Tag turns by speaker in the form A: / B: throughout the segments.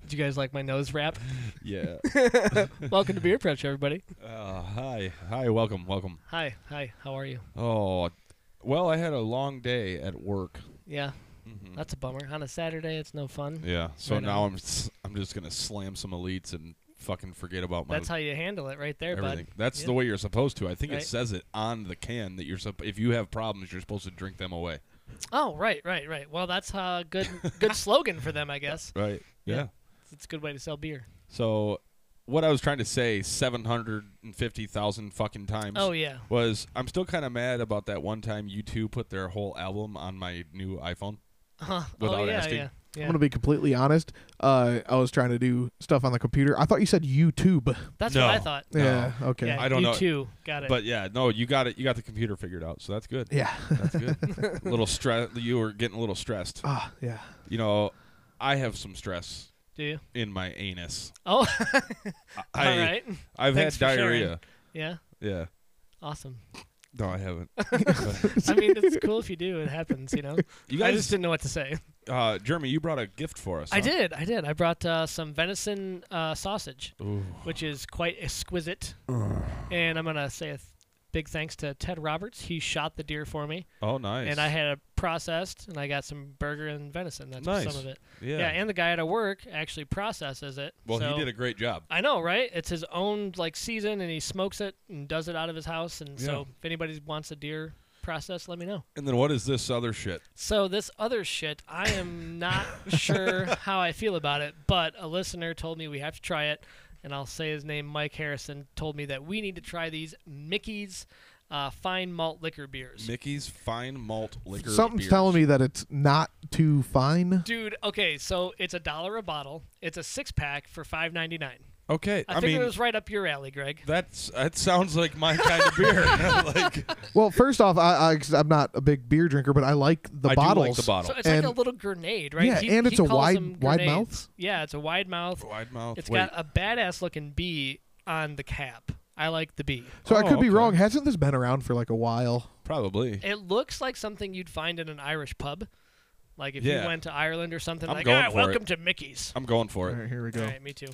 A: Did you guys like my nose wrap?
B: Yeah.
A: welcome to Beer Prep, everybody.
B: Uh, hi. Hi. Welcome. Welcome.
A: Hi, hi. How are you?
B: Oh, well, I had a long day at work.
A: Yeah, that's a bummer. On a Saturday, it's no fun.
B: Mm-hmm. Yeah. So
A: Right
B: now
A: on.
B: I'm s- I'm just gonna slam some elites and fucking forget about my
A: That's how you handle it, right there,
B: everything.
A: bud.
B: That's
A: Yeah.
B: the way you're supposed to. I think
A: Right.
B: it says it on the can that you're sup- if you have problems you're supposed to drink them away.
A: Oh, right, right, right. Well, that's a uh, good, good slogan for them, I guess.
B: Right.
A: Yeah.
B: yeah.
A: It's a good way to sell beer.
B: So what I was trying to say 750,000 fucking times
A: Oh yeah.
B: was I'm still kind of mad about that one time you two put their whole album on my new iPhone.
A: Huh. oh
B: Without
A: yeah,
B: asking.
A: yeah, yeah.
C: I'm gonna be completely honest. Uh, I was trying to do stuff on the computer. I thought you said YouTube.
A: That's
B: No.
A: what I thought.
B: No.
C: Yeah. Okay.
A: Yeah,
B: I don't
A: you
B: know.
A: too. Got it.
B: But yeah, no, you got it. You got the computer figured out, so that's good.
C: Yeah.
B: That's good. a little stress. You were getting a little stressed.
C: Ah. Yeah.
B: You know, I have some stress
A: Do you?
B: in my anus.
A: Oh,
B: I,
A: all right.
B: I've
A: Thanks
B: had
A: for
B: diarrhea.
A: Yeah.
B: Yeah.
A: Awesome.
B: No, I haven't.
A: I mean, it's cool if you do. It happens, you know.
B: You
A: I just
B: guys,
A: didn't know what to say.
B: uh, Jeremy, you brought a gift for us.
A: I
B: huh?
A: did. I did. I brought uh, some venison uh, sausage,
B: Ooh.
A: which is quite exquisite. and I'm gonna say a th- big thanks to Ted Roberts. He shot the deer for me,
B: Oh, nice.
A: and I had it processed, and I got some burger and venison. That's
B: Nice.
A: some of it.
B: yeah.
A: and the guy at our work actually processes it.
B: well,
A: so
B: he did a great job.
A: I know, right? It's his own like season, and he smokes it and does it out of his house. And so, if anybody wants a deer processed, let me know.
B: And then what is this other shit?
A: So this other shit, I am not sure how I feel about it, but a listener told me we have to try it, and I'll say his name, Mike Harrison, told me that we need to try these Mickey's uh, fine malt liquor beers.
B: Mickey's fine malt liquor.
C: Something's
B: beers.
C: telling me that it's not too fine.
A: Dude, okay, so it's a dollar a bottle. It's a six pack for five ninety nine.
B: Okay,
A: I,
B: I,
A: figured
B: mean
A: it was right up your alley, Greg.
B: that's that sounds like my kind of beer. like
C: Well, first off, I, I 'cause I'm not a big beer drinker, but I like the
B: I
C: bottles.
B: do like the bottle.
A: So it's
C: And-
A: like a little grenade, right?
C: Yeah,
A: He-
C: and
A: he
C: it's a
A: calls
C: wide-
A: them
C: wide
A: grenades.
C: mouth? Oh,
A: Yeah, it's a wide mouth.
B: Wide mouth.
A: It's
B: Wait,
A: got a badass looking bee on the cap. I like the bee.
C: so I
B: Oh,
C: could be
B: okay.
C: wrong. Hasn't this been around for like a while?
B: probably.
A: It looks like something you'd find in an Irish pub. Like if
B: Yeah.
A: you went to Ireland or something,
B: I'm
A: like,
B: going
A: ah,
B: for it."
A: welcome to Mickey's.
B: I'm going for
C: All
B: it.
C: right, here we
A: All
C: go.
A: right, me too.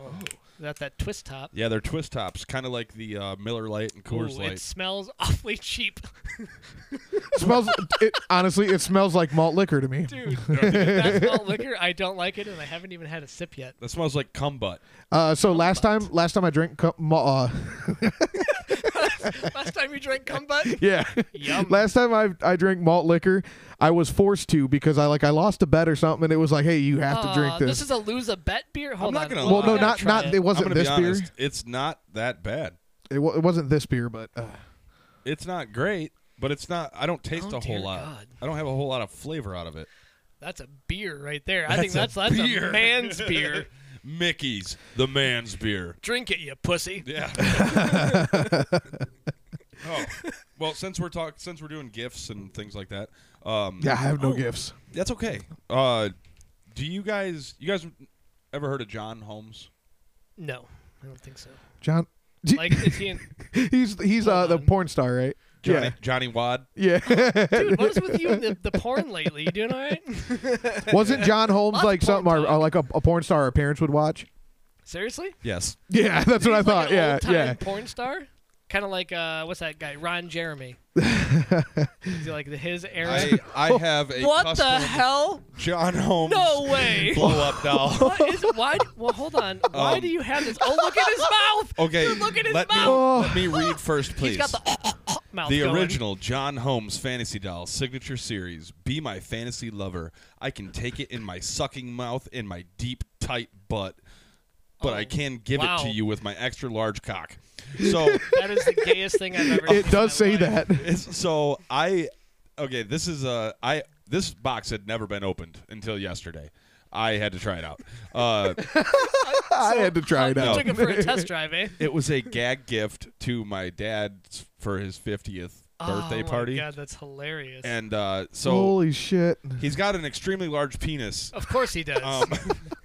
A: Is that that twist top?
B: Yeah, they're twist tops, kind of like the uh, Miller Light and Coors
A: Ooh,
B: Light.
A: It smells awfully cheap.
C: smells. It, honestly, it smells like malt liquor to me.
A: Dude, that's not liquor. I don't like it, and I haven't even had a sip yet.
B: That smells like cum butt.
C: Uh, so last time, last time I drank, co- ma- uh,
A: Last time you drank cum butt?
C: yeah.
A: Yum.
C: Last time I I drank malt liquor, I was forced to because I like I lost a bet or something, and it was like, hey, you have to drink
A: Aw,
C: this.
A: is a lose a bet beer. Hold
B: not
A: on.
B: gonna
A: Ooh,
B: lie.
C: well,
A: I
C: no,
A: gotta
C: not
A: try
C: not. It,
A: it.
B: I'm
C: wasn't
B: gonna be
C: this beer.
B: honest, It's not that bad.
C: It, wa- it wasn't this beer, but uh,
B: It's not great, but it's not. I don't taste
A: Oh,
B: a whole
A: dear
B: lot.
A: God.
B: I don't have a whole lot of flavor out of it.
A: That's a beer right there. I
B: That's
A: think
B: a
A: that's that's
B: beer.
A: a man's beer.
B: Mickey's, the man's beer.
A: Drink it, you pussy.
B: Yeah. oh, well, since we're talk, since we're doing gifts and things like that, um,
C: yeah, I have
A: Oh.
C: no gifts.
B: that's okay. Uh, do you guys, you guys, ever heard of John Holmes?
A: No, I don't think so.
C: John, d-
A: Like is he in,
C: he's he's
A: hold
C: uh, the
A: on.
C: porn star, right?
B: Johnny, Johnny Wad.
C: Yeah, yeah.
A: Dude, what is with you and the, the porn lately? You doing all right?
C: wasn't John Holmes
A: Lots of
C: like
A: porn
C: something our,
A: talk.
C: uh, like a, a porn star our parents would watch?
A: Seriously?
B: Yes.
C: Yeah, that's what I
A: He's
C: thought.
A: Like an
C: yeah,
A: old-time
C: yeah.
A: Porn star? Kind of like uh, what's that guy? Ron Jeremy. is he like the, his era?
B: I, I have a
A: what
B: custom
A: the hell?
B: John Holmes
A: No way.
B: blow up doll.
A: What is why? Well, hold on. Why
B: Um,
A: do you have this? Oh, look at his mouth.
B: Okay,
A: Dude, look at his
B: let me
A: mouth.
B: let me read first, please.
A: He's got the mouth.
B: The
A: going.
B: original John Holmes fantasy doll signature series. Be my fantasy lover. I can take it in my sucking mouth and my deep, tight butt, but I
A: Oh,
B: can give it
A: wow.
B: to you with my extra large cock. So,
A: That is the gayest thing I've ever. seen
C: It
A: in
C: does
A: my
C: say
A: life.
C: that.
B: it's, so I, okay, this is a I. This box had never been opened until yesterday. I had to try it out. Uh,
C: I had to try it
B: No.
A: Took
C: out.
A: him for a test drive, eh?
B: it was a gag gift to my dad for his 50th birthday
A: oh,
B: party.
A: My God, that's hilarious.
B: And uh, so
C: Holy shit!
B: he's got an extremely large penis.
A: Of course he does.
B: Um,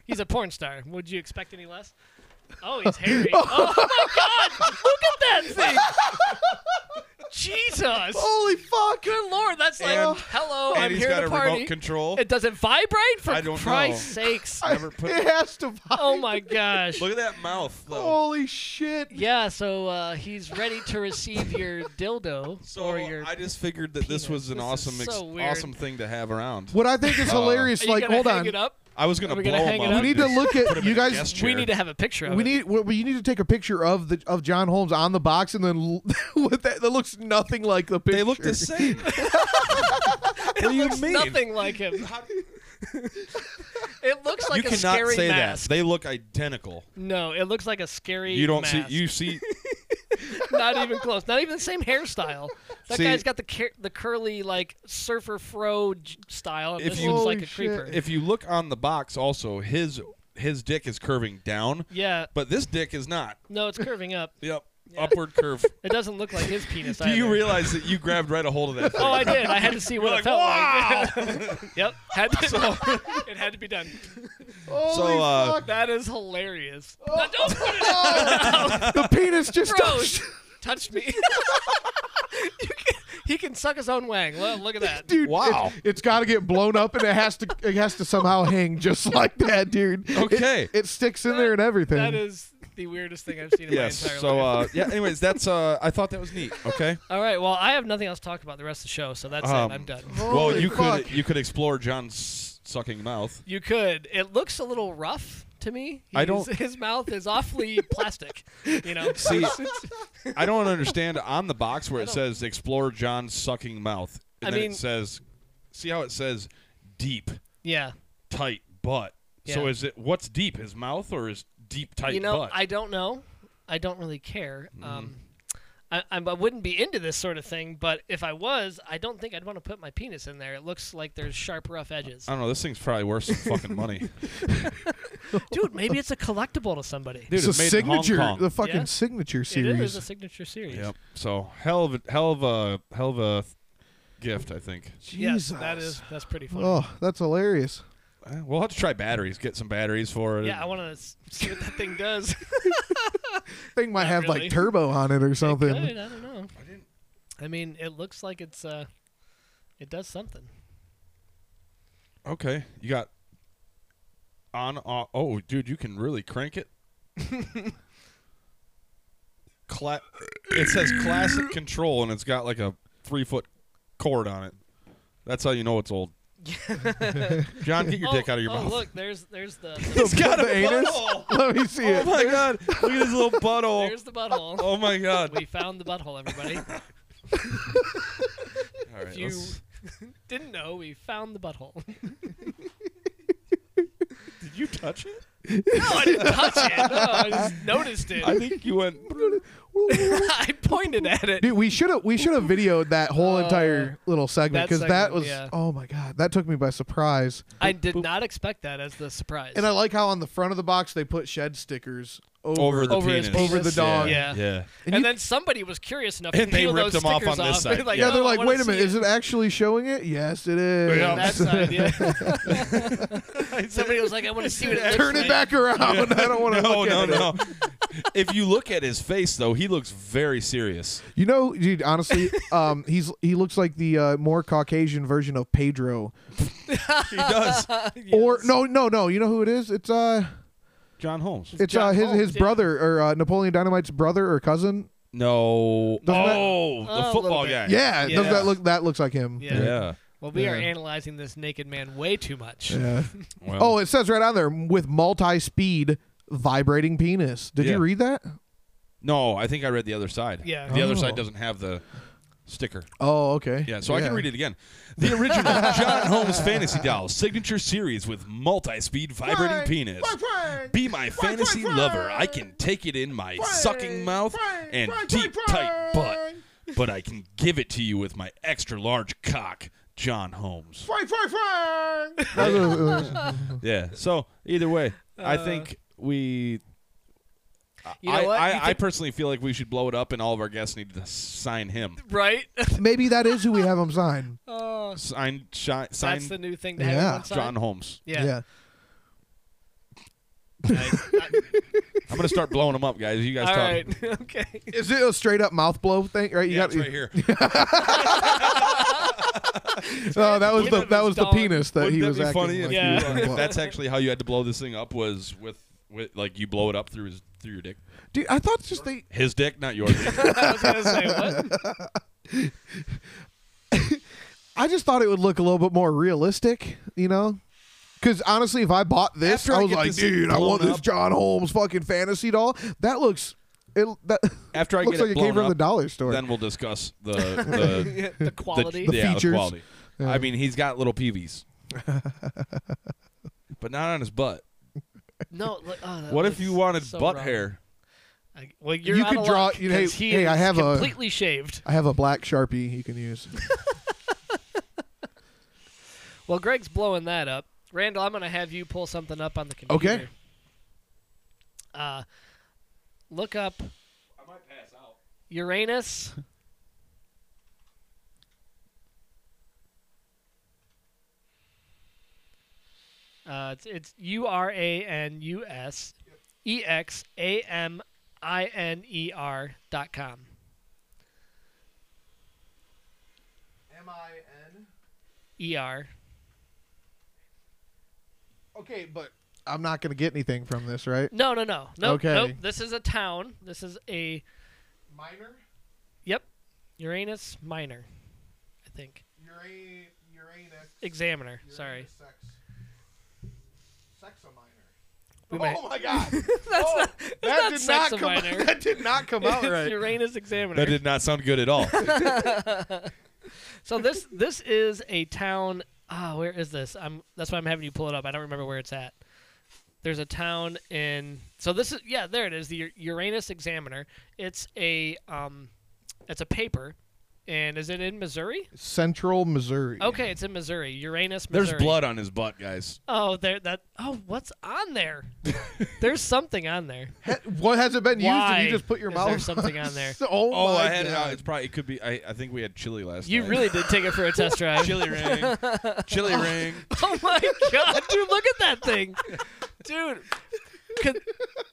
A: He's a porn star. Would you expect any less? Oh, he's hairy. oh my god! Look at that thing. Jesus.
C: Holy fuck!
A: Good lord, that's like
B: And-
A: hello,
B: and
A: I'm
B: he's
A: here
B: got
A: to
B: a
A: party.
B: remote control.
A: It doesn't vibrate for
B: I don't
A: Christ's sakes.
B: Never put-
C: it has to. Vibrate.
A: oh my gosh.
B: Look at that mouth, though.
C: Holy shit!
A: Yeah, so uh, he's ready to receive your dildo
B: so
A: or your.
B: I just figured that this
A: penis.
B: was an
A: This is
B: awesome, ex-
A: so weird.
B: awesome thing to have around.
C: What I think is
B: Uh,
C: hilarious,
A: Are you
C: like,
A: gonna
C: hold
A: hang
C: on,
A: it up?
B: I was gonna
A: Are we
B: blow
A: gonna hang
B: him
A: it
B: up.
A: up?
C: we need to look at you
B: a guest
C: guys.
A: We
B: chair.
A: need to have a picture of
C: We
A: it.
C: need we we need to take a picture of the of John Holmes on the box, and then l- with that that looks nothing like the picture.
B: They look the same. what do you
A: Looks
B: mean?
A: nothing like him.
B: How-
A: It looks
B: you
A: like a
B: cannot
A: scary
B: say
A: mask.
B: that. They look identical.
A: No, it looks like a scary.
B: You don't
A: mask.
B: see. You see.
A: Not even close. Not even the same hairstyle. That
B: See-
A: guy's got the cur- the curly like surfer fro j- style. And
B: If
A: this
B: you-
A: looks like
C: Holy
A: a
C: shit.
A: creeper.
B: if you look on the box, also his his dick is curving down,
A: yeah.
B: but this dick is not.
A: No, it's curving up.
B: Yep. Upward curve.
A: It doesn't look like his penis.
B: Do you
A: either.
B: realize that you grabbed right a hold of that?
A: Oh, I did. Oh, I had to see what
B: You're
A: it
B: like,
A: felt like. yep. Had to, it had to be done.
C: Holy
B: So, uh,
C: fuck.
A: That is hilarious. No, don't put it up.
C: Oh, the penis just
A: Gross. Touched me. You can- he can suck his own wang. Look, look at that.
C: dude.
B: Wow.
C: it, has got to get blown up, and it has to it has to somehow hang just like that, dude. It-
B: Okay.
C: it, sticks in there and everything.
A: That is the weirdest thing I've seen in
B: Yes.
A: my entire
B: So
A: life.
B: uh, yeah. Anyways, that's uh, I thought that was neat. Okay.
A: All right. Well, I have nothing else to talk about the rest of the show, so that's
B: Um,
A: it. I'm done.
B: well,
C: Holy
B: you
C: fuck.
B: could you could explore John's sucking mouth.
A: You could. It looks a little rough to me.
B: I don't-
A: He's- His mouth is awfully plastic. You know.
B: See, I don't understand on the box where it
A: don't-
B: says explore John's sucking mouth, and
A: I
B: then
A: mean-
B: it says, see how it says deep,
A: Yeah.
B: tight butt. So
A: Yeah.
B: is it what's deep? His mouth or his deep tight
A: you know,
B: butt?
A: I don't know. I don't really care.
B: Mm-hmm.
A: Um, I, I, I wouldn't be into this sort of thing, but if I was, I don't think I'd want to put my penis in there. It looks like there's sharp, rough edges.
B: I don't know. This thing's probably worth some fucking money. uh,
A: Dude, maybe it's a collectible to somebody.
B: Dude,
C: it's a
B: it's made in Hong
C: signature,
B: Kong.
C: the fucking
A: Yeah.
C: signature
A: It is
C: series.
A: a signature series.
B: Yep. So hell of a, hell of a hell of a gift, I think.
A: Yes,
C: Jesus,
A: that is that's pretty funny.
C: Oh, that's hilarious.
B: Uh, We'll have to try batteries. Get some batteries for it.
A: Yeah, I want to see what that thing does.
C: Thing might
A: Not
C: have
A: really.
C: like turbo on it or something.
A: It could, I don't know.
B: I didn't-
A: I mean, it looks like it's uh, it does something.
B: Okay, you got on. off oh, dude, you can really crank it. Cla- it says classic control, and it's got like a three foot cord on it. That's how you know it's old. John, get your dick
A: oh,
B: out of your
A: oh,
B: mouth.
A: look, there's there's the,
C: It's got the anus. Let me see
B: Oh
C: it.
B: my god! Look at his little butthole.
A: there's the butthole.
B: Oh my god!
A: We found the butthole, everybody.
B: All right,
A: if you
B: let's-
A: didn't know, we found the butthole.
B: did you touch it?
A: no, I didn't touch it. No, I just noticed it.
B: I
A: I,
B: think you went.
A: pointed at it.
C: Dude, we should have we should have videoed that whole
A: Uh,
C: entire little segment
A: that
C: because that
A: segment,
C: was
A: yeah.
C: oh my god that took me by surprise.
A: I did not expect that as the surprise.
C: And I like how on the front of the box they put shed stickers over,
B: Over the
A: Over his
B: penis.
A: penis.
C: Over the dog.
A: Yeah.
B: yeah.
A: And
C: you-
A: then somebody was curious enough
B: And
A: to
B: they
A: peel
B: ripped
A: those
B: them off
A: stickers
B: on this side,
A: They're like,
C: yeah,
A: "Oh,
C: they're
A: I
C: like,
A: wanna
C: wait a
A: see
C: minute, is it actually showing it? Yes, it is.
B: Yeah.
A: That side, yeah. Somebody was like, I want to see what it
C: Turn
A: looks
C: it
A: like."
C: back around. I don't want to
B: No,
C: look
B: no,
C: at it.
B: no. if you look at his face, though, he looks very serious.
C: You know, dude. Honestly, um, he's he looks like the uh, more Caucasian version of Pedro.
B: He does.
C: Or no, no, no. You know who it is? It's uh,
B: John Holmes.
C: it's uh,
A: John
C: his
A: Holmes,
C: his
A: yeah.
C: brother or uh, Napoleon Dynamite's brother or cousin.
B: No.
C: Doesn't that-
A: Oh,
B: oh,
A: a
B: the
A: little
B: football
A: bit.
B: guy.
C: Yeah,
A: Yeah.
C: Does that look that looks like him?
A: Yeah.
B: Yeah.
A: Well, we are
C: Yeah.
A: analyzing this naked man way too much.
C: Yeah.
B: Well,
C: Oh, it says right on there with multi-speed vibrating penis. Did
B: Yeah.
C: you read that?
B: no, I think I read the other side.
A: Yeah.
B: The other
C: Oh.
B: side doesn't have the sticker.
C: Oh, okay.
B: Yeah, so I can read it again. The original John Holmes fantasy doll signature series with multi-speed vibrating penis. Be my fantasy lover. I can take it in my sucking mouth and deep tight butt, but I can give it to you with my extra large cock, John Holmes. Yeah. So either way, I think we.
A: Uh, You know
B: I,
A: what?
B: I,
A: You
B: I personally feel like we should blow it up, and all of our guests need to sign him.
A: Right?
C: Maybe that is who we have him sign.
A: oh,
B: Sign, shi- sign
A: that's the new thing to have
C: Yeah.
A: on one side.
B: John Holmes.
A: Yeah.
C: yeah.
A: I- I-
B: I I'm gonna start blowing them up, guys. You guys
A: All
B: talk.
A: right. okay.
C: Is it a straight up mouth blow thing? Right? You
B: Yeah,
C: got
B: it's right here.
C: No, Oh, that was
A: Give
C: the
A: him
C: that
A: his
C: was the
A: dollar.
C: penis that
B: Wouldn't
C: he
B: that
C: was
B: be
C: acting
B: funny
C: like.
B: if
C: he
A: Yeah.
C: was
B: you,
C: gonna
B: uh,
C: blow.
B: that's actually how you had to blow this thing up was with, with like you blow it up through his through your dick.
C: Dude, I thought just they.
B: His dick, not yours.
A: I was gonna say what?
C: I just thought it would look a little bit more realistic, you know. Because honestly, if I bought this,
B: After I
C: I was
B: get
C: like,
B: this thing
C: dude, I want
B: blown
C: this
B: up-
C: John Holmes fucking fantasy doll. That looks. It that
B: After I
C: looks
B: get
C: like
B: it
C: it came
B: blown
C: from the
B: up,
C: dollar store.
B: then we'll discuss the the,
A: Yeah, the quality.
B: the, yeah,
C: features.
B: The quality.
C: Yeah.
B: I mean, he's got little peevees, but not on his butt.
A: no. Like, oh, that
B: What
A: looks
B: if you wanted
A: so
B: butt
A: wrong.
B: hair?
A: I, well, you're
C: You
A: out
C: could
A: of
C: draw-
A: luck,
C: you know, hey-
A: 'cause he
C: hey, I
A: is
C: have a-
A: completely shaved.
C: I have a black sharpie you can use.
A: Well, Greg's blowing that up. Randall, I'm going to have you pull something up on the computer.
C: Okay.
A: Uh, look up
B: I might pass out.
A: Uranus. uh, it's it's U R A N U S E X A M I N E R dot com.
C: M I N.
A: E R.
C: Okay, but I'm not gonna get anything from this, right?
A: No, no, no. Nope,
C: Okay.
A: nope. This is a town. This is a
C: Minor.
A: Yep. Uranus Minor, I think.
C: Uranus.
A: Examiner, sorry.
C: Sex. Sexaminer.
A: We might-
C: my god. oh,
A: that did not come- Sexaminer.
C: That did not come
A: It's Uranus Examiner.
B: That did not sound good at all.
A: so this this is a town. Ah, where is this? I'm. That's why I'm having you pull it up. I don't remember where it's at. There's a town in. So this is yeah. There it is. The Ur- Uranus Examiner. It's a um, it's a paper, and is it in Missouri?
C: Central Missouri.
A: Okay, it's in Missouri. Uranus, Missouri.
B: There's blood on his butt, guys.
A: Oh, there that. Oh, what's on there? There's something on there.
C: He- what has it been used?
A: Why
C: And you just put your
A: is
C: mouth.
A: there something on there?
C: oh,
B: Oh,
C: my
B: I had it
C: God.
B: out. It's probably it could be. I, I think we had chili last
A: You
B: night.
A: really did take it for a test drive.
B: chili ring, chili ring.
A: Oh my god, dude! Look at that thing, dude. Could-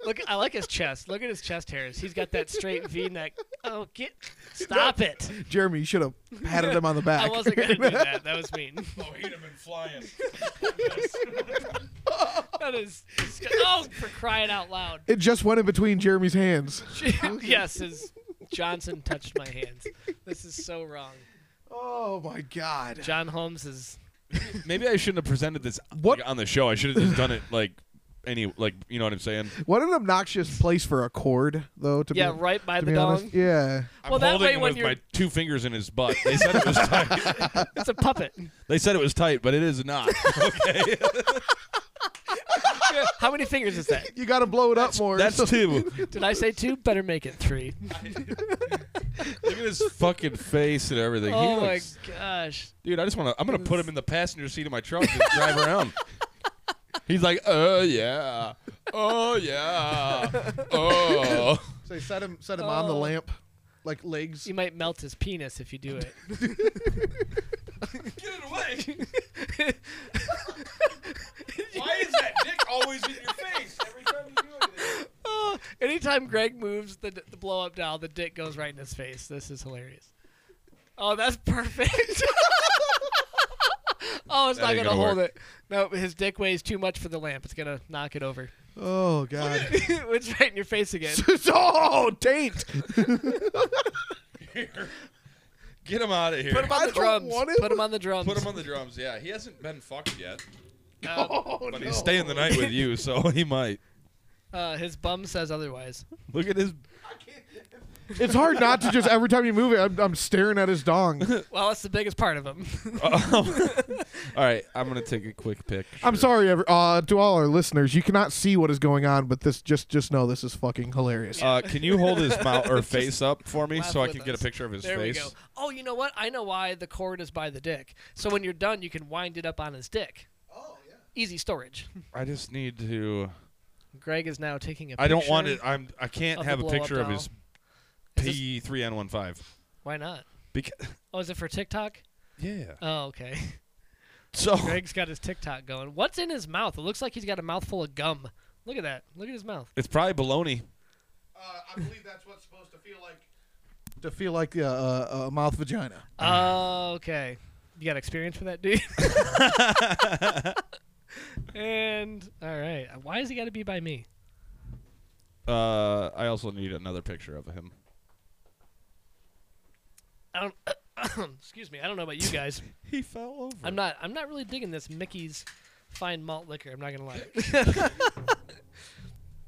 A: look, I like his chest. Look at his chest hairs. He's got that straight V-neck. Oh, get stop it!
C: Jeremy, you should have patted him on the back.
A: I wasn't gonna do that. That was mean.
B: Oh, he'd have been flying.
A: That is disgu- oh for crying out loud.
C: it just went in between Jeremy's hands.
A: yes, his Johnson touched my hands. This is so wrong.
C: Oh my God.
A: John Holmes is
B: Maybe I shouldn't have presented this
C: What-
B: like, on the show. I should have just done it like any like you know what I'm saying.
C: What an obnoxious place for a cord, though. To
A: yeah
C: be,
A: right by
C: to
A: the
C: be
A: dong.
C: honest. Yeah.
A: Well,
B: I'm
A: that
B: holding
A: way
B: it
A: when
B: with
A: you're-
B: my two fingers in his butt. They said it was tight.
A: It's a puppet.
B: they said it was tight, but it is not. Okay,
A: How many fingers is that?
C: You got to blow it up more.
B: that's two.
A: Did I say two? Better make it three.
B: Look at his fucking face and everything. he
A: Oh my
B: looks,
A: gosh.
B: dude, I just want to. I'm gonna put him in the passenger seat of my truck and drive around. He's like, oh yeah, oh yeah, oh.
C: Say, set him, set him on the
A: Oh.
C: lamp, like legs.
A: You might melt his penis if you do it.
B: Get it away! Why is that dick always in your face every time you do anything?
A: Oh, anytime Greg moves the, the blow up doll, the dick goes right in his face. This is hilarious. Oh, that's perfect. oh, it's
B: That
A: not gonna,
B: ain't gonna
A: hold
B: work.
A: it. No, his dick weighs too much for the lamp. It's gonna knock it over.
C: Oh God.
A: it's right in your face again.
C: oh, taint.
B: Get him out of here.
A: Put him on
C: I
A: the
C: don't
A: drums.
C: want him.
A: Put him on the drums.
B: Put him on the drums. Yeah, he hasn't been fucked yet,
A: Uh,
C: Oh,
B: but
C: no.
B: he's staying the night with you, so he might.
A: uh, his bum says otherwise.
B: Look at his.
C: It's hard not to just every time you move it. I'm, I'm staring at his dong.
A: Well, that's the biggest part of him.
B: all Um, right, I'm gonna take a quick pic.
C: I'm sorry, every, uh, to all our listeners. You cannot see what is going on, but this just just know this is fucking hilarious.
B: Uh, can you hold his mouth or face up for me
A: laugh
B: so I
A: with
B: can get a
A: us.
B: picture of his
A: there
B: face?
A: we go. Oh, you know what? I know why the cord is by the dick. So when you're done, you can wind it up on his dick.
C: oh yeah.
A: Easy storage.
B: I just need to.
A: Greg is now taking a picture.
B: I don't want it. I'm. I can't
A: of the
B: have a
A: blow-up
B: picture of
A: doll.
B: his
A: Is this-
B: P3N15
A: Why not?
B: because.
A: Oh, is it for TikTok?
B: Yeah.
A: Oh, okay.
B: So
A: Greg's got his TikTok going. What's in his mouth? It looks like he's got a mouthful of gum. Look at that. Look at his mouth.
B: It's probably bologna.
D: Uh, I believe that's what's supposed to feel like.
E: to feel like a, a, a mouth vagina.
A: Oh, okay. You got experience for that, dude? and, all right. Why has he got to be by me?
B: Uh, I also need another picture of him.
A: I don't. excuse me. I don't know about you guys.
B: He fell over.
A: I'm not. I'm not really digging this Mickey's fine malt liquor. I'm not gonna lie.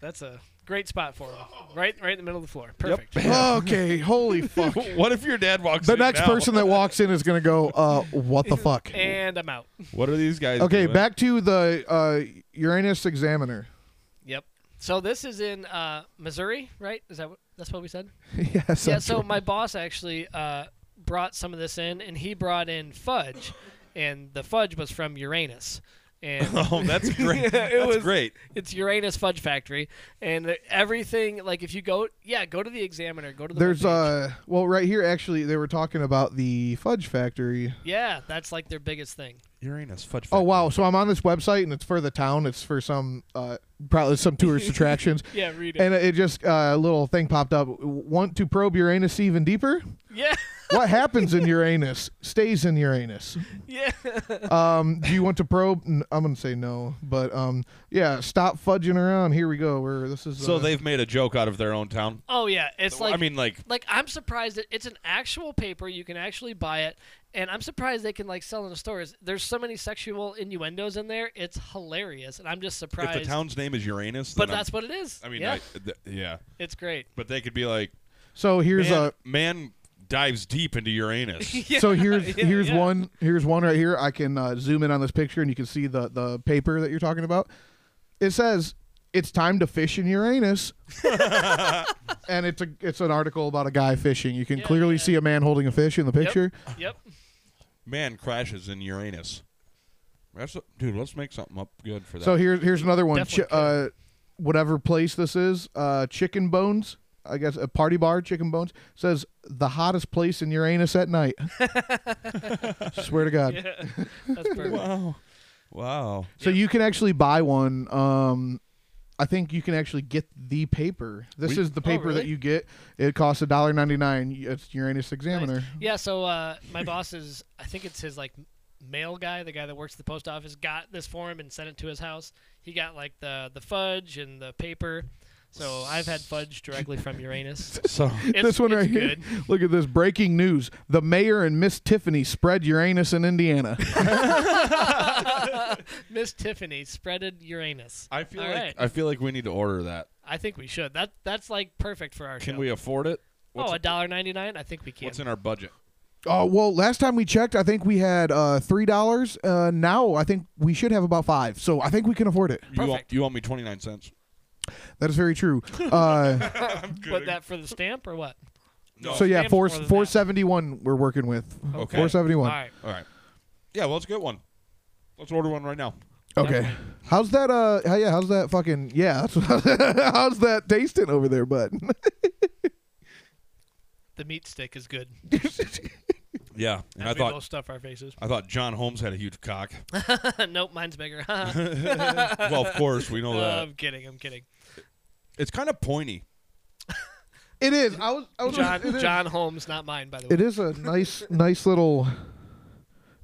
A: That's a great spot for him. Right, right in the middle of the floor. Perfect.
C: Okay, holy fuck.
B: What if your dad walks
C: The
B: in
C: next
B: now?
C: person that walks in is gonna go, uh, what the fuck?
A: And I'm out.
B: What are these guys
C: Okay,
B: doing?
C: back to the uh, Uranus Examiner.
A: Yep. So this is in uh, Missouri, right? Is that what? That's what we said.
C: yes.
A: Yeah,
C: that's
A: so
C: right.
A: my boss actually uh, brought some of this in, and he brought in fudge, and the fudge was from Uranus, and
B: Oh, that's great.
A: Yeah, it
B: that's
A: was-
B: great.
A: it's Uranus Fudge Factory, and the- everything. Like if you go, yeah, go to the Examiner, go to the.
C: There's
A: webpage.
C: uh well right here actually they were talking about the fudge factory.
A: Yeah, that's like their biggest thing.
B: Uranus fudge.
C: Oh wow, so I'm on this website and it's for the town, it's for some uh probably some tourist attractions.
A: Yeah, read
C: And it just uh, a little thing popped up. Want to probe Uranus even deeper?
A: yeah,
C: What happens in Uranus stays in Uranus.
A: yeah.
C: Um, do you want to probe? N- I'm gonna say no, but um, yeah. Stop fudging around. Here we go. We're this is
B: So
C: uh,
B: they've made a joke out of their own town.
A: Oh yeah, it's like
B: I mean, like
A: like I'm surprised that it's an actual paper. You can actually buy it, and I'm surprised they can like sell in the stores. There's so many sexual innuendos in there. It's hilarious, and I'm just surprised.
B: if the town's name is Uranus,
A: but
B: then I'm-
A: that's what it is.
B: I mean,
A: yeah,
B: I- th- yeah.
A: it's great.
B: But they could be like,
C: so here's
B: man, man dives deep into Uranus.
C: a so here's here's one here's one right here. I can uh, zoom in on this picture and you can see the the paper that you're talking about. It says it's time to fish in Uranus, and it's a it's an article about a guy fishing. You can
A: Yeah,
C: clearly
A: yeah.
C: see a man holding a fish in the picture.
A: Yep.
B: man crashes in Uranus. That's a- dude. Let's make something up good for that.
C: So here's here's another one. Ch-
A: Definitely
C: uh, whatever place this is, uh, Chicken Bones. I guess a party bar, Chicken Bones says the hottest place in Uranus at night. Swear to God.
A: Yeah. That's perfect.
B: wow, wow.
C: So you can actually buy one. Um, I think you can actually get the paper. This
B: We-
C: is the paper that
A: Oh, really?
C: you get. It costs a dollar ninety nine. It's Uranus
A: Nice.
C: Examiner.
A: Yeah, so uh, my boss is, I think it's his like mail guy, the guy that works at the post office, got this for him and sent it to his house. He got like the the fudge and the paper. So I've had fudge directly from Uranus.
B: So
A: It's,
C: this one
A: it's
C: right here.
A: good.
C: Look at this breaking news: the mayor and Miss Tiffany spread Uranus in Indiana.
A: Miss Tiffany spreaded Uranus.
B: I feel
A: All
B: like
A: right.
B: I feel like we need to order that.
A: I think we should. That that's like perfect for our
B: Can
A: show.
B: we afford it?
A: oh, a dollar ninety nine. I think we can.
B: What's in our budget?
C: Oh well, last time we checked, I think we had uh, three dollars. Uh, now I think we should have about five. So I think we can afford it.
B: You, owe,
A: Perfect.
B: you owe me twenty nine cents.
C: That is very true. Uh,
A: Put that for the stamp or what?
B: No.
C: so yeah,
A: Sam's
C: four
A: more than
C: four
A: that.
C: seventy one. We're working with
B: Okay.
C: four seventy
A: All
C: one.
A: right.
B: All right. Yeah, well, let's get one. Let's order one right now.
C: Okay. How's that? Uh, how, yeah. How's that fucking? Yeah. That's how's that tasting over there, bud?
A: The meat stick is good.
B: Yeah, and I
A: As we
B: thought
A: both stuff our faces.
B: I thought John Holmes had a huge cock.
A: nope, mine's bigger.
B: well, of course we know that.
A: I'm kidding. I'm kidding.
B: It's kind of pointy.
C: it is. I was. I was it
A: John
C: is-
A: John Holmes, not mine, by the way.
C: It is a nice, nice little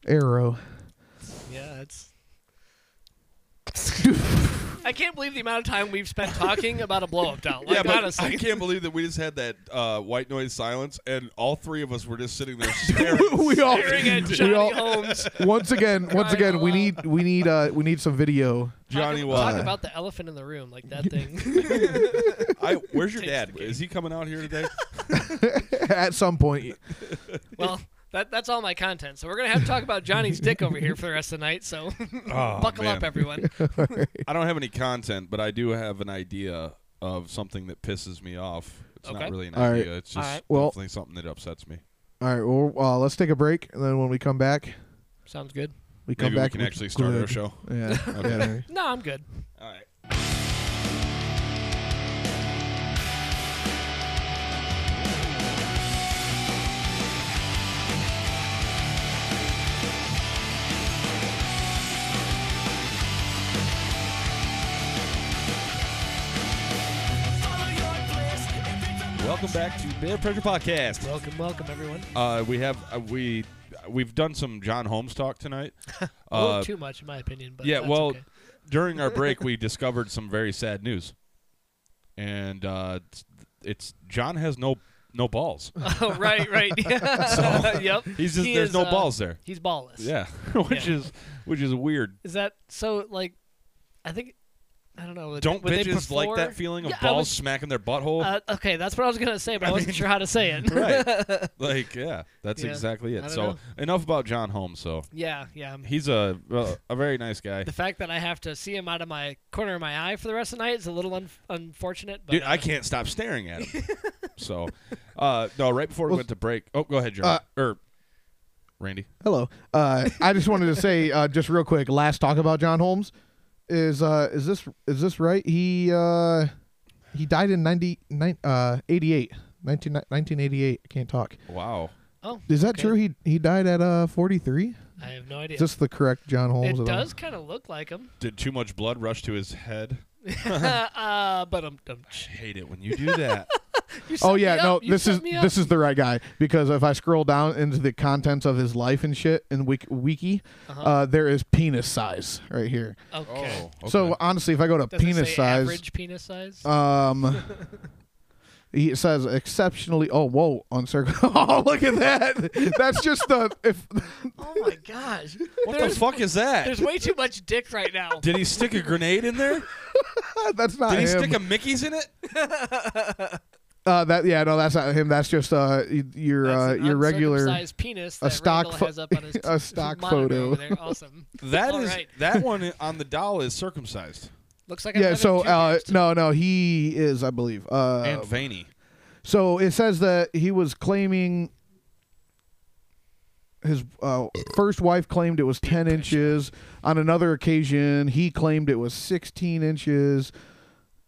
C: arrow.
A: Yeah, it's. I can't believe the amount of time we've spent talking about a blow up doll. Like,
B: yeah, but I
A: honestly,
B: can't believe that we just had that uh, white noise silence, and all three of us were just sitting there staring.
C: we all.
A: staring at Johnny
C: we all
A: Holmes.
C: once again, once
A: Crying
C: again,
A: out
C: we
A: loud.
C: need, we need, uh, we need some video.
B: Johnny
A: talk,
B: was.
A: talk about the elephant in the room, like that thing.
B: I, where's your
A: Takes
B: dad?
A: the cake.
B: Is he coming out here today?
C: At some point,
A: well, that that's all my content. So we're gonna have to talk about Johnny's dick over here for the rest of the night. So
B: Oh,
A: buckle
B: man.
A: up, everyone.
B: I don't have any content, but I do have an idea of something that pisses me off. It's
A: Okay.
B: not really an
C: All right.
B: idea. It's just
A: All right.
C: Well-
B: definitely something that upsets me.
C: All right, well, uh, let's take a break, and then when we come back,
A: Sounds good.
C: we come
B: Maybe we
C: back.
B: can
C: with
B: actually start our
C: good.
B: show.
C: Yeah. yeah.
A: No, I'm good.
B: All right. Welcome back to Bear Pressure Podcast.
A: Welcome, welcome, everyone.
B: Uh, we have uh, we we've done some John Holmes talk tonight.
A: a little
B: Uh,
A: too much, in my opinion. But
B: yeah,
A: that's
B: well,
A: okay.
B: during our break, we discovered some very sad news, and uh, it's, it's John has no no balls.
A: oh, right, right. Yeah. yep.
B: He's just
A: He
B: there's
A: is,
B: no
A: uh,
B: balls there.
A: He's ballless.
B: Yeah, which
A: Yeah.
B: is which is weird.
A: Is that so? Like, I think I don't know. would-
B: Don't
A: would they
B: bitches like that
A: prefer-
B: feeling of
A: Yeah, I
B: balls
A: was-
B: smacking their butthole?
A: Uh, okay, that's what I was gonna say, but I,
B: I
A: wasn't
B: mean-
A: sure how to say it.
B: right. Like yeah, that's
A: Yeah.
B: exactly
A: I
B: it.
A: don't
B: So
A: know.
B: enough about John Holmes. So
A: yeah, yeah.
B: he's a uh, a very nice guy.
A: The fact that I have to see him out of my corner of my eye for the rest of the night is a little un- unfortunate. But
B: Dude, I
A: uh,
B: can't stop staring at him. so, uh, no, right before we
C: Well,
B: went to break. Oh, go ahead, John.
C: uh,
B: or Randy.
C: Hello. Uh, I just wanted to say, uh, just real quick, last talk about John Holmes is uh, is this is this right? He uh, he died in 90, nine- uh, 88, 19, 1988. I can't talk.
B: Wow.
A: Oh,
C: Is that
A: okay.
C: true? He he died at uh, 43.
A: I have no idea.
C: Is this the correct John Holmes?
A: it
C: at all?
A: does kind of look like him.
B: Did too much blood rush to his head? Uh-huh.
A: uh, but I'm, I'm
B: I hate it when you do that.
C: Oh yeah, no.
A: You
C: this
A: set
C: is
A: me up.
C: this is the right guy because if I scroll down into the contents of his life and shit in Wiki, Wiki
A: Uh-huh.
C: uh, there is penis size right here.
A: Oh, okay.
B: Oh.
C: So honestly, if I go to
A: Does it
C: penis
A: say
C: size,
A: Average penis size.
C: um, he says exceptionally. Oh whoa, uncircled. oh look at that. That's just the if.
A: oh my gosh.
B: what the
A: there's-
B: fuck is that?
A: There's way too much dick right now.
B: Did he stick a grenade in there?
C: That's not
B: Did he
C: him.
B: stick a Mickey's in it?
C: uh, that yeah, no, that's not him. That's just uh y- your
A: That's
C: uh,
A: an
C: your regular.
A: uncircumcised penis
C: a
A: that
C: stock
A: Randall
C: pho-
A: has up on his
C: a stock
A: monitor
C: photo.
A: over there. Awesome.
B: That
A: All
B: is
A: right.
B: that one on the doll is circumcised
A: Looks like
C: Yeah,
A: another
C: so
A: two
C: uh,
A: pairs to-
C: no, no, he is, I believe. Uh,
B: and veiny.
C: So it says that he was claiming his uh, first wife claimed it was 10 inches. On another occasion, he claimed it was 16 inches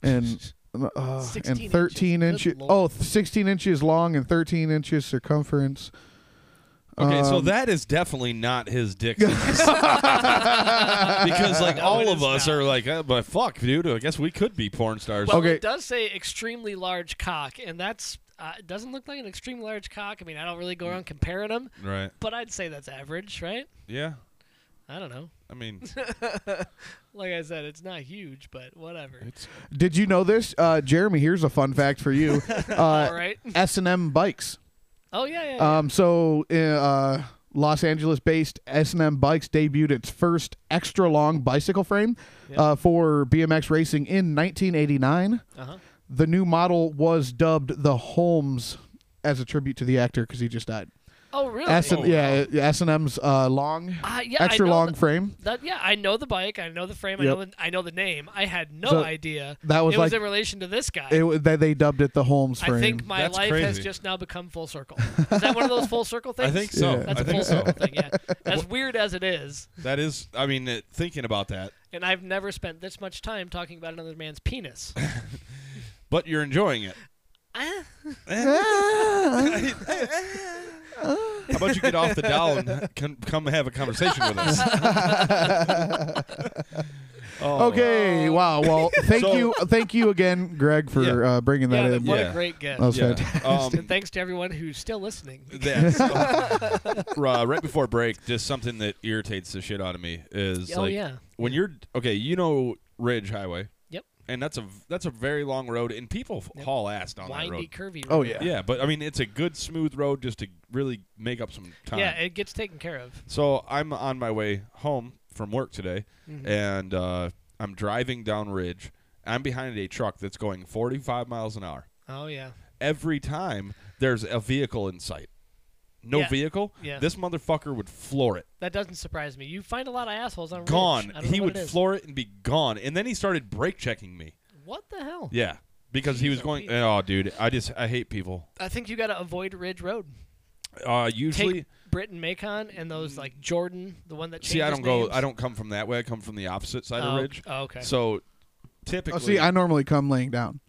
C: and uh,
A: 16
C: and 13
A: inches. Good
C: inches. Oh, 16 inches long and 13 inches circumference.
B: Okay, so
C: Um,
B: that is definitely not his dick. size. because like
A: No, it
B: all of
A: is
B: us
A: not.
B: are like, uh, but fuck, dude. I guess we could be porn stars.
A: Well,
C: okay.
A: it does say extremely large cock, and that's uh, it doesn't look like an extremely large cock. I mean, I don't really go around comparing them,
B: Right.
A: but I'd say that's average, right?
B: Yeah.
A: I don't know.
B: I mean,
A: Like I said, it's not huge, but whatever.
B: it's
C: Did you know this? Uh, Jeremy, here's a fun fact for you.
A: All
C: Uh,
A: right.
C: S&M Bikes.
A: Oh yeah, yeah. yeah.
C: Um, so uh, uh, Los Angeles-based S&M Bikes debuted its first extra-long bicycle frame uh, for BMX racing in 1989.
A: uh-huh.
C: The new model was dubbed the Holmes as a tribute to the actor because he just died.
A: Oh really?
C: S
B: Oh,
C: yeah, S&M's uh, long,
A: Uh, yeah, I know
C: extra-long
A: th-
C: frame.
A: That, yeah, I know the bike. I know the frame. I,
C: Yep.
A: know the, I know the name. I had no
C: So,
A: idea
C: that was
A: it was
C: like-
A: in relation to this guy.
C: It, wa- they, they dubbed it the Holmes frame.
A: I think my
B: That's
A: life has
B: crazy.
A: just now become full circle. Is that one of those full circle things?
B: I think so.
C: Yeah.
A: That's
B: I
A: a full
B: think so.
A: circle thing, yeah. As weird as it is,
B: That is, I mean, uh, thinking about that,
A: and I've never spent this much time talking about another man's penis.
B: Ah. but you're enjoying it.
A: Ah,
B: How about you get off the doll and con- come have a conversation with us? Oh.
C: okay, wow. Well, thank
B: So-
C: you, thank you again, Greg, for
B: Yeah.
C: uh, bringing
A: yeah,
C: that
A: that-
C: in.
A: what
B: Yeah.
A: a great guest.
C: That was
B: Yeah.
C: fantastic.
B: Um,
A: and thanks to everyone who's still listening.
B: that, so, uh, right before break, just something that irritates the shit out of me is
A: oh
B: like
A: yeah,
B: when you're okay, you know Ridge Highway.
A: Yep.
B: And that's a that's a very long road, and people f-
A: Yep.
B: haul ass down
A: windy,
B: that road.
A: curvy.
C: Oh,
A: road.
C: yeah.
B: Yeah, but I mean, it's a good smooth road just to really make up some time.
A: yeah. It gets taken care of.
B: So I'm on my way home from work today,
A: Mm-hmm.
B: and uh, I'm driving down Ridge. I'm behind a truck that's going 45 miles an hour.
A: Oh yeah.
B: Every time there's a vehicle in sight, no
A: Yeah.
B: vehicle,
A: Yeah.
B: this motherfucker would floor it.
A: That doesn't surprise me. You find a lot of assholes on Ridge.
B: Gone.
A: I don't know
B: He
A: what
B: would
A: it is.
B: floor it and be gone. And then he started brake checking me.
A: What the hell?
B: Yeah, because he
A: Jeez,
B: was
A: oh,
B: going.
A: Pete.
B: Oh, dude, I just I hate people.
A: I think you got to avoid Ridge Road.
B: Uh,
A: Take
B: usually,
A: Britain Macon and those like Jordan, the one that.
B: see, I don't
A: changes
B: go.
A: names.
B: I don't come from that way. I come from the opposite side
A: Oh,
B: of
A: ok-
B: Ridge.
A: oh, okay.
B: So, typically,
C: Oh, see, I normally come laying down.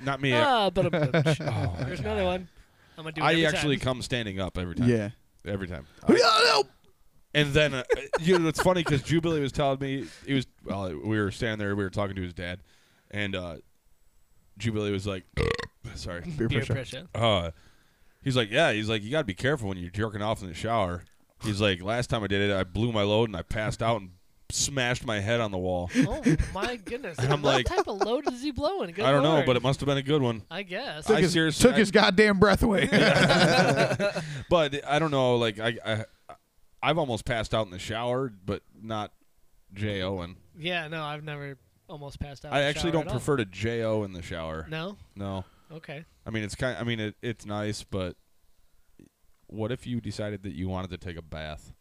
B: not me.
A: Ah, but
B: Oh, my
A: there's another one. I'm gonna do. it
B: I
A: every
B: actually
A: time.
B: come standing up every time.
C: Yeah.
B: every time. I- and then uh, you know it's funny because Jubilee was telling me he was well we were standing there we were talking to his dad, and uh, Jubilee was like, Sorry.
C: Peer
A: Peer
C: pressure.
A: pressure.
B: Uh, he's like, yeah. He's like, you got to be careful when you're jerking off in the shower. He's like, last time I did it, I blew my load and I passed out and smashed my head on the wall.
A: Oh my goodness!
B: And I'm
A: what
B: like-
A: type of load is he blowing? Good
B: I don't know,
A: Lord.
B: but it must have been a good one.
A: I guess.
B: I
C: Took, his,
B: serious-
C: took
B: I-
C: his goddamn breath away.
B: But I don't know. Like I, I, I've almost passed out in the shower, but not J Owen.
A: yeah, no, I've never almost passed out.
B: I
A: in the
B: actually
A: shower
B: don't
A: at all.
B: prefer to J O in the shower.
A: No.
B: No.
A: Okay.
B: I mean, it's kind. I mean, it, it's nice, but what if you decided that you wanted to take a bath?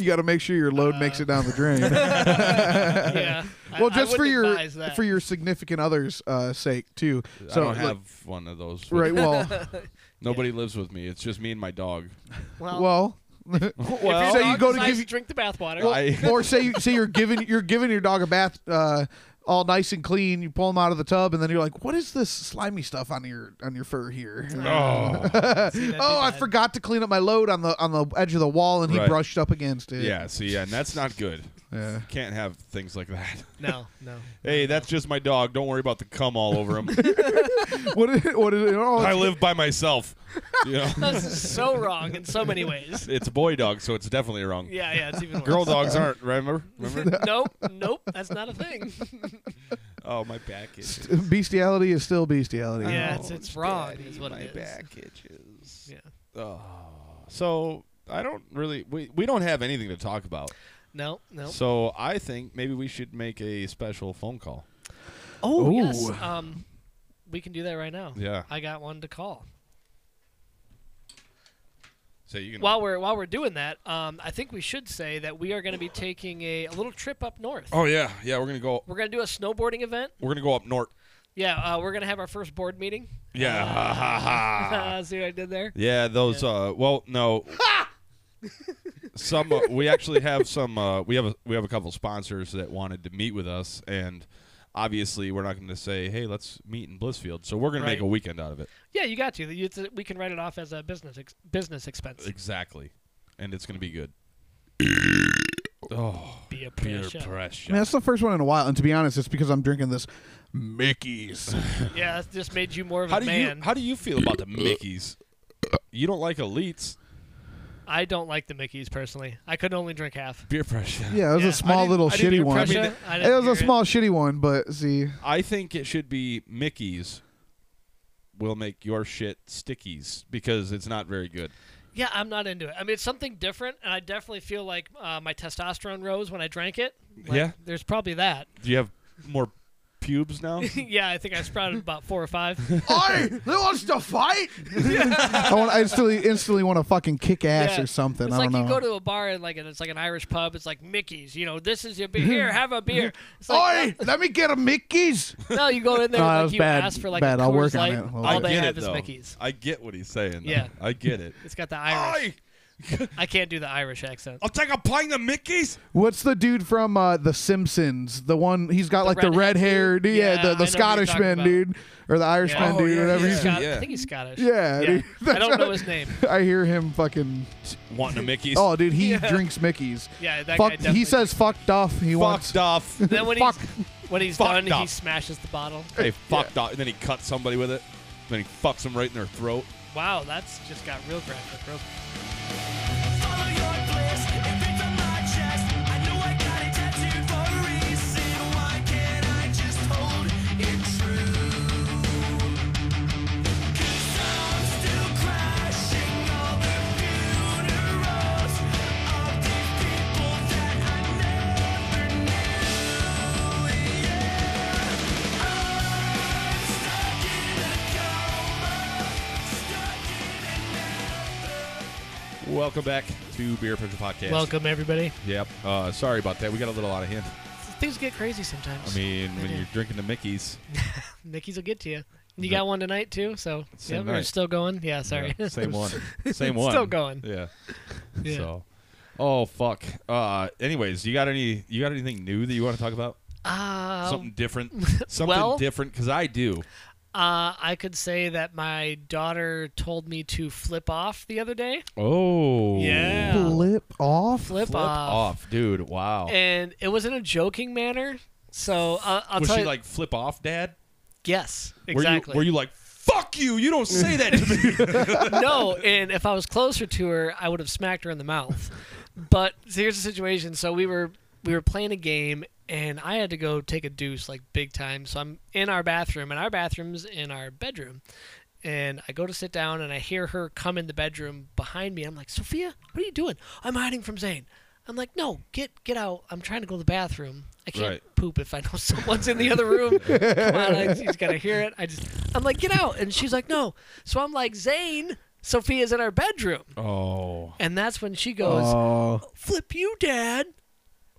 C: you got to make sure your load makes it down the drain.
A: yeah. I-
C: well,
A: I
C: just for
A: wouldn't
C: your
A: advise that.
C: for your significant other's uh, sake too. So
B: I don't
C: like-
B: have one of those.
C: right. Well,
B: Nobody lives with me. It's just me and my dog.
A: well,
C: well.
A: if
B: Well-
A: your
C: say you
A: dog
C: go to
A: decides
C: give you-
A: drink the bathwater.
B: Well, I-
C: or say you say you're giving you're giving your dog a bath uh, all nice and clean. You pull him out of the tub, and then you're like, "What is this slimy stuff on your on your fur here?"
B: Oh.
A: See, that'd be
C: Oh, I
A: bad.
C: forgot to clean up my load on the on the edge of the wall, and he
B: Right.
C: brushed up against it.
B: yeah. See, yeah, and that's not good.
C: Yeah.
B: Can't have things like that.
A: No, no.
B: Hey, that's just my dog. Don't worry about the cum all over him.
C: What is it? What is it? Oh,
B: I
C: it's-
B: live by myself. You know,
A: This is so wrong in so many ways.
B: it's a boy dog, so it's definitely wrong.
A: Yeah, yeah, it's even worse.
B: Girl dogs aren't. Remember? Remember?
A: Nope, nope, that's not a thing.
B: oh, my back itches.
C: st- bestiality is still bestiality.
A: Yeah, it's it's wrong. is what it is.
B: itches.
A: Yeah.
B: Oh. So I don't really. We we don't have anything to talk about.
A: No, no.
B: So I think maybe we should make a special phone call.
A: Oh
C: Ooh.
A: yes. Um, we can do that right now.
B: Yeah.
A: I got one to call.
B: So you can.
A: While we're while we're doing that, um, I think we should say that we are going to be taking a, a little trip up north.
B: oh yeah, yeah. We're gonna go.
A: We're going to do a snowboarding event.
B: We're gonna go up north.
A: Yeah, uh, we're going to have our first board meeting.
B: Yeah. ha, ha, ha.
A: Uh, see what I did there?
B: Yeah, those. Uh, well, no. some uh, we actually have some. Uh, we have a, we have a couple sponsors that wanted to meet with us, and obviously we're not going to say, "Hey, let's meet in Blissfield." So we're going to make
A: Right.
B: a weekend out of it.
A: Yeah, you got to. It's a- we can write it off as a business ex- business expense.
B: Exactly, and it's going to be good. oh,
A: Be a
B: peer
A: pressure.
B: pressure.
C: I mean, that's the first one in a while, and to be honest, it's because I'm drinking this Mickey's.
A: Yeah, that just made you more of
B: how
A: a
B: do
A: man.
B: you how do you feel about the Mickey's? You don't like elites.
A: I don't like the Mickeys personally. I could only drink half.
B: Beer pressure.
C: Yeah, it was
A: Yeah, I
C: a small
B: didn't-
C: little
B: I didn't
C: shitty
B: even
C: one.
B: press
A: Pressure?
B: mean,
A: I
C: It
A: didn't
C: was a
A: hear
C: small shitty one, but see,
B: I think it should be Mickey's. Will make your shit stickies because it's not very good.
A: Yeah, I'm not into it. I mean, it's something different, and I definitely feel like uh, my testosterone rose when I drank it. Like,
B: Yeah.
A: there's probably that.
B: Do you have more pubes now?
A: yeah, I think I sprouted about four or five.
E: Oi! Who wants to fight?
C: I want I instantly instantly want to fucking kick ass
A: Yeah.
C: or something.
A: It's
C: I
A: like
C: don't
A: you
C: know.
A: go to a bar and like and it's like an Irish pub. It's like Mickey's. You know, this is your beer. Here, have a beer. It's like,
E: Let me get a Mickey's.
A: no, you go in there
C: No, that
A: and
C: was
A: like you
C: bad.
A: ask for like
C: Bad.
A: a
C: I'll
A: Coors
C: work on
A: Light.
C: it. I'll
A: All
C: work
B: I
A: they
B: get
A: have
B: it
A: is
B: though.
A: Mickey's.
B: I get what he's saying. though.
A: Yeah.
B: I get it.
A: It's got the Irish. I can't do the Irish accent.
B: I'll take a pint of Mickey's.
C: What's the dude from uh, The Simpsons? The one he's got like the
A: red-haired dude?
C: red hair, dude. Yeah,
A: Yeah, I know
C: the, the
A: who you're talking
C: Scottishman
A: about.
C: dude or the Irishman
A: Yeah.
B: Oh,
C: dude,
B: yeah,
C: whatever.
B: yeah.
C: he's-
A: Scot-
B: Yeah.
A: I think he's Scottish.
C: Yeah, dude.
A: I don't know his name.
C: I hear him fucking.
B: Wanting a Mickey's.
C: Oh, dude, he
A: Yeah.
C: drinks Mickey's.
A: Yeah, that guy
C: Fuck.
A: definitely
C: He says fucked off. He wants.
B: fucked off.
A: Then when
C: Fuck.
A: he's when he's
B: Fucked
A: done, he
B: up.
A: smashes the bottle.
B: hey, fucked off. And then he cuts somebody with it. Then he fucks them right in their throat.
A: Wow, that's just got real graphic. Real
F: Follow your bliss, it fits on my chest. I know I got it tattooed for a reason. Why can't I just hold it true? 'Cause I'm still crashing all the funerals of these people that I never knew. Yeah, I'm stuck in a coma, stuck in an
B: Welcome back to Beer Pressure Podcast.
A: Welcome everybody.
B: Yep. Uh, sorry about that. We got a little out of hand.
A: Things get crazy sometimes.
B: I mean,
A: They
B: when
A: do.
B: you're drinking the Mickey's,
A: Nicky's will get to you. You got one tonight too, so yeah,
B: Same
A: we're
B: night.
A: still going. Yeah, sorry.
B: Yeah, same one. Same one.
A: Still going.
B: Yeah.
A: Yeah.
B: So, oh fuck. Uh, anyways, you got any? You got anything new that you want to talk about?
A: Uh,
B: something different. Something
A: well-
B: different because I do.
A: uh, I could say that my daughter told me to flip off the other day.
B: Oh.
A: Yeah.
C: Flip off.
A: Flip,
B: Flip off. dude. Wow.
A: and it was in a joking manner. So uh, I'll
B: was
A: tell
B: she
A: you,
B: like flip off, Dad?
A: Yes,
B: Were you-
A: exactly.
B: Were you, like, fuck you? You don't say that to me.
A: no, and if I was closer to her, I would have smacked her in the mouth. But here's the situation. So we were we were playing a game, and I had to go take a deuce like big time. So I'm in our bathroom, and our bathroom's in our bedroom. And I go to sit down, and I hear her come in the bedroom behind me. I'm like, Sophia, what are you doing? I'm hiding from Zane. I'm like, no, get get out. I'm trying to go to the bathroom. I can't
B: Right.
A: poop if I know someone's in the other room. Come on, I, she's gonna hear it. I just, I'm like, get out, and she's like, no. So I'm like, Zane, Sophia's in our bedroom,
B: oh.
A: and that's when she goes,
C: Uh,
A: flip you, Dad.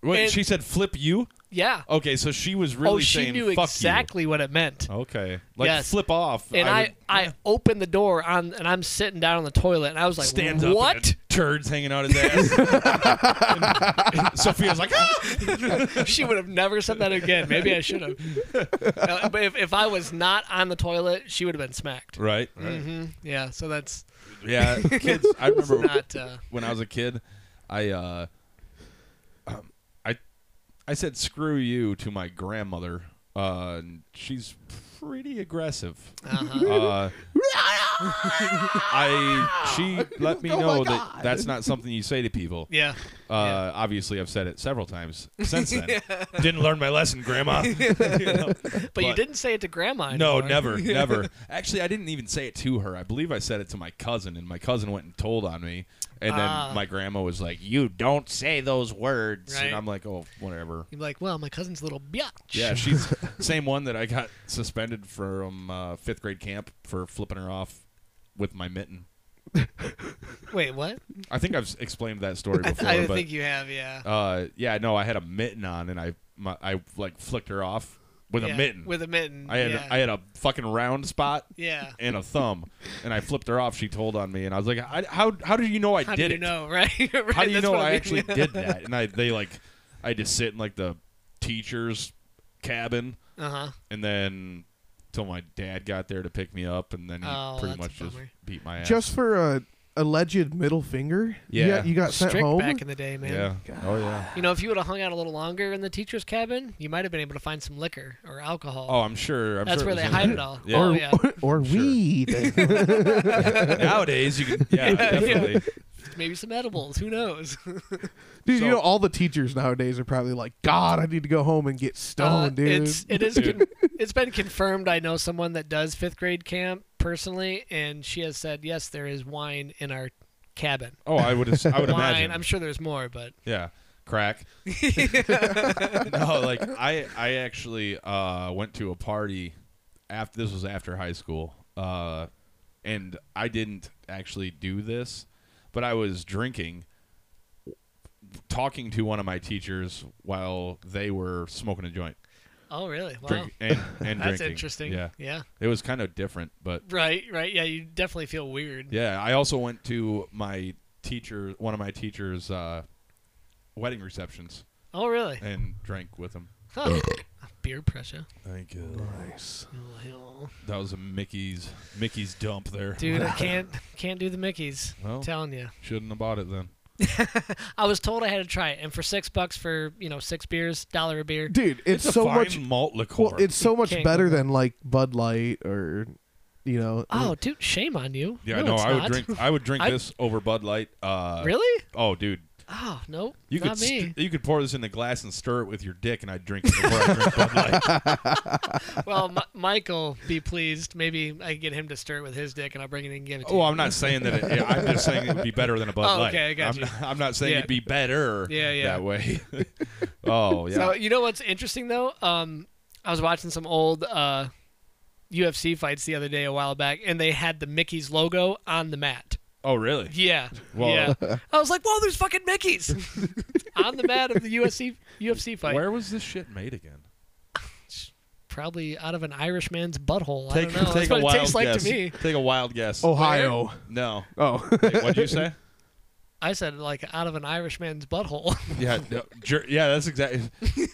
B: Wait,
A: And-
B: she said flip you?
A: Yeah.
B: Okay, so she was Oh, really
A: oh, she
B: saying
A: knew
B: fuck
A: exactly what it meant.
B: you. Okay. Like
A: Yes.
B: flip off.
A: And I,
B: would-
A: I, opened the door on, and I'm sitting down on the toilet, and I was like,
B: stands up.
A: what?
B: and a Turds hanging out his ass. And- and Sophia's like, ah!
A: she would have never said that again. Maybe I should have. Uh, but if, if I was not on the toilet, she would have been smacked.
B: Right. right.
A: hmm Yeah, so that's
B: Yeah, kids. I remember
A: not. Uh,
B: when I was a kid, I uh, um, I I said screw you to my grandmother. Uh, and she's pretty aggressive.
A: uh-huh.
B: Uh, I she let
A: Oh
B: me know that that's not something you say to people.
A: Yeah.
B: Uh, Obviously, I've said it several times since then. Didn't learn my lesson, Grandma.
A: But, you didn't say it to grandma.
B: No,
A: anymore.
B: never, never. Actually, I didn't even say it to her. I believe I said it to my cousin, and my cousin went and told on me. And then
A: Ah.
B: my grandma was like, "You don't say those words,"
A: Right.
B: and I'm like, "Oh, whatever."
A: You're like, well, my cousin's a little biatch.
B: Yeah, she's same one that I got suspended from uh, fifth grade camp for flipping her off with my mitten.
A: Wait, what?
B: I think I've s- explained that story
A: I,
B: before,
A: I
B: but
A: think you have, yeah.
B: uh, yeah, no, I had a mitten on, and I my, I like flicked her off with
A: Yeah,
B: a mitten.
A: With a mitten.
B: I had
A: yeah.
B: I had a fucking round spot
A: yeah.
B: and a thumb, and I flipped her off. She told on me, and I was like, I, "How how did you know I
A: How
B: did
A: do you
B: it?
A: know, right? Right,
B: How do you
A: that's
B: know
A: what
B: I
A: mean.
B: actually did that?" And I they like, I had to sit in like the teacher's cabin,
A: Uh-huh.
B: and then till my dad got there to pick me up, and then he
A: Oh,
B: pretty
A: that's a
B: much just
A: bummer.
B: beat my ass.
C: Just for a alleged middle finger. You
B: Yeah.
C: got- you got sent
A: Strict
C: home.
A: back in the day, man.
B: yeah, oh yeah.
A: You know, if you would have hung out a little longer in the teacher's cabin, you might have been able to find some liquor or alcohol.
B: Oh, I'm sure. I'm
A: That's where
B: sure was
A: they
B: in
A: hide
B: there.
A: it all.
B: Yeah.
A: Oh, yeah.
C: or weed.
B: Nowadays, you can. Yeah, definitely.
A: Maybe some edibles. Who knows?
C: Dude,
B: So-
C: you know all the teachers nowadays are probably like, God, I need to go home and get
A: Uh,
C: stoned, dude.
A: It's it is
B: Dude.
A: con- it's been confirmed. I know someone that does fifth grade camp personally, and she has said yes, there is wine in our cabin.
B: Oh, I would. as- I would
A: wine.
B: imagine.
A: I'm sure there's more, but
B: Yeah, crack. no, like I I actually uh, went to a party after this was after high school, uh, and I didn't actually do this, but I was drinking, talking to one of my teachers while they were smoking a joint,
A: oh really? Wow,
B: drink and, and
A: that's
B: drinking.
A: interesting.
B: Yeah,
A: yeah,
B: it was kind of different, but
A: right, right. Yeah, you definitely feel weird.
B: yeah, I also went to my teacher, one of my teachers' uh, wedding receptions,
A: Oh really?
B: and drank with him.
A: Huh. Beer pressure.
B: Thank you.
A: Oh, hell.
B: That was a Mickey's Mickey's dump there.
A: Dude, I can't can't do the Mickey's.
B: Well.
A: I'm telling you.
B: Shouldn't have bought it then.
A: I was told I had to try it, and for six bucks for you know six beers, dollar a beer.
C: dude, it's,
B: a
C: so
B: fine
C: much
B: malt liqueur.
C: well, it's so much
A: Can't go
C: better
A: wrong.
C: than like Bud Light or you know
A: Oh, dude, shame on you.
B: yeah,
A: no,
B: no,
A: it's
B: I would
A: not.
B: drink I would drink
A: I-
B: this over Bud Light. Uh,
A: Really?
B: Oh, dude,
A: Oh no,
B: you
A: not
B: could
A: me.
B: st- you could pour this in a glass and stir it with your dick, and I'd drink it before I drink Bud Light.
A: well, M- Michael, be pleased. Maybe I can get him to stir it with his dick, and I'll bring it in and give it to
B: Oh,
A: you.
B: I'm not saying that. It, I'm just saying it would be better than a Bud
A: Oh,
B: Light.
A: okay, I got
B: I'm
A: you.
B: Not, I'm not saying
A: Yeah.
B: it'd be better.
A: Yeah, yeah.
B: That way. oh yeah.
A: So you know what's interesting though? Um, I was watching some old uh, UFC fights the other day, a while back, and they had the Mickey's logo on the mat.
B: oh really?
A: Yeah,
B: Whoa.
A: yeah. I was like, "Whoa, there's fucking Mickey's on the mat of the UFC UFC fight."
B: Where was this shit made again?
A: Probably out of an Irishman's butthole.
B: Take
A: I don't know.
B: take
A: That's what
B: a wild
A: it tastes like
B: guess.
A: to me.
B: Take a wild guess.
C: Ohio.
B: No.
C: Oh.
B: What'd you say?
A: I said like out of an Irishman's butthole.
B: Yeah, no, jer- yeah, that's exactly.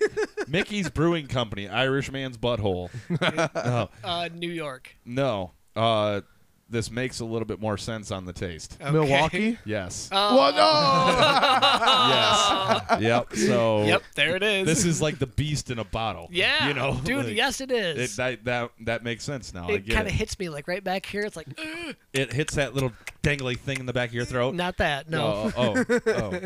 B: Mickey's Brewing Company, Irishman's butthole. Oh, no,
A: uh, New York.
B: no. Uh, this makes a little bit more sense on the taste.
G: Okay.
C: Milwaukee.
B: Yes.
A: Oh.
C: Well,
B: Oh.
C: no.
B: yes. Yep. So
G: Yep, there it is.
B: this is like the beast in a bottle.
A: Yeah.
B: You know,
A: dude.
B: like,
A: yes, it
B: It,
A: is. It,
B: that, that that makes sense now. I get
A: kind of
B: it.
A: hits me like right back here. It's like "Ugh."
B: it hits that little dangly thing in the back of your throat.
A: not that. No.
B: Oh, oh, oh, oh.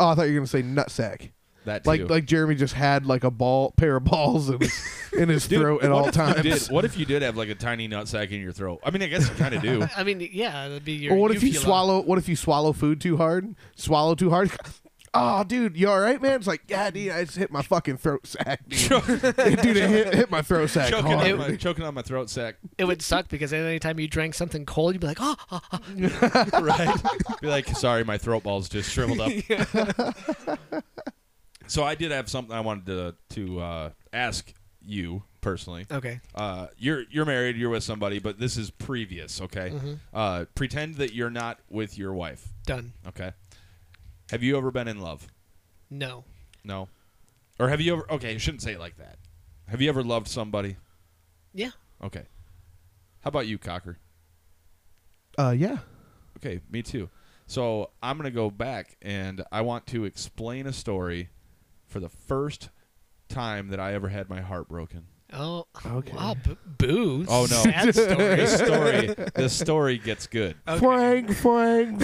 C: oh, I thought you were gonna say nutsack.
B: that too.
C: Like like Jeremy just had like a ball pair of balls in his, in his
B: Dude,
C: throat at
B: what
C: all
B: if you
C: times.
B: did- what if you did have like a tiny nut sack in your throat? I mean, I guess you kind of do.
A: I mean, yeah, it'd be your.
C: Or what if you
A: uvula.
C: swallow? What if you swallow food too hard? Swallow too hard? Oh, dude, you all right, man? It's like, yeah, dude, I just hit my fucking throat sack, dude. dude, it hit, hit my throat sack
B: choking,
C: hard.
B: on my, choking on my throat sack,
A: It would suck because anytime you drank something cold, you'd be like, oh, oh, oh."
B: right? Be like, sorry, my throat ball's just shriveled up. so I did have something I wanted to to uh, ask you personally.
A: okay.
B: Uh, you're you're married, you're with somebody, but this is previous, okay?
C: Mm-hmm.
B: Uh, pretend that you're not with your wife,
A: Done.
B: okay? Have you ever been in love?
A: No.
B: No. Or have you ever? Okay, you shouldn't say it like that. Have you ever loved somebody?
A: Yeah.
B: Okay. How about you, Cocker?
C: Uh, yeah.
B: Okay, me too. So I'm gonna go back and I want to explain a story for the first time that I ever had my heart broken.
A: Oh.
C: Okay.
A: Wow. B- boo.
B: Oh, no.
A: Sad story.
B: This story, this story gets good.
C: Flang, flang,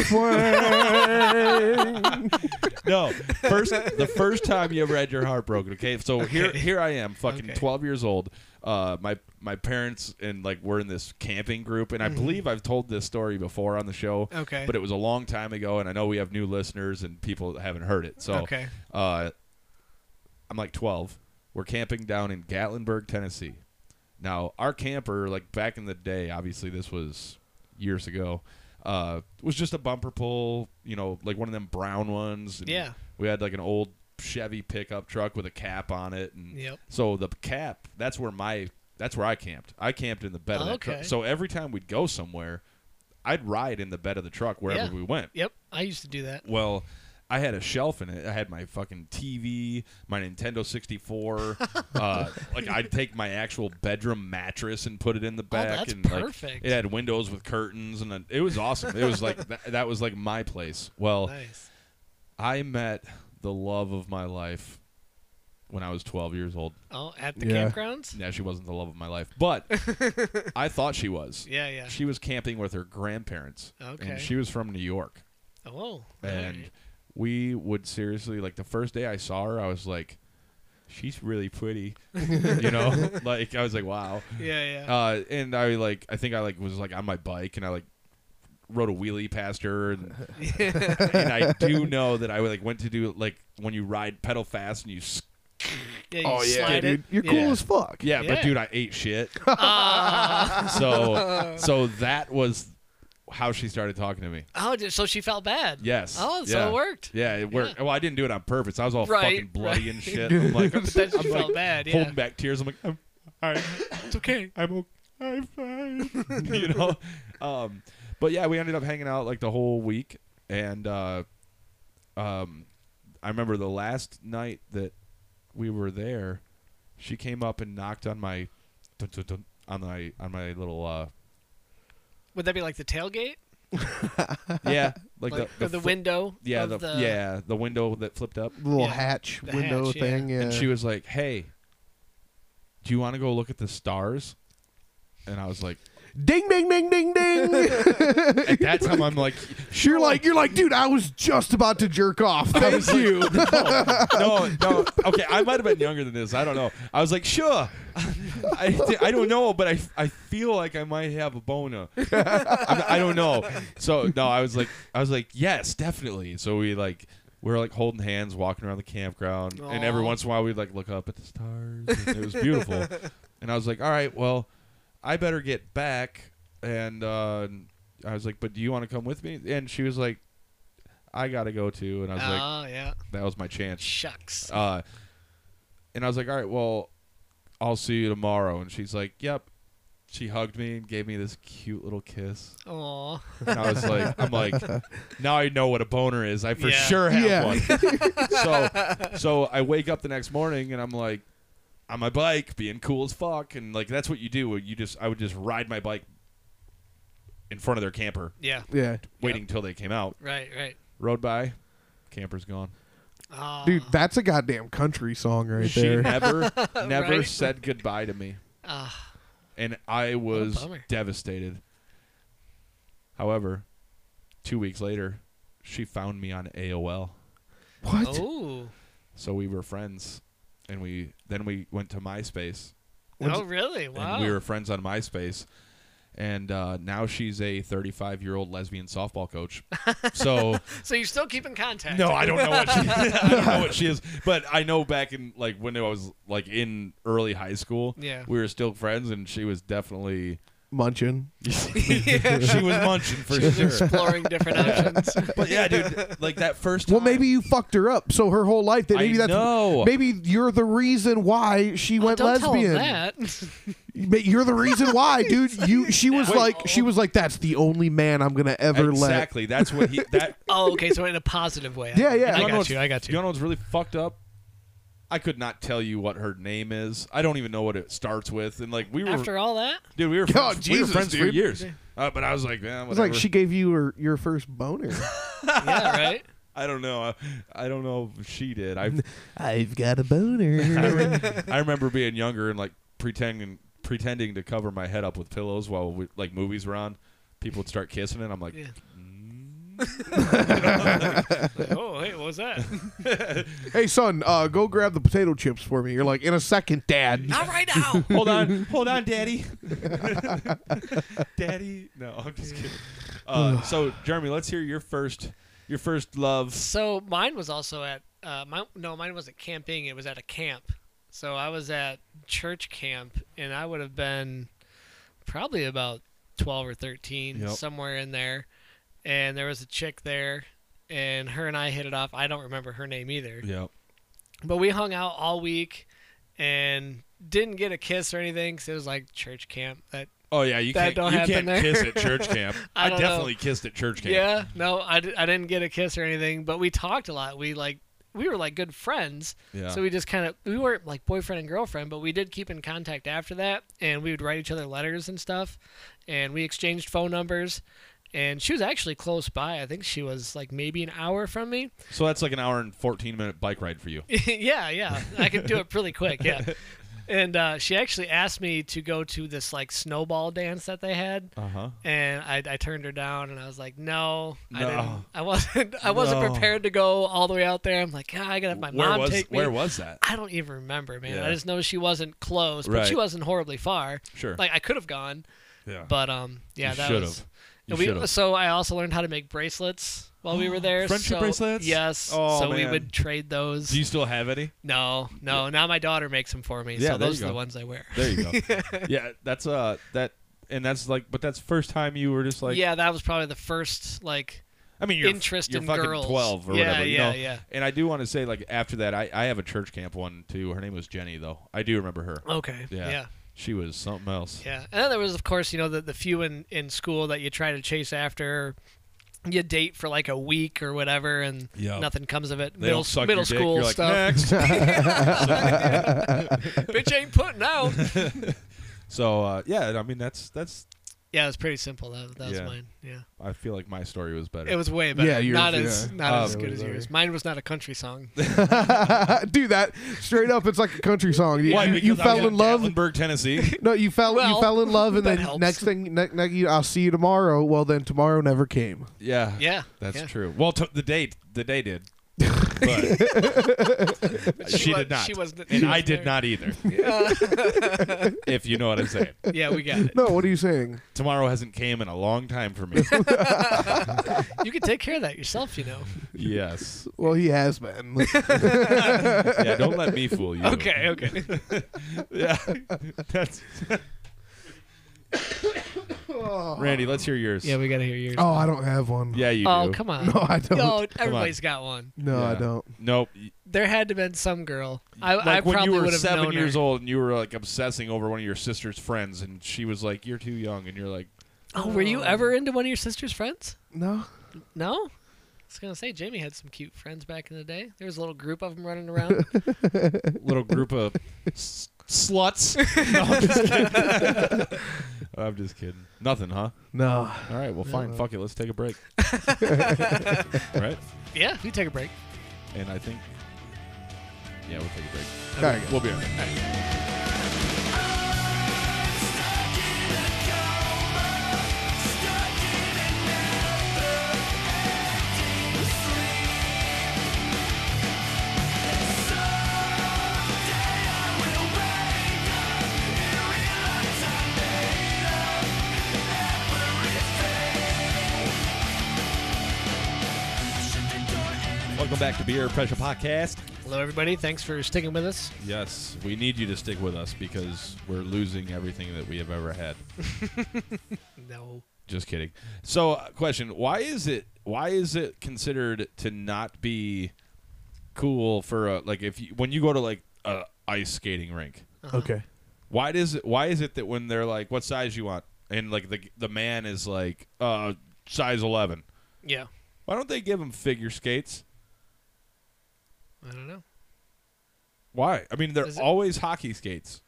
C: flang.
B: No, first the first time you ever had your heart broken. Okay, so here here I am, fucking
A: Okay.
B: twelve years old. Uh, my my parents and like we're in this camping group, and I believe I've told this story before on the show.
A: Mm-hmm. Okay.
B: but it was a long time ago, and I know we have new listeners and people that haven't heard it. So
A: Okay.
B: uh, I'm like twelve. We're camping down in Gatlinburg, Tennessee. Now our camper, like back in the day, obviously this was years ago. Uh, was just a bumper pull, you know, like one of them brown ones. and
A: Yeah.
B: we had like an old Chevy pickup truck with a cap on it, and
A: Yep.
B: so the cap that's where my that's where I camped. I camped in the bed of the
A: Okay.
B: truck. So every time we'd go somewhere, I'd ride in the bed of the truck wherever
A: Yeah.
B: we went.
A: Yep. I used to do that.
B: Well, I had a shelf in it. I had my fucking TV, my Nintendo 64. uh, like I'd take my actual bedroom mattress and put it in the back.
A: Oh, that's
B: and like,
A: perfect.
B: it had windows with curtains, and then- it was awesome. It was like that, that was like my place. Well,
A: Nice.
B: I met the love of my life when I was 12 years old.
A: Oh, at the
C: Yeah.
A: campgrounds.
B: Yeah, she wasn't the love of my life, but I thought she was.
A: Yeah. Yeah.
B: She was camping with her grandparents,
A: Okay.
B: and she was from New York.
A: Oh.
B: And
A: alright.
B: we would seriously like the first day I saw her, I was like, "She's really pretty," you know. like I was like, "Wow."
A: Yeah. Yeah.
B: Uh, and I like, I think I like was like on my bike, and I like rode a wheelie past her, and, and I do know that I like went to do like when you ride pedal fast and you s-
A: yeah you
C: oh yeah,
A: slide
C: dude,
A: it.
C: you're
A: Yeah.
C: cool as fuck.
B: Yeah,
A: Yeah.
B: but dude, I ate shit. so so that was how she started talking to me.
A: Oh, d- so she felt bad.
B: Yes.
A: Oh, so
B: yeah.
A: it worked.
B: Yeah, it worked. Well, I didn't do it on purpose. I was all
A: Right,
B: fucking bloody and shit.
A: right.
B: I'm like, I'm,
A: But then she
B: I'm,
A: felt
B: like,
A: bad. Yeah.
B: holding back tears. I'm like, I'm, I'm,
A: It's okay.
B: I'm okay. I'm fine. you know? Um, but yeah, we ended up hanging out like the whole week. And uh, um, I remember the last night that we were there, she came up and knocked on my dun, dun, dun, on my on my little uh,
A: Would that be like the tailgate?
B: yeah like,
A: Like
B: the,
A: or the
B: fl-
A: window?
B: yeah
A: of
B: the,
A: the,
B: yeah the window that flipped up
C: Little
A: Yeah.
C: hatch
A: The
C: window
A: hatch, yeah.
C: thing. Yeah.
B: and she was like hey do you want to go look at the stars and I was like
C: ding, ding, ding, ding, ding.
B: at that time I'm like
C: you're like, you're like, dude, I was just about to jerk off. Thank you.
B: no, no, no. Okay, I might have been younger than this. I don't know. I was like, sure. I, I don't know, but I, I feel like I might have a boner. I, I don't know. So no, I was like, I was like, yes, definitely. So we like. We were like holding hands, walking around the campground, and every
A: Aw.
B: once in a while we'd like look up at the stars. And it was beautiful, and I was like, "All right, well, I better get back." And uh, I was like, "But do you want to come with me?" And she was like, "I gotta go too." And I was like,
A: oh yeah.
B: that was my chance.
A: Shucks.
B: Uh, and I was like, all right, well, I'll see you tomorrow. And she's like, yep. She hugged me and gave me this cute little kiss.
A: Aw.
B: And I was like, I'm like, now I know what a boner is. I for
A: Yeah.
B: sure have
C: Yeah.
B: one. so, so I wake up the next morning and I'm like, on my bike, being cool as fuck, and like that's what you do. You just, I would just ride my bike in front of their camper,
A: Yeah.
C: Yeah,
B: waiting until they came out.
A: Right. Right.
B: Rode by, camper's gone.
A: Uh,
C: dude, that's a goddamn country song right
B: she
C: there.
B: never, never
A: Right?
B: said goodbye to me,
A: ah,
B: and I was
A: bummer.
B: devastated. However, two weeks later, she found me on AOL.
C: What?
A: oh.
B: So we were friends, and we then we went to MySpace,
A: Oh, really? Wow.
B: and we were friends on MySpace. And uh, now she's a 35 year old lesbian softball coach. So
A: so you still keep in contact?
B: no, I don't know what she, I don't know what she is, but I know back in like when I was like in early high school,
A: Yeah.
B: we were still friends, and she was definitely
C: Munching.
B: she was munching for sure.
A: Exploring different options.
B: But yeah, dude, like that first.
C: Well,
B: time-
C: maybe you fucked her up. So her whole life, that
B: I
C: maybe that's
B: know.
C: maybe you're the reason why she
A: Oh,
C: went
A: don't
C: lesbian.
A: tell him that.
C: But you're the reason why, dude. You she was like she was like that's the only man I'm gonna ever
B: exactly. That's what he that
A: oh, okay. So in a positive way.
C: Yeah, yeah.
A: I,
B: You know
A: got
B: what's-
A: you. I got
B: You
A: you.
B: know what's really fucked up? I could not tell you what her name is. I don't even know what it starts with. And like we were,
A: After all that,
B: dude, we were,
C: Oh,
B: friends, we were
C: Jesus,
B: friends for
C: dude.
B: years. Uh, but I was like, man,
C: let. It's like
B: whatever.
C: she gave you her your first boner.
A: yeah, right.
B: I don't know. I, I don't know if she did. I
C: I've got a boner.
B: I remember being younger and like pretending pretending to cover my head up with pillows while we, like movies were on. People would start kissing and I'm like,
A: Yeah.
B: mm.
A: oh, hey, what was that?
C: hey son, uh, go grab the potato chips for me. You're like in a second, Dad.
A: Not right now.
B: hold on, hold on, daddy. daddy. No, I'm just kidding. Uh, so, Jeremy, let's hear your first, your first love.
A: So mine was also at uh, my no, mine wasn't camping. It was at a camp. So I was at church camp, and I would have been probably about twelve or thirteen,
B: Yep.
A: somewhere in there. And there was a chick there, and her and I hit it off. I don't remember her name either,
B: Yeah.
A: but we hung out all week, and didn't get a kiss or anything because it was like church camp. That
B: Oh yeah, you
A: That
B: can't,
A: don't
B: you
A: happen
B: can't
A: there.
B: kiss at church camp.
A: I
B: I,
A: don't know.
B: definitely kissed at church camp.
A: Yeah, no, I, d- I didn't get a kiss or anything, but we talked a lot. We like we were like good friends.
B: Yeah.
A: So we just kind of we weren't like boyfriend and girlfriend, but we did keep in contact after that, and we would write each other letters and stuff, and we exchanged phone numbers. And she was actually close by. I think she was like maybe an hour from me.
B: So that's like an hour and fourteen minute bike ride for you.
A: yeah, yeah. I could do it pretty quick. Yeah. And uh, she actually asked me to go to this like snowball dance that they had
B: Uh huh.
A: and I, I turned her down and I was like, no, I
B: No.
A: didn't. I wasn't. I wasn't
B: No.
A: prepared to go all the way out there. I'm like, God, I gotta have my
B: Where
A: mom
B: was
A: take me.
B: where was that?
A: I don't even remember, man.
B: Yeah.
A: I just know she wasn't close, but she
B: Right.
A: wasn't horribly far.
B: Sure.
A: Like I could have gone,
B: yeah.
A: but um, yeah,
B: You
A: that
B: should've.
A: was.
B: You
A: and we-
B: should've.
A: so I also learned how to make bracelets while we were there.
B: Friendship
A: so-
B: bracelets?
A: Yes.
B: Oh,
A: so we
B: man.
A: would trade those.
B: Do you still have any?
A: no, no. Now my daughter makes them for me.
B: Yeah,
A: so
B: there
A: those
B: you
A: are the
B: go.
A: ones I wear.
B: There you go. yeah, that's uh that and that's like but that's first time you were just like
A: yeah, that was probably the first like.
B: I mean you're
A: interest
B: you're
A: in
B: fucking
A: girls.
B: 12 or
A: Yeah,
B: whatever, you
A: yeah,
B: know?
A: yeah.
B: And I do want to say like after that I I have a church camp one too. Her name was Jenny though. I do remember her.
A: Okay.
B: Yeah.
A: yeah.
B: She was something else.
A: Yeah, and then there was, of course, you know, the the few in in school that you try to chase after. You date for like a week or whatever, and
B: Yeah.
A: nothing comes of it.
B: They
A: middle
B: don't suck
A: middle
B: your dick.
A: school
B: You're like,
A: stuff.
B: "Next."
A: Bitch ain't putting out.
B: so uh, yeah, I mean that's that's
A: yeah, it was pretty simple. That, that was
B: Yeah.
A: mine. Yeah,
B: I feel like my story was better.
A: it was way better.
C: Yeah, yours,
A: not as
C: yeah.
A: not
B: Oh,
A: as
B: way
A: good as
C: better.
A: yours. Mine was not a country song.
C: Do that straight up. It's like a country song. You,
B: Why?
C: you-
B: Because
C: you
B: I
C: fell
B: was
C: in love.
B: Gatlinburg, Tennessee.
C: No, you fell.
A: Well,
C: you fell in love, and
A: that
C: then
A: helps.
C: next thing, ne- next you, I'll see you tomorrow. Well, then tomorrow never came.
B: Yeah.
A: Yeah,
B: That's
A: yeah.
B: true. Well, t- the day the day did. But she,
A: wa-
B: did not.
A: she wasn't-
B: and
A: she
B: I
A: wasn't
B: did
A: there.
B: not either. if you know what I'm saying.
A: Yeah, we got it.
C: No, what are you saying?
B: Tomorrow hasn't came in a long time for me.
A: You could take care of that yourself, you know.
B: yes.
C: Well, he has been.
B: Yeah, don't let me fool you.
A: Okay, okay.
B: Yeah. That's Randy, let's hear yours.
A: yeah, we gotta hear yours.
C: oh, I don't have one.
B: yeah, you
A: oh
B: do.
A: come on.
C: No, I don't.
A: Yo,
C: No,
A: everybody's got one.
C: I
B: Yeah.
C: don't.
B: Nope.
A: There had to have been some girl. I,
B: like
A: I
B: when
A: probably
B: you were
A: would have
B: seven
A: known
B: years
A: her.
B: old and you were like obsessing over one of your sister's friends, and she was like, "You're too young," and you're like,
A: Oh, were you ever into one of your sister's friends?
C: No.
A: No? I was going to say, Jamie had some cute friends back in the day. There was a little group of them running around.
B: "Little group of s- sluts." I'm just kidding. Nothing, huh?
C: No.
B: All right, well, fine. Fuck it. Let's take a break. right?
A: Yeah, you take a break.
B: And I think. Yeah, we'll take a break.
C: There you go.
B: We'll be all right. Welcome back to Beer Pressure Podcast.
A: Hello, everybody. Thanks for sticking with us.
B: Yes, we need you to stick with us because we're losing everything that we have ever had.
A: No.
B: Just kidding. So, uh, question: Why is it? Why is it considered to not be cool for a like if you, when you go to like a ice skating rink?
C: Okay.
B: Why does it? Why is it that when they're like, "What size you want?" and like the the man is like, "Uh, size 11.
A: Yeah.
B: Why don't they give him figure skates?
A: I don't know.
B: Why? I mean, they're
A: Is it-
B: always hockey skates.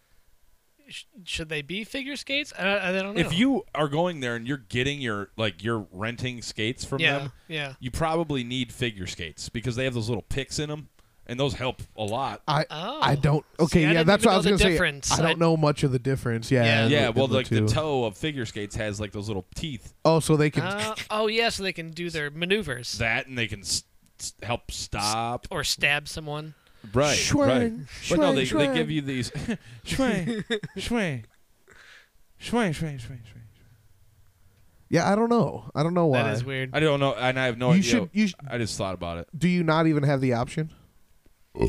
A: Sh- should they be figure skates? I, I don't know.
B: If you are going there and you're getting your like you're renting skates from
A: yeah,
B: them,
A: yeah.
B: you probably need figure skates because they have those little picks in them, and those help a lot.
C: I
A: Oh.
C: I don't.
A: See,
C: Okay,
A: I
C: yeah,
A: didn't
C: that's
A: even
C: what I
A: know
C: was
A: the
C: gonna
A: difference.
C: say. I
A: I-
C: don't know much of the difference. Yeah.
A: Yeah.
B: yeah, well,
C: the
B: like the
C: two.
B: toe of figure skates has like those little teeth
C: Oh, so they can.
A: Uh, oh yeah, so they can do their maneuvers
B: that, and they can s- s- help stop.
A: or stab someone.
B: Right, right.
C: Schwang,
B: But no, they,
C: schwang,
B: they
C: schwang.
B: give you these.
G: Swing, swing, swing, swing, swing, swing.
C: yeah, I don't know. I don't know why.
A: That is weird.
B: I don't know, and I have no
C: You
B: idea.
C: should. You sh-
B: I just thought about it.
C: do you not even have the option?
B: Uh,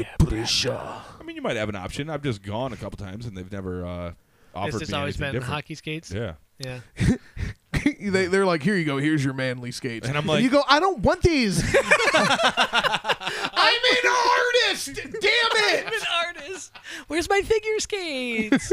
B: I mean, you might have an option. I've just gone a couple times, and they've never uh, offered
A: it's just
B: me
A: always
B: anything
A: been
B: different.
A: hockey skates.
B: Yeah.
A: Yeah.
C: they, they're like, here you go. Here's your manly skates.
B: And I'm like-
C: you go. I don't want these.
E: I'm an artist! Damn it!
A: I'm an artist. Where's my figure skates?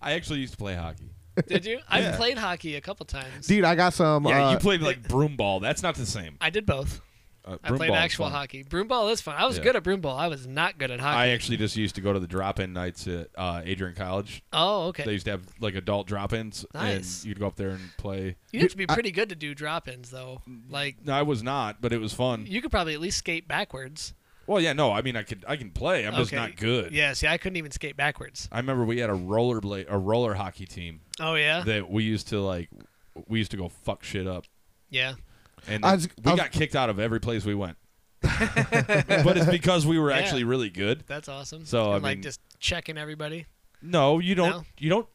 B: I actually used to play hockey.
A: Did you? I've
B: Yeah.
A: played hockey a couple times.
C: Dude, I got some.
B: Yeah,
C: uh,
B: you played like broom ball. That's not the same.
A: I did both.
B: Uh,
A: I
B: broom
A: played
B: ball is
A: actual
B: fun.
A: hockey. Broomball is fun. I was
B: Yeah.
A: good at broomball. I was not good at hockey.
B: I actually just used to go to the drop-in nights at uh, Adrian College.
A: oh, okay.
B: They used to have like adult drop-ins,
A: Nice.
B: and you'd go up there and play.
A: you have to be pretty good to do drop-ins though. Like
B: No, I was not, but it was fun.
A: you could probably at least skate backwards.
B: Well, yeah, no, I mean, I could, I can play. I'm just
A: Okay.
B: not good.
A: Yeah, see, I couldn't even skate backwards.
B: I remember we had a rollerblade, a roller hockey team
A: Oh yeah,
B: that we used to like. We used to go fuck shit up,
A: yeah.
B: and
C: I was-
B: we
C: I was-
B: got kicked out of every place we went. but it's because we were
A: Yeah.
B: actually really good.
A: That's awesome.
B: So, I
A: And, like
B: mean-
A: just checking everybody.
B: No, you don't.
A: No.
B: You don't.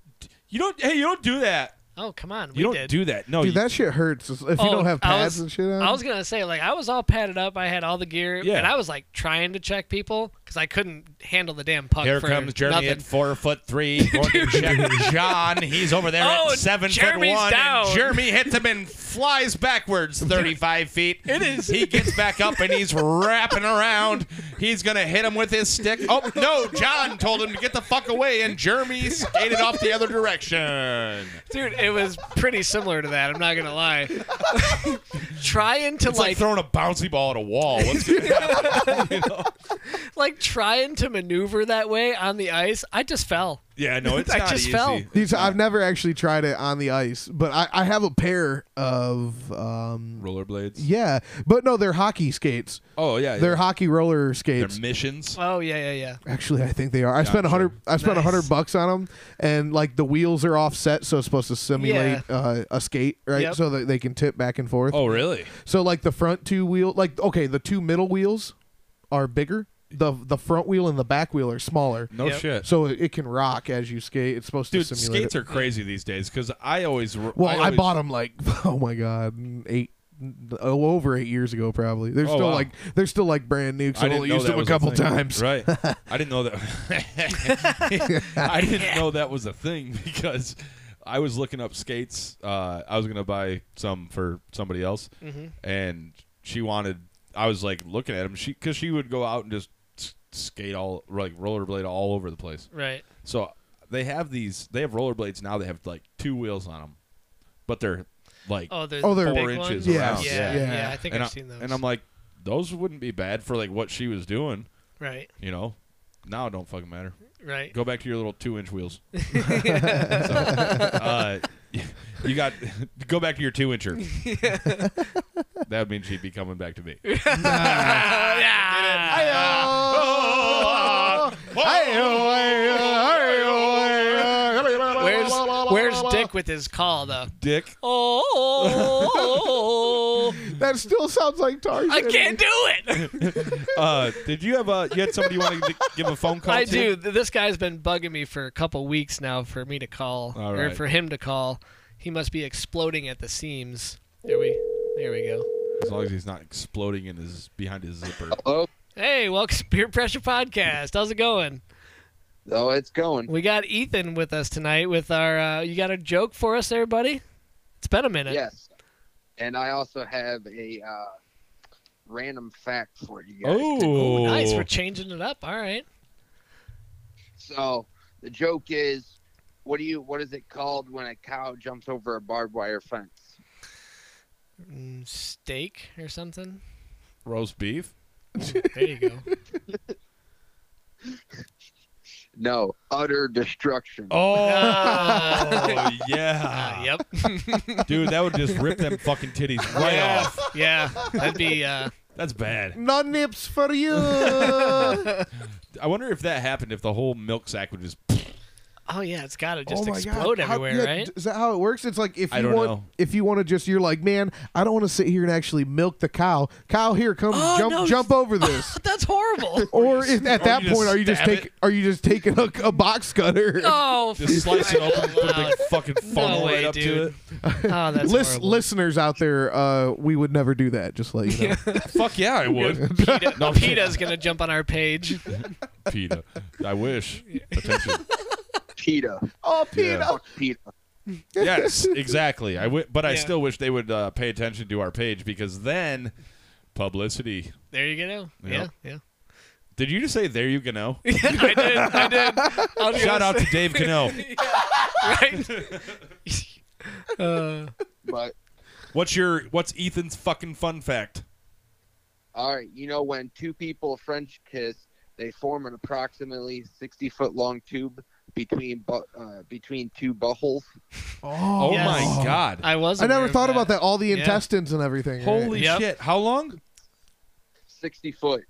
B: You don't. Hey, you don't do that.
A: Oh come on, we
B: You don't
A: did.
B: do that. No, oh,
C: dude,
B: you,
C: that shit hurts. If you don't have
A: Oh, I
C: pads
A: was-
C: and shit on.
A: I was gonna say like I was all padded up. I had all the gear,
B: Yeah.
A: and I was like trying to check people because I couldn't handle the damn puck.
B: Here
A: for
B: comes Jeremy
A: nothing.
B: at four foot three. Going to check John. He's over there
A: Oh,
B: at seven
A: Jeremy's
B: foot one. and
A: down.
B: Jeremy hits him and flies backwards thirty five feet. It is. He gets back up and he's wrapping around. He's gonna hit him with his stick. Oh no! John told him to get the fuck away, and Jeremy skated off the other direction.
A: Dude, it was pretty similar to that. I'm not gonna lie. trying to
B: It's
A: like,
B: like,
A: like,
B: throwing a bouncy ball at a wall. What's gonna happen? You know?
A: trying to maneuver that way on the ice. I just fell.
B: Yeah, no, it's
A: I
B: not
A: just
B: easy.
A: fell.
B: It's
C: Dude, so
B: not.
C: I've never actually tried it on the ice, but I, I have a pair of um
B: rollerblades.
C: yeah, but no, they're hockey skates.
B: Oh yeah,
C: They're
B: yeah.
C: hockey roller
B: They're
C: skates.
B: missions.
A: Oh yeah, yeah, yeah.
C: Actually, I think they are. I spent a
B: I'm
C: hundred. I spent a
A: Nice.
C: hundred bucks on them, and like the wheels are offset, so it's supposed to simulate uh, a skate, right?
A: Yep.
C: So that they can tip back and forth.
B: Oh really?
C: So like the front two wheel, like okay, the two middle wheels are bigger. the The front wheel and the back wheel are smaller.
B: No
A: Yep.
B: shit.
C: So it, it can rock as you skate. It's supposed
B: Dude,
C: to simulate.
B: skates
C: it.
B: are crazy these days because I always r-
C: Well, I,
B: always-
C: bought 'em bought them like oh my god, eight oh, over eight years ago probably. They're
B: Oh,
C: still
B: wow.
C: like they're still like brand new. 'cause
B: I
C: I
B: didn't
C: only
B: know
C: used
B: that
C: them a
B: was
C: couple
B: thing.
C: times.
B: Right. I didn't know that. I didn't know that was a thing because I was looking up skates. Uh, I was gonna buy some for somebody else,
C: Mm-hmm.
B: and she wanted. I was like looking at them. She because she would go out and just s- skate all like rollerblade all over the place.
A: Right.
B: So they have these. They have rollerblades now. They have like two wheels on them, but they're like
A: Oh, they're
C: Oh, they're
A: the big
B: four inches
A: ones?
C: around,
A: Yeah,
C: yeah.
A: yeah,
C: Yeah.
A: I think
B: and
A: I've
B: I-
A: seen those.
B: And I'm like, those wouldn't be bad for like what she was doing,
A: right.
B: you know. Now it don't fucking matter.
A: right?
B: Go back to your little two-inch wheels. so, uh, you got go back to your two-incher. that means she'd be coming back to me.
A: Ah.
B: Oh,
A: Where's Where's Dick with his call though?
B: Dick.
A: Oh,
C: That still sounds like Tarzan.
A: I can't do it.
B: Uh, did you have a? You had somebody you wanted to give a phone call
A: I
B: to?
A: do. Th- This guy's been bugging me for a couple weeks now for me to call
B: All
A: or
B: right.
A: for him to call. He must be exploding at the seams. There we there we go.
B: As long as he's not exploding in his behind his zipper.
H: Hello?
A: Hey, welcome to Peer Pressure Podcast. How's it going?
H: Oh, it's going.
A: We got Ethan with us tonight with our uh, you got a joke for us there, buddy? It's been a minute.
H: Yes. And I also have a uh, random fact for you guys.
B: Oh,
A: Nice, we're changing it up. All right.
H: So the joke is, what do you? What is it called when a cow jumps over a barbed wire fence?
A: Mm, steak or something.
B: roast beef.
A: There you go.
H: No, utter destruction.
B: Oh,
A: Ah,
B: yeah,
A: yep.
B: dude, that would just rip them fucking titties right off.
A: Yeah, that'd be uh,
B: That's bad.
C: No nips for you.
B: I wonder if that happened, if the whole milk sack would just.
A: Oh yeah, it's got to just
C: oh my
A: explode
C: God. How-
A: everywhere,
C: yeah,
A: right?
C: d- Is that how it works? It's like if
B: I
C: you
B: don't
C: want,
B: know.
C: if you want to just, you're like, man, I don't want to sit here and actually milk the cow. Cow, here, come
A: Oh,
C: jump,
A: no.
C: jump over this.
A: Oh, That's horrible.
C: or if, at that
B: you just
C: point, are you just
B: stab it.
C: taking, are you just taking a, a box cutter?
A: oh,
B: Just slice it open, put a
A: Wow.
B: big fucking funnel
A: way,
B: right up
A: dude.
B: to
A: oh, that's
C: Lis-
A: horrible.
C: listeners out there, uh, we would never do that. Just like you know.
B: it. Fuck yeah, I would.
A: PETA, PETA's gonna jump on our page.
B: PETA. I wish. Attention.
H: PETA.
C: oh, Pete,
B: Yeah.
H: Fuck PETA.
B: Yes, exactly. I w- but I
A: Yeah.
B: still wish they would uh, pay attention to our page because then publicity.
A: There you go.
B: Yep.
A: Yeah,
B: Did you just say there you go?
A: yeah. I did. I did. I was
B: Shout
A: gonna
B: out to Dave Cano.
A: say- right. uh,
H: But
B: What's your what's Ethan's fucking fun fact?
H: all right, you know when two people French kiss, they form an approximately sixty foot long tube between bu- uh, between two buttholes.
B: Oh
A: Yes.
B: my god.
A: I was.
C: I never
A: aware of
C: thought about that. All the
A: Yeah.
C: intestines and everything. right?
B: Holy
A: Yep.
B: shit. How long?
H: Sixty foot.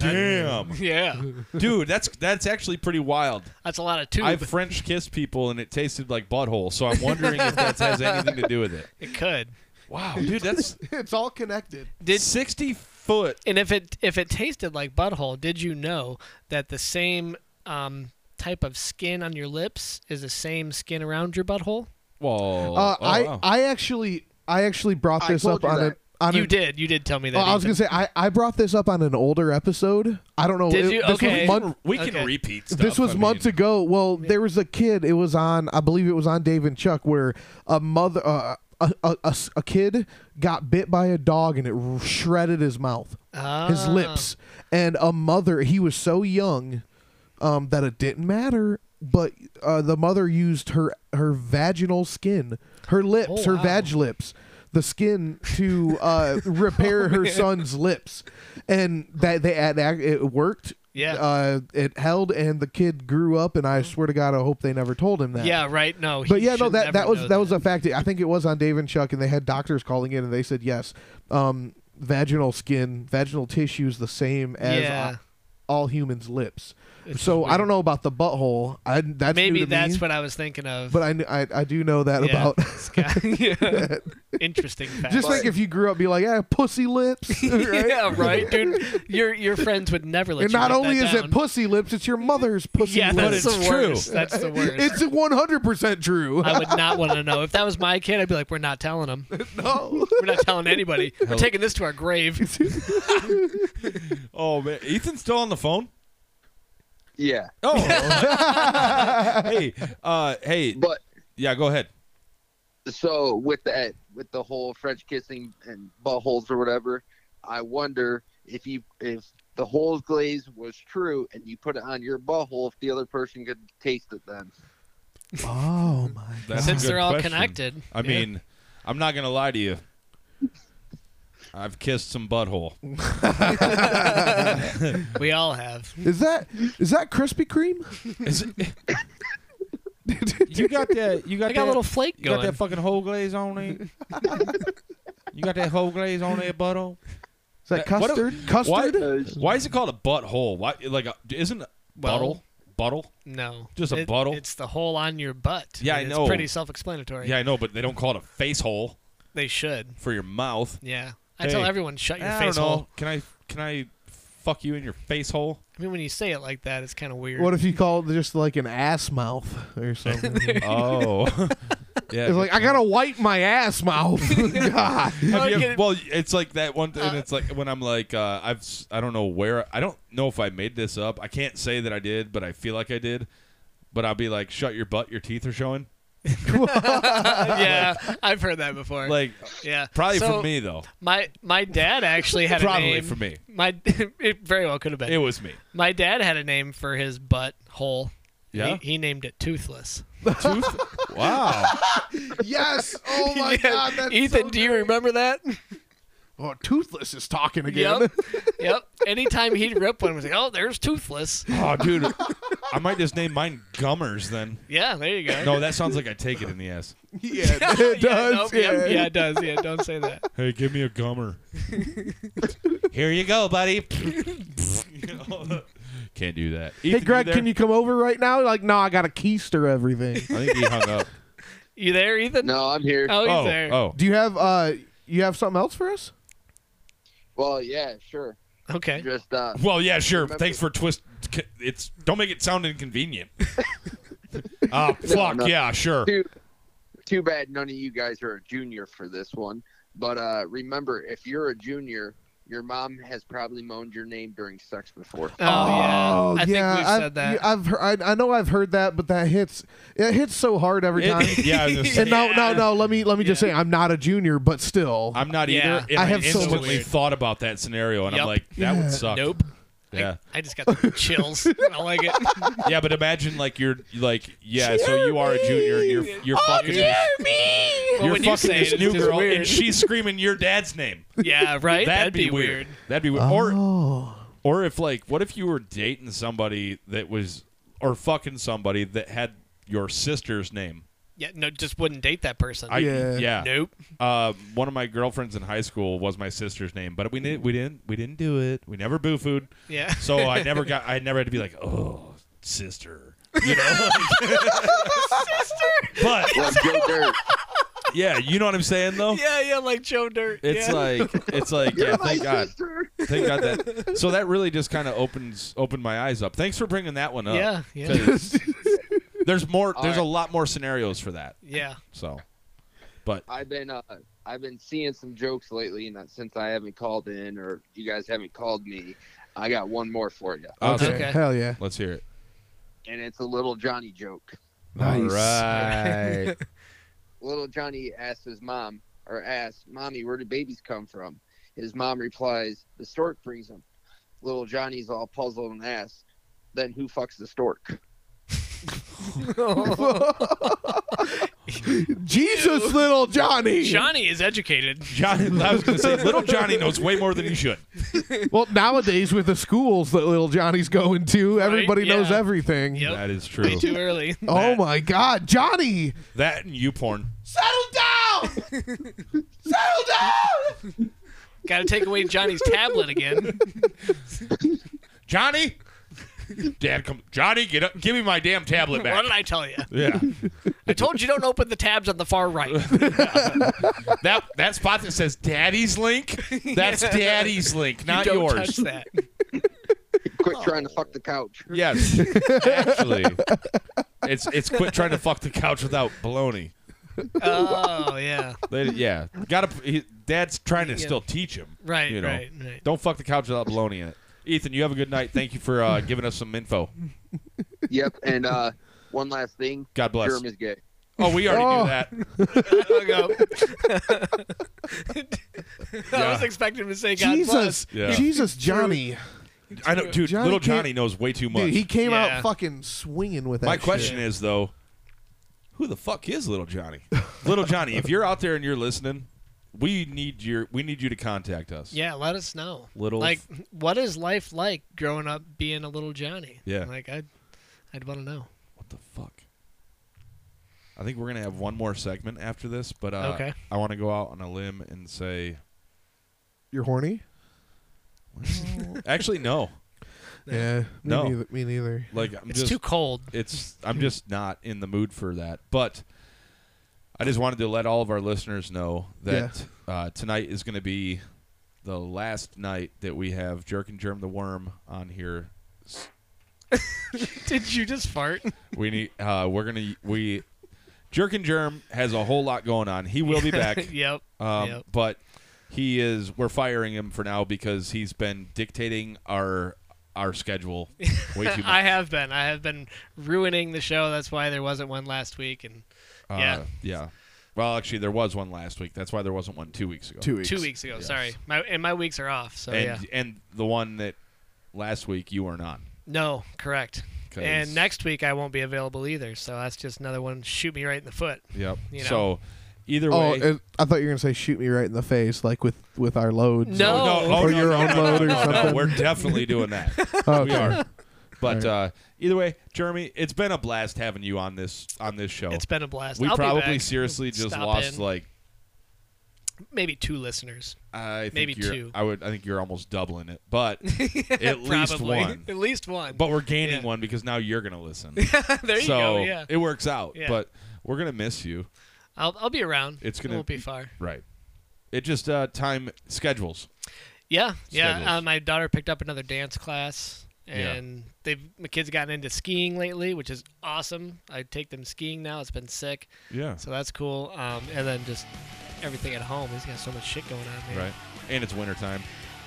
B: Damn.
A: Yeah,
B: Dude, that's that's actually pretty wild.
A: that's a lot of tube.
B: I've French kissed people and it tasted like butthole, so I'm wondering if that has anything to do with it.
A: It could.
B: Wow, dude, that's
C: it's all connected.
A: Did-
B: 60 foot.
A: And if it if it tasted like butthole, did you know that the same um, type of skin on your lips is the same skin around your butthole?
B: Whoa.
C: Uh,
B: Oh,
C: I
B: wow.
C: I actually I actually brought
H: I
C: this
H: told
C: up
H: you
C: on
H: that.
C: an on
A: you
C: an,
A: did. You did tell me that.
C: Oh, I was
A: Ethan.
C: gonna say I, I brought this up on an older episode. I don't know.
A: Did
C: it-
A: you?
C: This
A: Okay.
C: was month,
B: we can
A: Okay.
B: repeat stuff.
C: this was
B: I
C: months
B: mean,
C: ago. Well, there was a kid. It was on. I believe it was on Dave and Chuck, where a mother, uh, a, a- a s- a kid, got bit by a dog and it shredded his mouth, his
A: Ah.
C: lips, and a mother. He was so young um, that it didn't matter. But uh, the mother used her her vaginal skin, her lips,
A: Oh,
C: her
A: wow.
C: vag lips, the skin to uh,
A: Oh,
C: repair her son's lips, and that they that it worked.
A: Yeah.
C: uh, it held, and the kid grew up. And I swear to God, I hope they never told him that.
A: Ah. Yeah. Right. No. he
C: But yeah, no,
A: should
C: that,
A: never
C: that was
A: know
C: that, was a fact. I think it was on Dave and Chuck, and they had doctors calling in, and they said yes, um, vaginal skin, vaginal tissue is the same as
A: Yeah.
C: all, all humans' lips.
A: It's
C: so I
A: weird.
C: don't know about the butthole. I that's
A: Maybe
C: new to
A: that's
C: me,
A: what I was thinking of.
C: But I, kn- I I do know that
A: Yeah.
C: about.
A: Scott- yeah. Interesting fact.
C: Just think if you grew up, be like, yeah, pussy lips. right?
A: yeah, right, dude. Your your friends would never let
C: and
A: you
C: not
A: write
C: only
A: that
C: is
A: down.
C: it pussy lips, it's your mother's pussy
A: yeah,
C: lips.
A: that's
B: but it's
A: the
B: true.
A: worst. That's the worst.
C: It's 100% true.
A: I would not want to know. If that was my kid, I'd be like, we're not telling him.
C: no.
A: We're not telling anybody. We're taking this to our grave.
B: Oh, man. Ethan's still on the phone?
H: Yeah,
B: Oh. hey, uh, hey.
H: but
B: Yeah, go ahead.
H: so with that with the whole french kissing and buttholes or whatever i wonder if you if the whole glaze was true and you put it on your butthole if the other person could taste it then
C: Oh, my
B: That's a
A: Since
B: good
A: they're all
B: question.
A: connected.
B: I mean, I'm not going to lie to you. I've kissed some butthole.
A: We all have.
C: Is that is that Krispy Kreme?
B: Is it-
G: You got that? You got
A: I got
G: that
A: a little flake
G: You
A: going.
G: got that fucking whole glaze on there. you got that whole glaze on there, butthole.
C: Is that
B: Uh, what a-
C: custard?
B: why,
C: custard?
B: why is it called a butthole? Why like a, isn't a
A: Well-
B: buttle buttle?
A: no.
B: Just a
A: It-
B: bottle?
A: It's the hole on your butt.
B: Yeah, I
A: And
B: know.
A: It's pretty self-explanatory.
B: Yeah, I know, but they don't call it a face hole
A: They should.
B: for your mouth.
A: Yeah. I tell
B: Hey,
A: everyone, shut your
B: I
A: face
B: don't know.
A: hole.
B: Can I can I fuck you in your face hole?
A: I mean, when you say it like that, it's kind of weird.
C: What if you call it just like an ass mouth or something?
B: oh, yeah.
C: it's like I gotta wipe my ass mouth. God.
B: Have oh, you-
A: Okay.
B: well, it's like that one, th- and
A: Uh,
B: it's like when I'm like, uh, I've, s- I don't know where, I don't know if I made this up. I can't say that I did, but I feel like I did. But I'll be like, shut your butt, your teeth are showing.
A: yeah, I've heard that before.
B: Like,
A: yeah,
B: probably
A: so
B: from me though.
A: My my dad actually had a
B: Probably
A: name.
B: from me.
A: My it very well could have been.
B: It was me.
A: my dad had a name for his butt hole.
B: Yeah?
A: he, he named it toothless.
B: Tooth. wow.
C: Yes. Oh my
A: Yeah.
C: God. That's
A: Ethan,
C: so
A: do you remember that?
C: Oh, Toothless is talking again.
A: Yep. yep. Anytime he'd rip one, it was like, oh, there's toothless.
B: Oh, dude, I might just name mine Gummers then.
A: Yeah, there you go.
B: No, that sounds like I take it in the ass.
C: yeah,
A: yeah,
C: it does.
A: nope,
C: yeah.
A: yep, yeah, it does. Yeah, don't say that.
B: Hey, give me a gummer. Here you go, buddy. Can't do that.
C: Hey, Greg, can you come over right now? Like, no, I got a keister everything.
B: I think he hung up.
A: You there, Ethan?
H: No, I'm here.
A: Oh, he's
B: oh,
A: there.
B: oh.
C: Do you have uh, you have something else for us?
H: Well, yeah, sure.
A: Okay.
H: Just uh,
B: Well, yeah, sure.
H: Remember-
B: Thanks for twist. It's don't make it sound inconvenient. Oh, fuck
H: no.
B: yeah, sure.
H: too, too bad none of you guys are a junior for this one. But uh, remember, if you're a junior, your mom has probably moaned your name during sex before.
A: Oh, yeah. I think
C: yeah,
A: we've
C: I've-
A: said that.
C: I've heard, I, I know I've heard that, but that hits it hits so hard every time.
B: It- yeah, I was gonna say,
C: and no, no, no. Let me let me just say, I'm not a junior, but still,
B: I'm not
A: Yeah.
B: either. and
C: I have so much-
B: instantly thought about that scenario, and
A: Yep.
B: I'm like, that
C: Yeah.
B: would suck.
A: Nope.
B: Yeah.
A: I just got the chills. I like it.
B: Yeah, but imagine like you're like yeah, so you are a junior and you're you're
C: Oh,
B: fucking this,
A: Well,
B: you're
A: when
B: fucking
A: you say
B: this
A: it, it's
B: new
A: just
B: girl
A: weird.
B: and she's screaming your dad's name.
A: Yeah, right?
B: That'd, be, weird. That'd be weird. Or
C: oh,
B: or if like what if you were dating somebody that was or fucking somebody that had your sister's name.
A: Yeah, no, just wouldn't date that person.
B: I,
C: Yeah.
B: yeah.
A: Nope.
B: Uh, one of my girlfriends in high school was my sister's name, but we didn't. We didn't. We didn't do it. We never boo food.
A: Yeah.
B: So I never got. I never had to be like, oh, sister. You know. sister. But
H: Like Joe Dirt.
B: yeah, you know what I'm saying though.
A: yeah, yeah, like Joe Dirt.
B: It's
A: yeah.
B: like it's like yeah.
H: My
B: Thank God.
H: sister.
B: Thank God that. So that really just kind of opens opened my eyes up. Thanks for bringing that one up.
A: Yeah, yeah.
B: 'Cause There's more.
H: All
B: there's a
H: right.
B: lot more scenarios for that.
A: yeah.
B: So, but
H: I've been uh, I've been seeing some jokes lately, and since I haven't called in or you guys haven't called me, I got one more for you,
B: okay.
A: Okay.
C: hell yeah.
B: Let's hear it.
H: and it's a little Johnny joke.
C: Nice.
B: All right.
H: Little Johnny asks his mom, or asks, "Mommy, where do babies come from?" His mom replies, "The stork brings them." Little Johnny's all puzzled and asks, "Then who fucks the stork?"
C: Jesus, little Johnny.
A: Johnny is educated.
B: Johnny, I was going to say, little Johnny knows way more than he should.
C: Well, nowadays with the schools that little Johnny's going to, everybody knows
A: yeah.
C: everything.
A: Yep.
B: That is true.
A: Way too early.
C: Oh my God, Johnny!
B: That and you porn.
A: Got to take away Johnny's tablet again.
B: Johnny, Dad, come, Johnny, get up, give me my damn tablet
A: What
B: back.
A: did I tell you?
B: Yeah,
A: I told you don't open the tabs on the far right.
B: that that spot that says Daddy's link, that's Daddy's link, not
A: don't
B: yours.
A: touch that.
H: Quit trying to fuck the couch.
B: Yes, actually, it's it's quit trying to fuck the couch without baloney.
A: Oh yeah.
B: They, yeah, gotta. He, Dad's trying to
A: Yeah.
B: still teach him.
A: Right.
B: You know.
A: Right. Right.
B: Don't fuck the couch without baloney in it. Ethan, you have a good night. Thank you for uh, giving us some info.
H: yep, and uh, one last thing.
B: God bless.
H: Germ is gay.
B: Oh, we already
C: Oh.
B: knew that.
A: Hung up. I was
B: Yeah.
A: expecting him to say God bless.
C: Jesus,
B: Yeah.
C: Jesus, Johnny.
B: I know, dude.
C: Johnny
B: little
C: can't-
B: Johnny knows way too much.
C: Dude, he came
A: Yeah.
C: out fucking swinging with that.
B: My
C: shit.
B: question is though, who the fuck is little Johnny? little Johnny, if you're out there and you're listening, we need your we need you to contact us.
A: Yeah, let us know.
G: Little
A: Like, what is life like growing up being a little Johnny?
B: Yeah.
A: Like, I'd, I'd want to know.
B: What the fuck? I think we're gonna have one more segment after this, but uh,
A: Okay.
B: I want to go out on a limb and say,
C: You're horny?
B: actually, no.
I: Yeah. Me
B: No.
I: Neither, me neither.
B: Like I'm
A: It's
B: just
A: too cold.
B: it's I'm just not in the mood for that. But I just wanted to let all of our listeners know that uh, tonight is going to be the last night that we have Jerk and Germ the Worm on here. S-
A: Did you just fart?
B: We need uh, we're gonna we Jerk and Germ has a whole lot going on. He will be back.
A: yep.
B: Um,
A: Yep.
B: But he is. We're firing him for now because he's been dictating our our schedule way too much.
A: I have been. I have been ruining the show. That's why there wasn't one last week and
B: Uh,
A: yeah.
B: Yeah. Well, actually, there was one last week. That's why there wasn't one two weeks ago.
C: Two weeks.
A: two weeks ago.
B: Yes.
A: Sorry, my and my weeks are off. So
B: and
A: yeah,
B: and the one that last week you weren't on.
A: no, correct.
B: 'Cause-
A: And next week I won't be available either. So that's just another one. Shoot me right in the foot.
B: Yep.
A: you know.
B: So either
I: Oh,
B: way.
I: it, I thought you were gonna say shoot me right in the face, like with with our load.
A: No.
B: oh,
I: Or your own load or
B: no, no,
I: something.
B: we're definitely doing that.
I: Oh,
B: We are. But
I: All right.
B: uh, either way, Jeremy, it's been a blast having you on this on this show.
A: It's been a blast.
B: Oh. we
A: I'll be
B: probably
A: back.
B: seriously just
A: Stop
B: lost
A: in.
B: like
A: maybe two listeners.
B: I think
A: Maybe
B: you're,
A: two.
B: I would I think you're almost doubling it, but at least
A: Probably.
B: one.
A: At least one.
B: But we're gaining
A: Yeah.
B: one because now you're gonna listen.
A: there you
B: so
A: go. Yeah,
B: it works out.
A: Yeah.
B: But we're gonna miss you.
A: I'll I'll be around.
B: It's
A: it
B: gonna-
A: won't be far.
B: Right. It just uh, time schedules.
A: Yeah,
B: Schedules.
A: yeah. Uh, my daughter picked up another dance class,
B: Yeah.
A: and they've my kids gotten into skiing lately, which is awesome. I take them skiing now. It's been sick,
B: Yeah.
A: so that's cool. Um, and then just everything at home. He's got so much shit going on. Man.
B: Right. And it's wintertime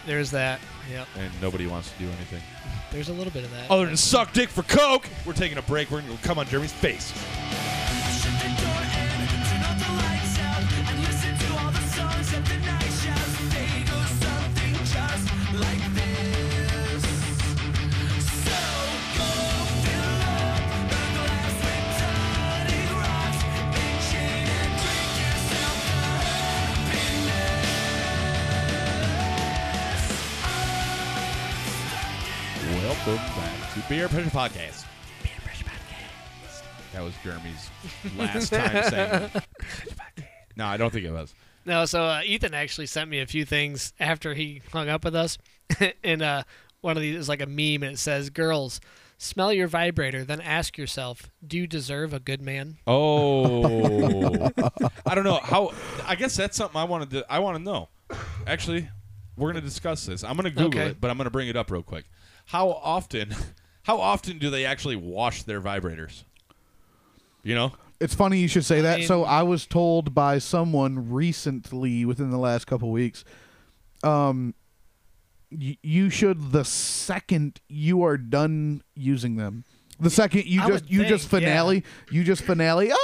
A: There's that. Yeah.
B: and nobody wants to do anything.
A: There's a little bit of that.
B: Other than suck dick for Coke, we're taking a break. We're gonna come on Jeremy's face.
F: Shut the door and turn off the lights out and listen to all the songs that the night shouts. They go something just like this. So go fill up the glass with tonic rocks, big gin and drink yourself to happiness.
B: Welcome back to Beer Pressure Podcast. Beer Pressure Podcast. That was Jeremy's last time saying it. No, I don't think it was.
A: No, so uh, Ethan actually sent me a few things after he hung up with us, and uh, one of these is like a meme, and it says, "Girls, smell your vibrator, then ask yourself, do you deserve a good man?"
B: Oh, I don't know how. I guess that's something I wanted to. I want to know. Actually, we're gonna discuss this. I'm gonna Google
A: Okay.
B: it, but I'm gonna bring it up real quick. How often? How often do they actually wash their vibrators? You know,
C: It's funny you should say that.
A: mean-
C: so I was told by someone recently, within the last couple weeks, um, y- you should the second you are done using them, the second you
A: I
C: just
A: would
C: you just
A: think, yeah.
C: finale, you just finale, ah!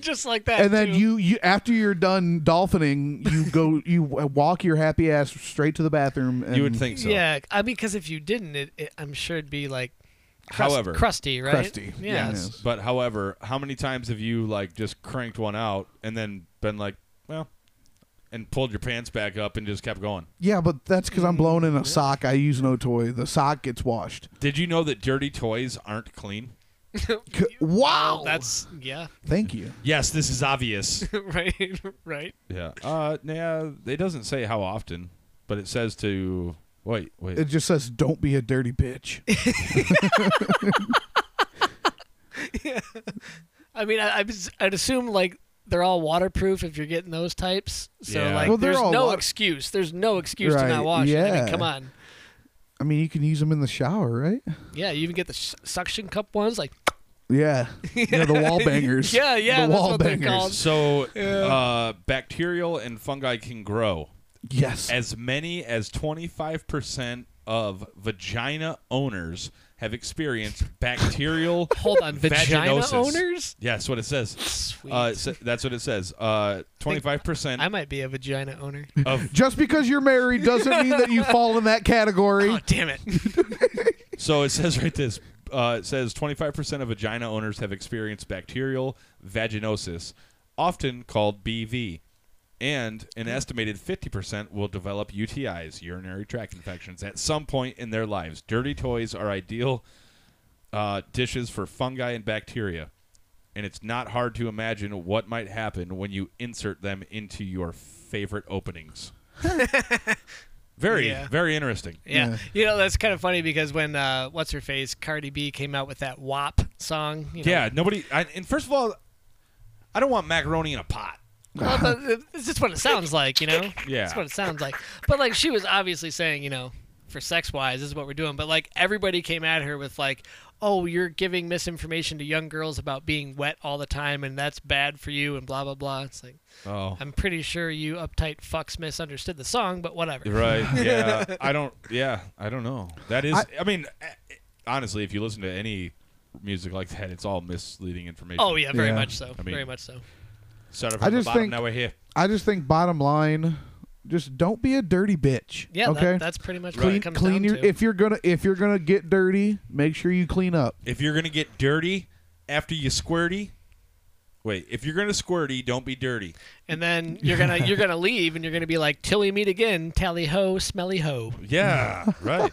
A: Just like that.
C: and then
A: too.
C: you you after you're done dolphining, you go you walk your happy ass straight to the bathroom. And
B: you would think so.
A: Yeah, I mean, because if you didn't, it, it, I'm sure it'd be like, crust,
B: However-
A: crusty, right?
C: crusty.
A: Yeah.
C: Yes.
A: it's-
B: But however, how many times have you like just cranked one out and then been like, well, and pulled your pants back up and just kept going?
C: Yeah, but that's because I'm blown in a sock. I use no toy. The sock gets washed.
B: Did you know that dirty toys aren't clean?
C: C- wow,
A: Oh. That's yeah,
C: thank you.
B: Yes, this is obvious.
A: right, right.
B: Yeah. Uh, yeah. It doesn't say how often, but it says to wait, wait.
C: It just says, "Don't be a dirty bitch."
A: I mean, I, I'd, I'd assume like they're all waterproof if you're getting those types. So
B: Yeah.
A: like,
C: Well, they're
A: there's
C: all
A: no
C: water-
A: excuse. There's no excuse to
C: Right,
A: not wash. it. I mean,
C: yeah.
A: come on.
C: I mean, you can use them in the shower, right?
A: Yeah, you even get the s suction cup ones. Like,
C: Yeah, you know, the wall bangers.
A: Yeah, yeah,
C: the
A: that's
C: wall
A: what they're
C: bangers.
A: called.
B: so uh, bacterial and fungi can grow
C: Yes,
B: as many as 25% of vagina owners have experienced bacterial
A: hold on, vagina
B: vaginosis.
A: owners.
B: Yes, what it says.
A: Sweet.
B: Uh, it sa- that's what it says. Uh, 25%
A: I might be a vagina owner.
B: of
C: just because you're married doesn't mean that you fall in that category.
A: Oh damn it!
B: So it says right this. Uh, it says 25% of vagina owners have experienced bacterial vaginosis, often called BV. And an estimated 50% will develop UTIs, urinary tract infections, at some point in their lives. Dirty toys are ideal uh, dishes for fungi and bacteria. And it's not hard to imagine what might happen when you insert them into your favorite openings. very,
A: Yeah.
B: very interesting.
A: Yeah.
C: Yeah.
A: You know, that's kind of funny because when uh, what's her face, Cardi B came out with that WAP song. You know,
B: Yeah, nobody. I, and first of all, I don't want macaroni in a pot.
A: well, but it's just what it sounds like, you know?
B: Yeah.
A: That's what it sounds like. But like she was obviously saying, you know, for sex wise, this is what we're doing. But like everybody came at her with like, Oh, you're giving misinformation to young girls about being wet all the time and that's bad for you and blah blah blah. It's like
B: Oh,
A: I'm pretty sure you uptight fucks misunderstood the song, but whatever.
B: right. Yeah, I don't. Yeah, I don't know. That is. I, mean, eh, honestly, if you listen to any music like that, it's all misleading information.
A: Oh yeah, very
C: Yeah.
A: much so.
B: I mean-
A: very much so.
B: Started
C: I
B: from the
C: just
B: bottom.
C: think-
B: Now we're here.
C: I just think bottom line, just don't be a dirty bitch.
A: Yeah, that-
C: okay.
A: that's pretty much what
C: clean,
A: it comes
C: clean
A: down
C: your.
A: to.
C: If you're gonna, if you're gonna get dirty, make sure you clean up.
B: If you're gonna get dirty after you squirty, wait. If you're gonna squirty, don't be dirty.
A: and then you're gonna you're gonna leave and you're gonna be like till we meet again tally ho smelly ho
B: Yeah, right.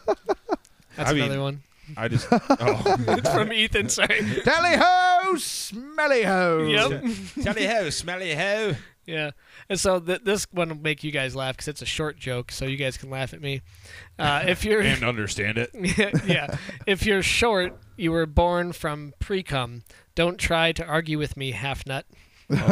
A: that's
B: I mean-
A: another one
B: I just. Oh.
A: it's from ethan sorry
C: Tally ho, smelly ho.
A: yep
B: Smelly ho, smelly ho.
A: yeah and so th- this one will make you guys laugh because it's a short joke so you guys can laugh at me uh, if you're
B: And understand it.
A: yeah if you're short you were born from pre-cum don't try to argue with me half nut
B: Half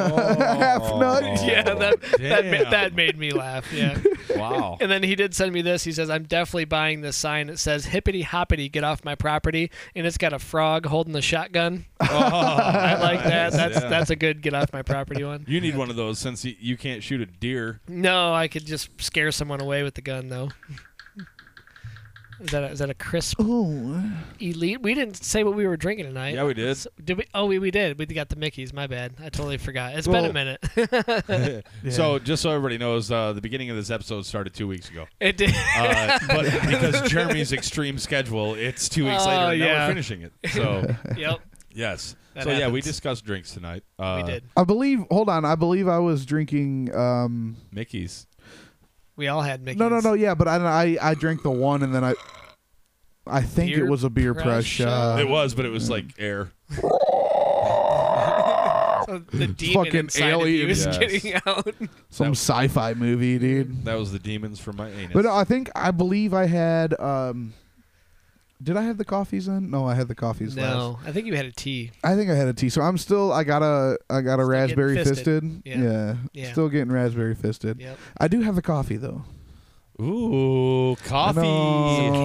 C: nut.
B: Oh,
A: yeah that, that, ma- that made me laugh yeah
B: Wow.
A: And then he did send me this. He says, I'm definitely buying this sign that says, Hippity hoppity, get off my property. And it's got a frog holding the shotgun. I like that. That's
B: Yeah.
A: that's a good get off my property one.
B: You need one of those since you, you can't shoot a deer.
A: No, I could just scare someone away with the gun, though. Is that a, is that a crisp elite? We didn't say what we were drinking tonight.
B: Yeah, we did.
A: Did we? Oh, we, we did. We got the Mickey's. My bad. I totally forgot. It's been
B: Well-
A: a minute. uh,
B: So just so everybody knows, uh, the beginning of this episode started two weeks ago.
A: it did.
B: Uh, but because Jeremy's extreme schedule, it's two weeks
A: Oh,
B: later and now
A: yeah.
B: we're finishing it. So
A: yep,
B: yes.
A: That
B: so yeah, we
A: happens.
B: discussed drinks tonight. Uh,
A: we did.
C: I believe. Hold on. I believe I was drinking. Um.
B: Mickey's.
A: We all had Mickey's.
C: No, no, no. Yeah, but I, I, I drank the one, and then I. I think
A: Beer
C: it was a beer Uh,
A: press
C: press
A: shot.
C: shot.
B: it was, but it was
C: mm.
B: like air.
A: So the demon
C: Fucking
A: inside of you is
B: aliens. Yes.
A: getting out.
C: Some sci-fi movie, dude.
B: That was the demons from my anus.
C: But no, I think I believe I had. um Did I have the coffees then? No, I had the coffees last.
A: No, I think you had a tea.
C: I think I had a tea. So I'm still. I got a. I got
A: getting
C: a raspberry
A: fisted.
C: fisted.
A: Yeah.
C: Yeah.
A: Yeah.
C: Still getting raspberry fisted.
A: Yep.
C: I do have the coffee though. uh,
B: Ooh, coffee. Uh,
A: Some
C: No.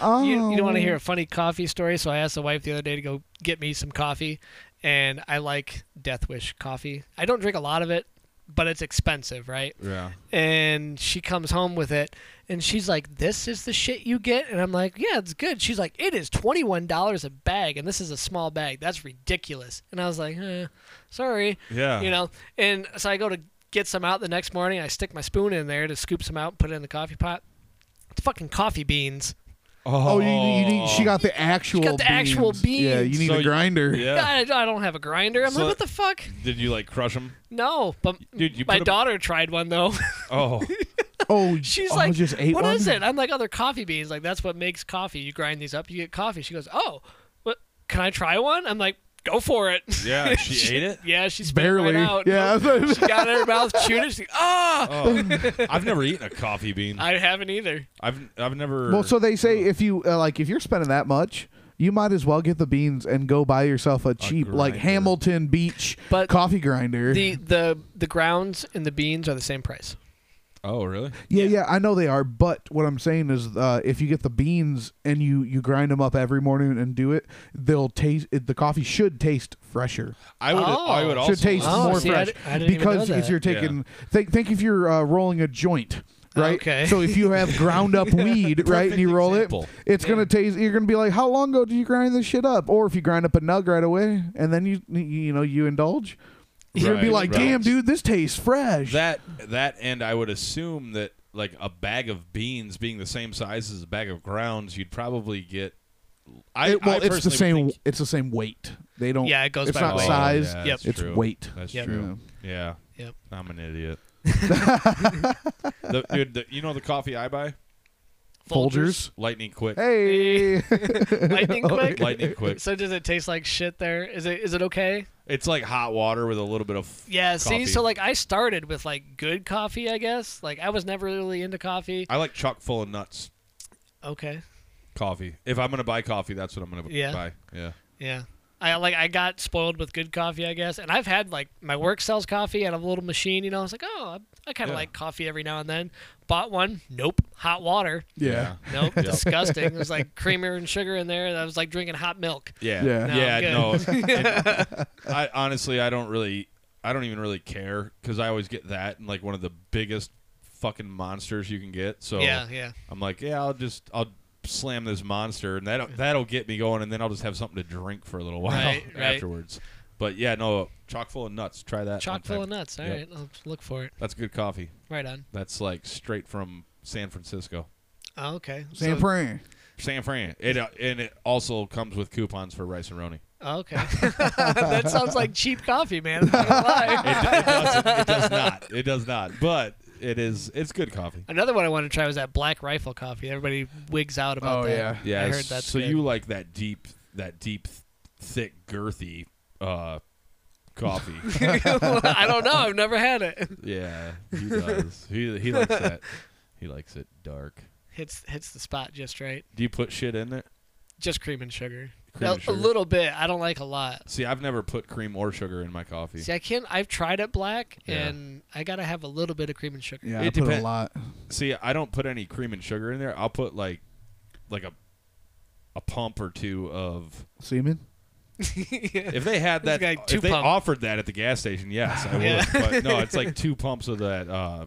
C: Oh,
A: coffee. You, you don't want to
C: oh.
A: hear a funny coffee story, so I asked the wife the other day to go get me some coffee, and I like Death Wish coffee. I don't drink a lot of it, but it's expensive, right?
B: Yeah.
A: And she comes home with it, and she's like, "This is the shit you get," and I'm like, "Yeah, it's good." She's like, "It is twenty one dollars a bag, and this is a small bag. That's ridiculous." And I was like, eh, "Sorry."
B: Yeah.
A: you know and so i go to get some out the next morning i stick my spoon in there to scoop some out and put it in the coffee pot it's fucking coffee beans
C: Oh, you, you need. She got the actual.
A: the actual beans.
C: Yeah, you need
B: So
C: a
B: you-
C: grinder.
B: Yeah.
A: I, I don't have a grinder i'm
B: So-
A: like what the fuck
B: Did you like crush them?
A: no but
B: Dude, you
A: my
B: put a-
A: daughter tried one though
B: Oh.
C: Oh,
A: she's
C: oh,
A: like
C: just ate
A: "What
C: one?
A: is it i'm like other coffee beans like that's what makes coffee you grind these up you get coffee she goes oh what can i try one i'm like go for it
B: Yeah. She, ate it.
A: yeah she spit it right
C: Barely.
A: out
C: yeah.
A: Nope. she got it in her mouth chewed it she's like, ah
B: Oh. I've never eaten a coffee bean.
A: i haven't either
B: I've I've never.
C: Well, so they say if you uh, like, if you're spending that much, you might as well get the beans and go buy yourself a cheap, like
B: grinder.
C: Hamilton Beach
A: But
C: coffee grinder.
A: the the the grounds and the beans are the same price
B: oh, really?
C: yeah, yeah, I know they are, but what I'm saying is, uh, if you get the beans and you you grind them up every morning and do it, they'll taste. It, the coffee should taste fresher.
B: I would.
A: Oh.
B: I would also.
C: should taste
A: Oh,
C: more
A: see, I
C: fresh
A: di- I didn't even know
C: because
A: that.
C: if you're taking think think if you're uh, rolling a joint right
A: Oh, Okay.
C: so if you have ground up weed right and you roll
B: example.
C: it it's gonna taste you're gonna be like how long ago did you grind this shit up or if you grind up a nug right away and then you you- you know you indulge you're gonna be
B: Right,
C: like
B: right.
C: damn dude this tastes fresh
B: that that, and I would assume that like a bag of beans being the same size as a bag of grounds, you'd probably get. I,
C: It-
B: I
C: well it's the
B: personally would
C: same
B: think- Oh,
C: it's the same weight They don't.
A: Yeah, it goes
C: It's
A: by
C: not
A: weight.
C: size.
B: yeah,
A: Yep.
B: that's
C: It's
B: true.
C: weight.
B: That's
A: Yep.
B: true.
C: Yeah.
B: Yeah.
A: Yep.
B: I'm an idiot. the, dude, the, you know the coffee I buy?
C: Folgers.
B: Lightning quick.
C: Hey.
A: Lightning quick.
B: Lightning quick.
A: So does it taste like shit? There is it. Is it okay?
B: It's like hot water with a little bit of.
A: Yeah. See,
B: Coffee.
A: so like I started with like good coffee, I guess. Like I was never really into coffee.
B: I like chock full of nuts
A: Okay.
B: coffee. If I'm gonna buy coffee, that's what I'm gonna
A: Yeah.
B: buy. Yeah.
A: Yeah. I like I got spoiled with good coffee, I guess. And I've had like my work sells coffee out of a little machine, you know. I was like, "Oh, I, I kind of
B: Yeah.
A: like coffee every now and then." Bought one. Nope. Hot water.
C: Yeah.
A: Nope.
B: Yeah.
A: Disgusting. There's like creamer and sugar in there. That was like drinking hot milk.
B: Yeah.
C: Yeah.
A: No,
B: Yeah.
A: good.
B: No. And I honestly, I don't really, I don't even really care because I always get that and like one of the biggest fucking monsters you can get. So
A: Yeah, yeah.
B: I'm like, yeah, I'll just, I'll slam this monster and that that'll get me going, and then I'll just have something to drink for a little while
A: Right, right.
B: afterwards. But yeah, no, chock full of nuts. Try that. one
A: Chock full
B: time.
A: of nuts. All
B: Yep.
A: right, I'll look for it.
B: That's good coffee.
A: Right on.
B: That's like straight from San Francisco.
A: Oh, okay.
C: San
A: So-
C: Fran.
B: San Fran. It uh, and it also comes with coupons for rice and roni.
A: oh, okay. that sounds like cheap coffee, man. I'm not gonna lie.
B: It, it, doesn't, it does not. It does not. But it is. It's good coffee.
A: Another one I want to try was that Black Rifle coffee. Everybody wigs out about
C: Oh,
A: that.
C: yeah.
B: Yeah.
A: I heard that's
B: so
A: good.
B: you like that deep, that deep, thick, girthy, uh, coffee.
A: I don't know. I've never had it.
B: yeah, he does. He he likes that. He likes it dark.
A: Hits hits the spot just right.
B: Do you put shit in it?
A: Just cream and sugar.
B: Cream
A: a,
B: and sugar?
A: a little bit. I don't like a lot.
B: See, I've never put cream or sugar in my coffee.
A: See, I can't. I've tried it black,
B: Yeah.
A: and I gotta have a little bit of cream and sugar.
C: Yeah,
B: It
C: I put a
B: depend-
C: lot.
B: See, I don't put any cream and sugar in there. I'll put like, like a, a pump or two of
C: Semen.
B: If they had
A: This
B: that,
A: guy, two
B: if they
A: pump.
B: offered that at the gas station, yes, I would.
A: Yeah.
B: But no, it's like two pumps of that uh,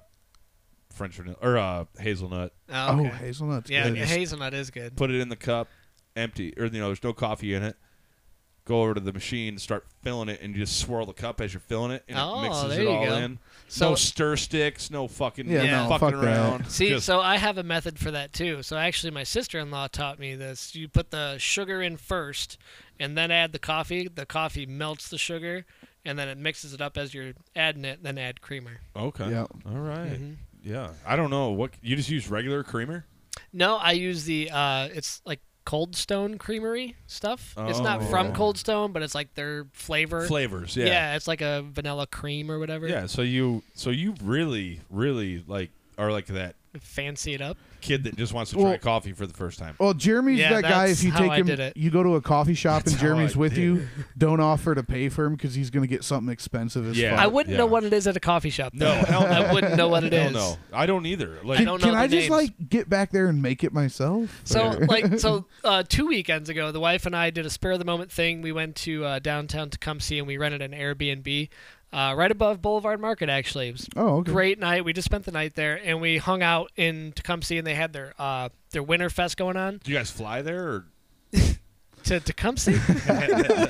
B: French vanilla or uh, hazelnut.
A: Oh,
C: Oh,
A: okay.
C: hazelnuts.
A: yeah,
C: good.
A: the hazelnut is good.
B: Put it in the cup, empty, or you know, there's no coffee in it. Go over to the machine, start filling it, and you just swirl the cup as you're filling it, and
A: Oh,
B: it mixes
A: there
B: it
A: you
B: all
A: go.
B: in.
A: So-
B: no stir sticks, no fucking
C: Yeah,
A: no,
B: fucking
C: fuck that.
B: around.
A: See,
B: Just-
A: so I have a method for that too. So actually, my sister-in-law taught me this. You put the sugar in first, and then add the coffee. The coffee melts the sugar, and then it mixes it up as you're adding it. Then add creamer.
B: okay,
C: Yeah.
B: all right.
A: Mm-hmm.
B: yeah. I don't know what you just use regular creamer.
A: No, I use the. Uh, it's like Cold Stone Creamery stuff. it's
B: Oh.
A: not from Cold Stone, but it's like their flavor.
B: Flavors,
A: yeah. it's like a vanilla cream or whatever.
B: yeah. So you, so you really, really like are like that
A: Fancy it up.
B: kid that just wants to try
C: Well-
B: coffee for the first time.
C: Well, Jeremy's
A: Yeah,
C: that guy.
A: that's
C: If you
A: how
C: take
A: I did
C: him,
A: it.
C: you go to a coffee shop
B: That's
C: and
B: how
C: Jeremy's
B: I
C: with
B: did
C: you. Don't offer to pay for him because he's going to get something expensive as
B: Yeah.
C: fuck.
A: I wouldn't know
B: Uh, yeah.
A: what it is at a coffee shop.
B: No,
A: though.
B: hell no.
A: I wouldn't know what it is.
B: Hell no, I don't either.
A: I
B: Like,
C: Can,
A: don't know
C: can
A: the
C: I
A: names.
C: just like get back there and make it myself?
A: So
C: Or-
A: like so uh, two weekends ago, the wife and I did a spur of the moment thing. We went to uh, downtown Tecumseh and we rented an Airbnb uh, right above Boulevard Market. Actually, it was
C: oh, okay.
A: great night. We just spent the night there and we hung out in Tecumseh and they had their uh, their winter fest going on
B: do you guys fly there or?
A: to Tecumseh.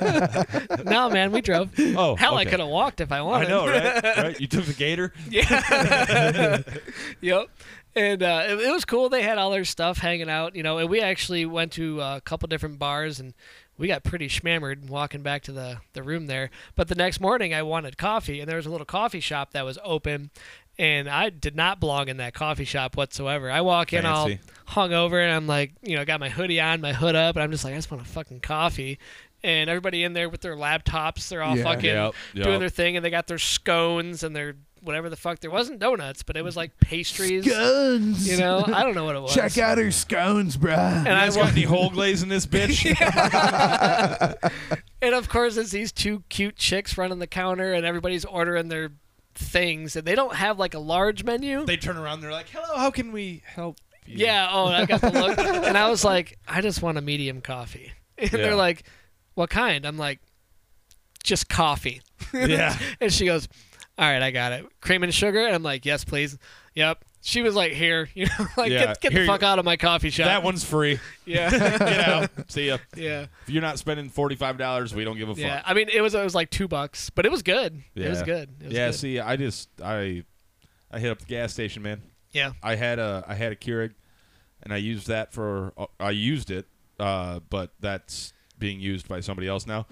A: no man, we drove.
B: Oh,
A: Hell, I
B: okay.
A: could have walked if I
B: I
A: wanted.
B: know, right? right? You took the gator.
A: Yeah. yep. And uh, it, it was cool. They had all their stuff hanging out, you know. And we actually went to uh, a couple different bars, and we got pretty shmammered walking back to the the room there. But the next morning, I wanted coffee, and there was a little coffee shop that was open, and I did not belong in that coffee shop whatsoever. I walk in all
B: Fancy.
A: hung over, and I'm like, you know, got my hoodie on, my hood up, and I'm just like, I just want a fucking coffee. And everybody in there with their laptops, they're all
C: Yeah.
A: fucking
B: Yep,
A: doing
B: yep.
A: their thing and they got their scones and their whatever the fuck there wasn't donuts but it was like pastries
C: Scones.
A: you know i don't know what it was
C: Check out her scones, bruh.
A: and i
B: It's got
A: wa-
B: any whole glaze in this bitch.
A: and of course it's these two cute chicks running the counter and everybody's ordering their things and they don't have like a large menu
B: They turn around, they're like, "Hello, how can we help?" you?"
A: yeah oh and i got the look and i was like i just want a medium coffee and
B: Yeah.
A: they're like what kind i'm like just coffee
B: yeah.
A: And she goes, "All right, I got it. Cream and sugar." And I'm like, "Yes, please." Yep. She was like, "Here, you know, like
B: Yeah,
A: get, get
B: here
A: the
B: you
A: fuck
B: go.
A: out of my coffee shop."
B: That one's free.
A: Yeah.
B: Get out. See ya.
A: yeah.
B: If you're not spending forty five dollars, we don't give a
A: Yeah.
B: fuck.
A: I mean, it was it was like two bucks, but it was good. It was
B: Yeah.
A: good. It was
B: yeah.
A: good.
B: See, I just I I hit up the gas station, man.
A: Yeah.
B: I had a I had a Keurig, and I used that for I used it, uh, but that's being used by somebody else now.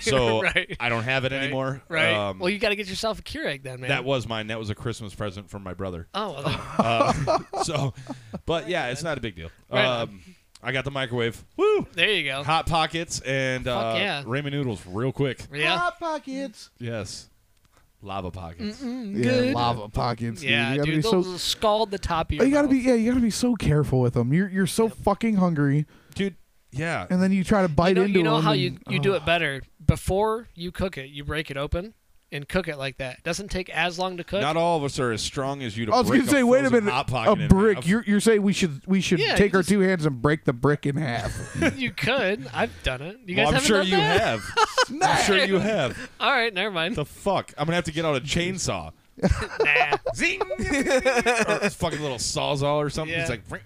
B: so
A: Right.
B: I don't have it anymore.
A: Right.
B: Um,
A: well, you got to get yourself a Keurig then, man.
B: that was mine. That was a Christmas present from my brother.
A: Oh, well, then.
B: Uh, so, but yeah, it's not a big deal.
A: Right on.
B: um, I got the microwave. Woo!
A: there you go.
B: Hot pockets and uh,
A: Fuck yeah.
B: ramen noodles, real quick.
A: Yeah.
C: Hot pockets.
B: Yes, lava pockets.
C: Yeah, lava pockets. dude.
A: Yeah,
C: you gotta
A: dude,
C: be
A: they'll
C: so. Oh,
A: scald the top of your
C: You gotta be
A: mouth.
C: yeah. You gotta be so careful with them. You're you're so fucking hungry,
B: dude. Yeah,
C: and then you try to bite
A: you know,
C: into
A: you know
C: them
A: how
C: and-
A: you,
B: uh,
A: you do it better before you cook it you break it open and cook it like that doesn't take as long to cook
B: not all of us are as strong as you. To
C: I was
B: break
C: gonna say,
B: a
C: wait a
B: Oh. frozen
C: minute,
B: hot pocket
C: a
B: in
C: brick.
B: half.
C: You're you're saying we should we should
A: Yeah,
C: take
A: you
C: our
A: just-
C: two hands and break the brick in half.
A: you could i've done it you guys
B: Well, I'm
A: haven't
B: sure
A: done
B: you
A: that?
B: have. I'm sure you have.
A: all right never mind
B: The fuck! I'm gonna have to get out a chainsaw.
A: nah.
B: Zing! or this fucking little sawzall or something.
A: Yeah.
B: It's like. What-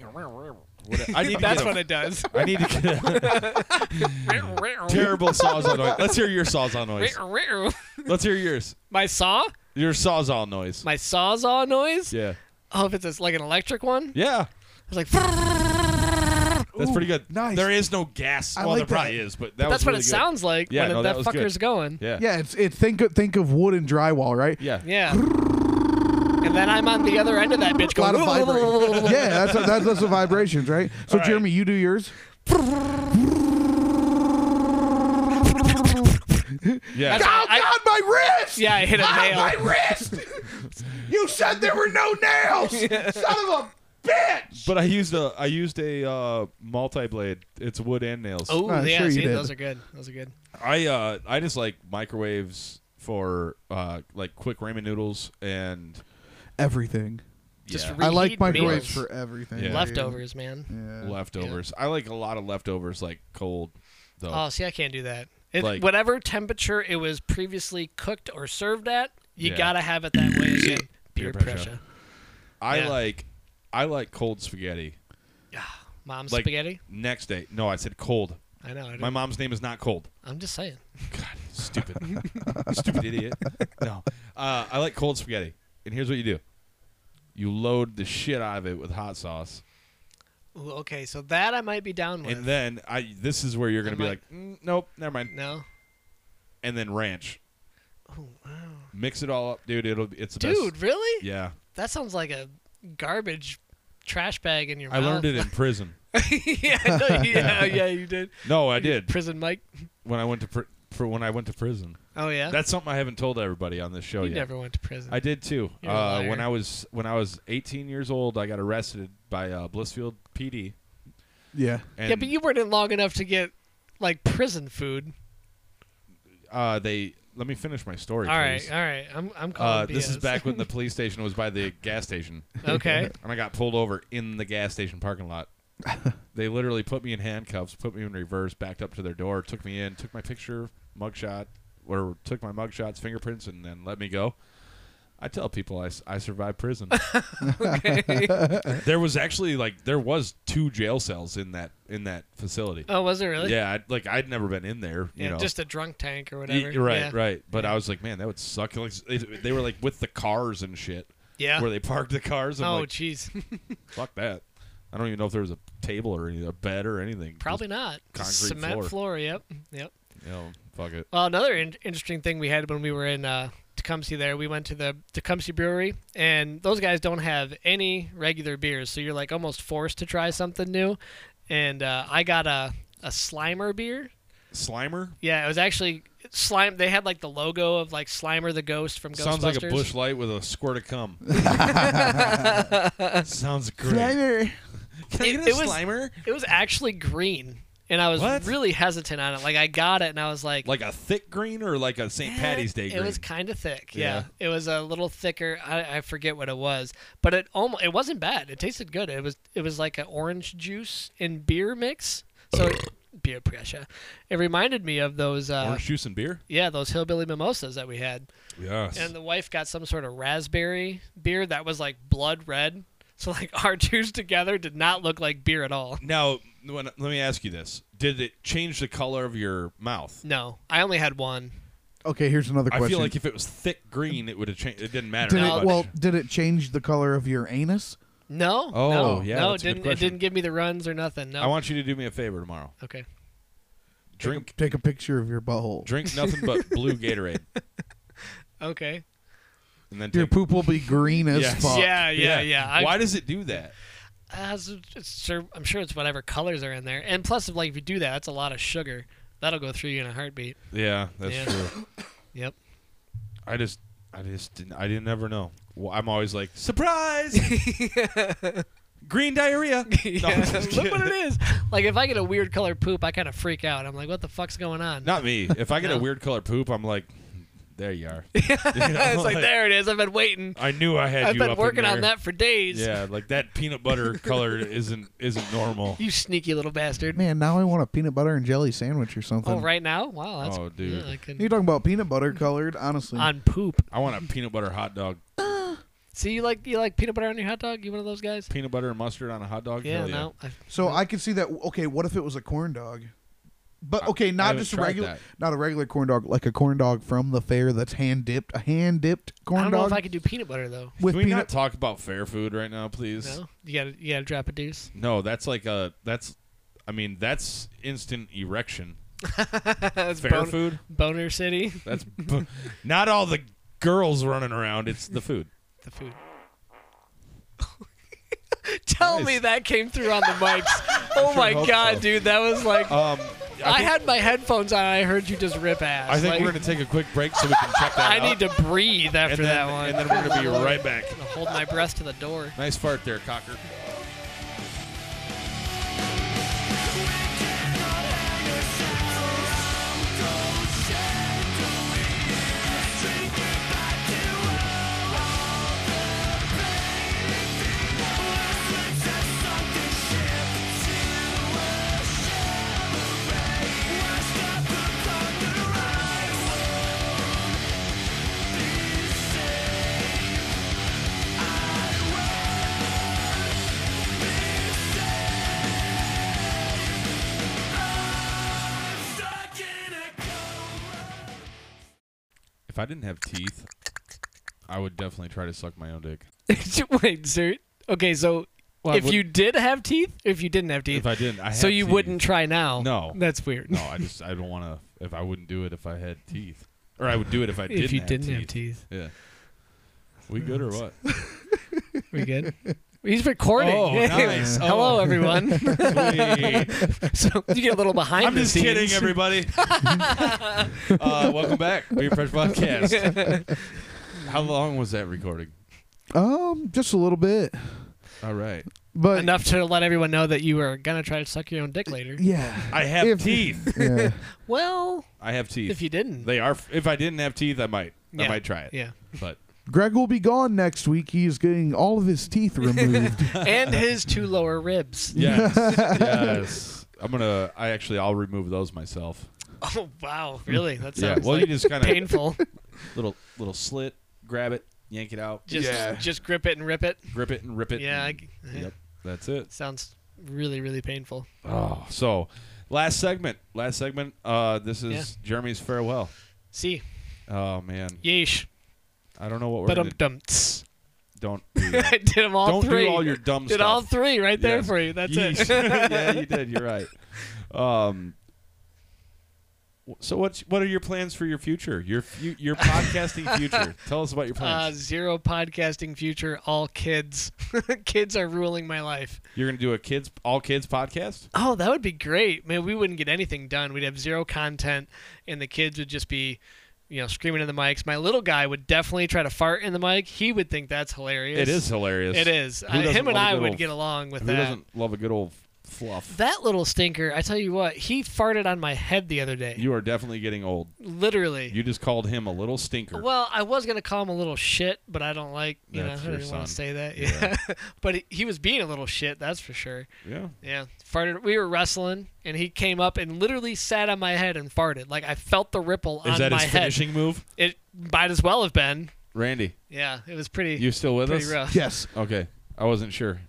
B: I need to
A: that's
B: get a-
A: what it does
B: I need to get a terrible sawzall noise. Let's hear your sawzall noise. Let's hear yours.
A: my saw
B: Your sawzall noise.
A: my sawzall noise
B: Yeah.
A: oh if it's like an electric one
B: Yeah.
A: it's like that's
B: That's pretty good.
C: nice.
B: There is no gas.
C: I
B: well,
C: like
B: there probably is, but that was
A: what
B: really
A: it
B: good.
A: sounds like
B: Yeah,
A: when
B: no,
A: that,
B: that was good.
A: fucker's going
B: Yeah.
C: yeah, it's it. Think of, think of wood and drywall, right?
B: Yeah.
A: yeah and then i'm on the other end of that bitch
C: A lot
A: going
C: of vibrations. yeah, that's a, that's that's the vibrations, right? So
B: right.
C: Jeremy, you do yours.
B: Yeah.
A: That's-
E: Oh
A: I-
E: God, my wrist!
A: yeah i hit a
E: Ah,
A: nail
E: my wrist! you said there were no nails, son of a bitch!
B: But I used a I used a uh, multi blade. It's wood and nails.
A: Oh,
C: Ah,
A: yeah,
C: sure you
A: see,
C: did.
A: those are good. Those are good.
B: I uh I just like microwaves for uh like quick ramen noodles and
C: Everything.
A: Just
B: yeah,
A: reheat
C: I like microwaves
A: meals.
C: for everything.
B: Yeah.
C: dude.
A: leftovers, man.
C: Yeah.
B: leftovers. I like a lot of leftovers like cold though.
A: Oh, see, I can't do that. It,
B: Like-
A: whatever temperature it was previously cooked or served at, you
B: Yeah.
A: gotta have it that way again. Peer
B: Peer pressure.
A: pressure.
B: I
A: yeah.
B: like I like cold spaghetti.
A: Mom's
B: Like-
A: spaghetti.
B: Next day. No, I said cold.
A: I know. I
B: My
A: don't
B: mom's name is not cold.
A: I'm just saying.
B: God, stupid. stupid idiot. No. Uh, I like cold spaghetti. And here's what you do. You load the shit out of it with hot sauce.
A: Ooh, okay, so that I might be down with.
B: And then I this is where you're
A: I
B: going to be
A: might-
B: like, mm, nope, never mind.
A: no, Oh,
B: and then ranch. Mix it all up, dude. It'll be- it's the
A: dude,
B: best.
A: really?
B: Yeah,
A: That sounds like a garbage trash bag in your
B: I
A: mouth.
B: learned it in prison.
A: yeah, I know, yeah, yeah, you did.
B: No, I did
A: Prison Mike.
B: when I went to pr- for when I went to prison.
A: Oh yeah.
B: That's something I haven't told everybody on this show
A: you
B: yet.
A: never went to prison.
B: I did too.
A: You're a
B: Uh, when
A: liar.
B: I was when I was 18 years old, I got arrested by uh, Blissfield PD.
C: Yeah.
B: And,
A: yeah, but you weren't in long enough to get like prison food.
B: uh, they let me finish my story.
A: All right,
B: please.
A: all right. I'm I'm calling
B: Uh, this is
A: BS.
B: back when the police station was by the gas station.
A: okay.
B: and I got pulled over in the gas station parking lot. they literally put me in handcuffs, put me in reverse, backed up to their door, took me in, took my picture, mugshot, or took my mugshots, fingerprints, and then let me go. I tell people I, s- I survived prison. there was actually like there was two jail cells in that in that facility.
A: Oh, was it really?
B: Yeah, I'd, like I'd never been in there.
A: Yeah,
B: you know,
A: just a drunk tank or
B: Y-
A: whatever.
B: right,
A: yeah.
B: right. But I was like, man, that would suck. Like, s- it- they were like with the cars and shit,
A: Yeah.
B: where they parked the cars. I'm
A: oh,
B: like,
A: jeez.
B: Fuck that. I don't even know if there was a table or any, a bed or anything.
A: Probably not. Just
B: concrete
A: Cement
B: floor.
A: Yep. Yep.
B: Just, you know, fuck it.
A: Well, another in- interesting thing we had when we were in uh, Tecumseh there, we went to the Tecumseh Brewery, and those guys don't have any regular beers, so you're like almost forced to try something new. And uh, I got a a Slimer beer.
B: Slimer
A: Yeah, it was actually slime. They had like the logo of like Slimer the Ghost from Ghostbusters.
B: sounds like a bush light with a squirt of cum. sounds great. Can I
A: It-
B: get
A: it was-
B: Slimer?
A: It was actually green, and I was
B: What?
A: really hesitant on it. Like I got it, and I was like,
B: Like a thick green or like a St. Patty's Day
A: Eh, It
B: green?
A: was kind of thick. Yeah. it was a little thicker. I, I forget what it was, but it almost it wasn't bad. It tasted good. It was it was like an orange juice and beer mix. So it- beer pressure. It reminded me of those. Uh,
B: Orange juice and beer?
A: Yeah, those hillbilly mimosas that we had.
B: Yes.
A: And the wife got some sort of raspberry beer that was like blood red. So like our juice together did not look like beer at all.
B: now, when, let me ask you this. Did it change the color of your mouth?
A: No, I only had one.
C: Okay, here's another
B: I
C: question.
B: feel like if it was thick green, it would have changed. It didn't matter.
C: did
B: that
C: it,
B: much.
C: well, did it change the color of your anus?
A: No.
B: Oh,
A: no,
B: yeah,
A: No,
B: that's a
A: it
B: good
A: didn't. It
B: question.
A: didn't give me the runs or nothing. No.
B: I want you to do me a favor tomorrow.
A: okay.
B: Drink
I: Take a picture of your butthole.
B: drink nothing but blue Gatorade,
A: Okay.
B: and then
I: Your
B: take,
I: poop will be green as
B: Yes.
I: fuck.
A: Yeah, yeah, yeah. I-
B: Why does it do that?
A: As it's sure, I'm sure it's whatever colors are in there. And plus, if, like if you do that, that's a lot of sugar. That'll go through you in a heartbeat.
B: Yeah, that's
A: Yeah.
B: true.
A: Yep.
B: I just, I just didn't, I didn't ever know. Well, I'm always like, surprise, green diarrhea. No, I'm just
A: Look what
B: kidding.
A: it is. Like if I get a weird color poop, I kind of freak out. I'm like, what the fuck's going on?
B: Not me. If I get
A: No.
B: a weird color poop, I'm like, there you are.
A: it's like there it is. I've been waiting.
B: I knew I had
A: I've
B: you
A: been
B: up in
A: working on
B: there.
A: that for days.
B: Yeah, like that peanut butter color isn't isn't normal.
A: You sneaky little bastard.
I: Man, now I want a peanut butter and jelly sandwich or something.
A: Oh, right now? Wow, that's
B: Oh, dude.
A: yeah, I couldn't-
I: You're talking about peanut butter colored, honestly.
A: on poop.
B: I want a peanut butter hot dog.
A: See, you like you like peanut butter on your hot dog? You one of those guys?
B: Peanut butter and mustard on a hot dog.
A: Yeah,
B: Hell
A: no. I,
I: so I could see that. Okay, what if it was a corn dog? But okay, not
B: haven't
I: just a
B: tried
I: regular,
B: that.
I: not a regular corn dog, like a corn dog from the fair that's hand dipped, a hand dipped
A: I
I: corn
A: don't know
I: dog
A: if I could do peanut butter though.
I: with
B: Can we not
I: peanut.
B: talk about fair food right now, please?
A: No, you gotta you gotta drop a deuce.
B: No, that's like a that's. I mean, that's instant erection.
A: that's
B: Fair
A: bon-
B: food.
A: boner city.
B: That's b- not all the girls running around. It's the food.
A: The food. Tell me
B: Nice.
A: that came through on the mics. oh my
B: hope
A: god,
B: so.
A: dude, that was like
B: Um,
A: Uh, I,
B: think,
A: had my headphones on. and I heard you just rip ass.
B: I think
A: Like,
B: we're gonna take a quick break so we can check that
A: I
B: out.
A: need to breathe
B: and
A: after
B: then,
A: that one.
B: and then we're gonna be right back.
A: I'm gonna hold my breath to the door.
B: Nice fart there, Cocker. If I didn't have teeth, I would definitely try to suck my own dick.
A: Wait, sir. Okay, so
B: Well, I
A: if
B: would-
A: you did have teeth, if you didn't have teeth,
B: if I didn't, I
A: so
B: had
A: you
B: teeth.
A: wouldn't try now.
B: No.
A: that's weird.
B: No, I just I don't want to. If I wouldn't do it if I had teeth, or I would do it if I didn't.
A: if you
B: have
A: didn't
B: teeth.
A: have teeth,
B: Yeah. We good or what?
A: we good. He's recording.
B: Oh, nice.
A: Hello,
B: Oh.
A: everyone.
B: Sweet.
A: so you get a little behind.
B: I'm
A: the
B: just
A: scenes.
B: kidding, everybody. uh, welcome back, Beer Fresh Podcast. How long was that recording?
I: um, just a little bit,
B: All right.
I: but
A: Enough to let everyone know that you were gonna try to suck your own dick later.
I: Yeah,
B: I have
I: If-
B: teeth.
I: yeah.
A: Well,
B: I have teeth.
A: if you didn't,
B: they are. If I didn't have teeth, I might.
A: yeah,
B: I might try it.
A: Yeah,
B: But
I: Greg will be gone next week. He is getting all of his teeth removed.
A: and his two lower ribs.
B: yes, yes. I'm gonna. I actually, I'll remove those myself.
A: Oh wow, really? That
B: Yeah.
A: sounds
B: Well,
A: like
B: you just kind of
A: painful.
B: little little slit, grab it, yank it out,
A: Just just grip it and rip it.
B: grip it and rip it.
A: Yeah, I,
B: and- yep. That's it.
A: sounds really really painful.
B: Oh, so last segment. Last segment. Uh, this is Jeremy's farewell.
A: See,
B: Oh man,
A: yeesh,
B: I don't know what we're
A: but um
B: gonna
A: dumps.
B: don't do. That.
A: I did them all
B: don't
A: three.
B: do all your dumb
A: did
B: stuff.
A: all three right there
B: Yes.
A: for you. That's
B: Yeesh.
A: it.
B: yeah, you did. You're right. Um, w- so what's what are your plans for your future? Your fu- your podcasting future. Tell us about your
A: Uh,
B: plans.
A: zero podcasting future. All kids. kids are ruling my life.
B: You're gonna do a kids all kids podcast.
A: Oh, that would be great. Man, we wouldn't get anything done. We'd have zero content, and the kids would just be, you know, screaming in the mics. My little guy would definitely try to fart in the mic. He would think that's hilarious.
B: It is hilarious.
A: It is.
B: Who
A: I,
B: doesn't
A: him and
B: love a
A: I
B: good
A: would
B: old-
A: get along with
B: Who
A: that.
B: doesn't love a good old fluff?
A: That little stinker, I tell you what, he farted on my head the other day.
B: You are definitely getting old.
A: Literally.
B: You just called him a little stinker.
A: Well, I was gonna call him a little shit, but I don't like you
B: That's
A: know I
B: your
A: didn't want to
B: son.
A: say that. Yeah,
B: Yeah.
A: but he, he was being a little shit, that's for sure.
B: Yeah.
A: Yeah, farted. We were wrestling, and he came up and literally sat on my head and farted. Like I felt the ripple
B: Is
A: on
B: that
A: my
B: his
A: head.
B: finishing move?
A: It might as well have been.
B: Randy,
A: Yeah, it was pretty
B: you still with
A: pretty
B: us?
A: rough.
I: yes.
B: Okay. I wasn't sure.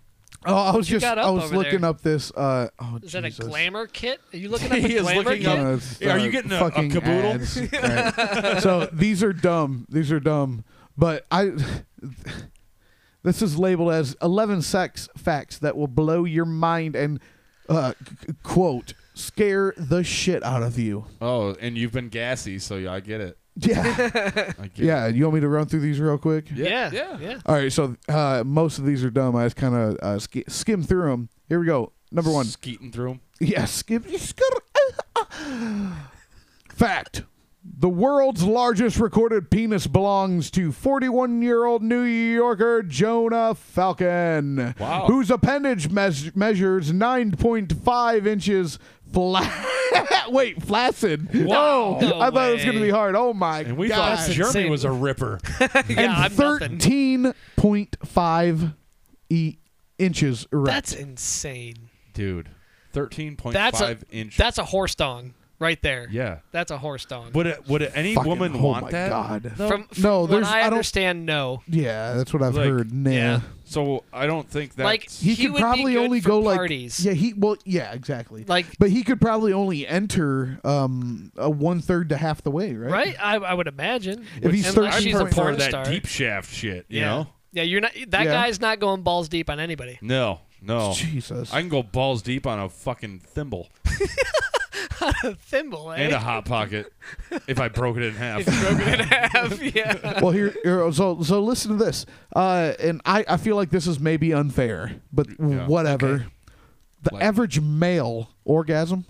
I: Oh, I was
A: You
I: just
A: got up
I: I was
A: over
I: looking
A: there.
I: up this. Uh, oh,
A: Is that a
I: Jesus.
A: glamour kit? Are you looking up
B: He
A: a
B: is
A: glamour
B: looking
A: kit?
B: up-
I: No, it's, uh,
B: Are you getting a- a
I: fucking
B: caboodle?
I: ads. Right. so these are dumb. These are dumb. But I, this is labeled as eleven sex facts that will blow your mind and uh, c- quote
C: scare the shit out of you.
B: Oh, and you've been gassy, so yeah, I get it.
C: Yeah.
B: I get
C: yeah. You want me to run through these real quick?
B: it.
A: Yeah.
B: Yeah.
A: Yeah.
C: All right. So uh, most of these are dumb. I just kind of uh, sk- skim through them. Here we go. Number one.
B: Skeeting through 'em.
C: Yeah. Skip. Fact. The world's largest recorded penis belongs to 41 year old New Yorker Jonah Falcon,
B: Wow.
C: whose appendage mes- measures 9.5 inches flat. Wait, flaccid.
A: Wow.
C: Oh,
A: No
C: I thought it was going to
A: way.
C: be hard. Oh, my
B: And we
C: God.
B: thought Jeremy
A: insane.
B: was a ripper.
A: yeah I'm
C: and
A: nothing.
C: 13.5 e- inches erect.
A: That's insane.
B: Dude, 13.5
A: That's a
B: inch.
A: that's a horse dong right there.
B: yeah.
A: That's a horse dong.
B: Would it, would it, any
C: Fucking-
B: woman
C: oh
B: want
C: my
B: that?
C: God.
B: though?
A: From, from
C: No,
A: what
C: there's- I
A: I
C: don't-
A: understand no.
C: yeah, that's what I've
B: Like,
C: heard. Nah.
A: yeah.
B: So I don't think that's
A: Like
C: He,
A: He
C: could
A: would be
C: probably
A: good
C: only
A: for
C: go
A: parties.
C: like yeah he well yeah exactly
A: Like
C: but he could probably only enter um a one third to half the way right
A: right? I, I would imagine.
C: If he's
A: Unless
C: 13
A: she's a
C: point
B: for
A: porn
B: that
A: star.
B: deep shaft shit, you
A: yeah.
B: know?
A: Yeah, you're not that
C: Yeah.
A: guy's not going balls deep on anybody.
B: No, no.
C: Jesus
B: I can go balls deep on a fucking thimble
A: Thimble, eh?
B: and a hot pocket if I broke it in half.
A: broken in half. Yeah.
C: well here, here- so so listen to this uh and I I feel like this is maybe unfair but
B: Yeah.
C: whatever the
B: Like-
C: average male orgasm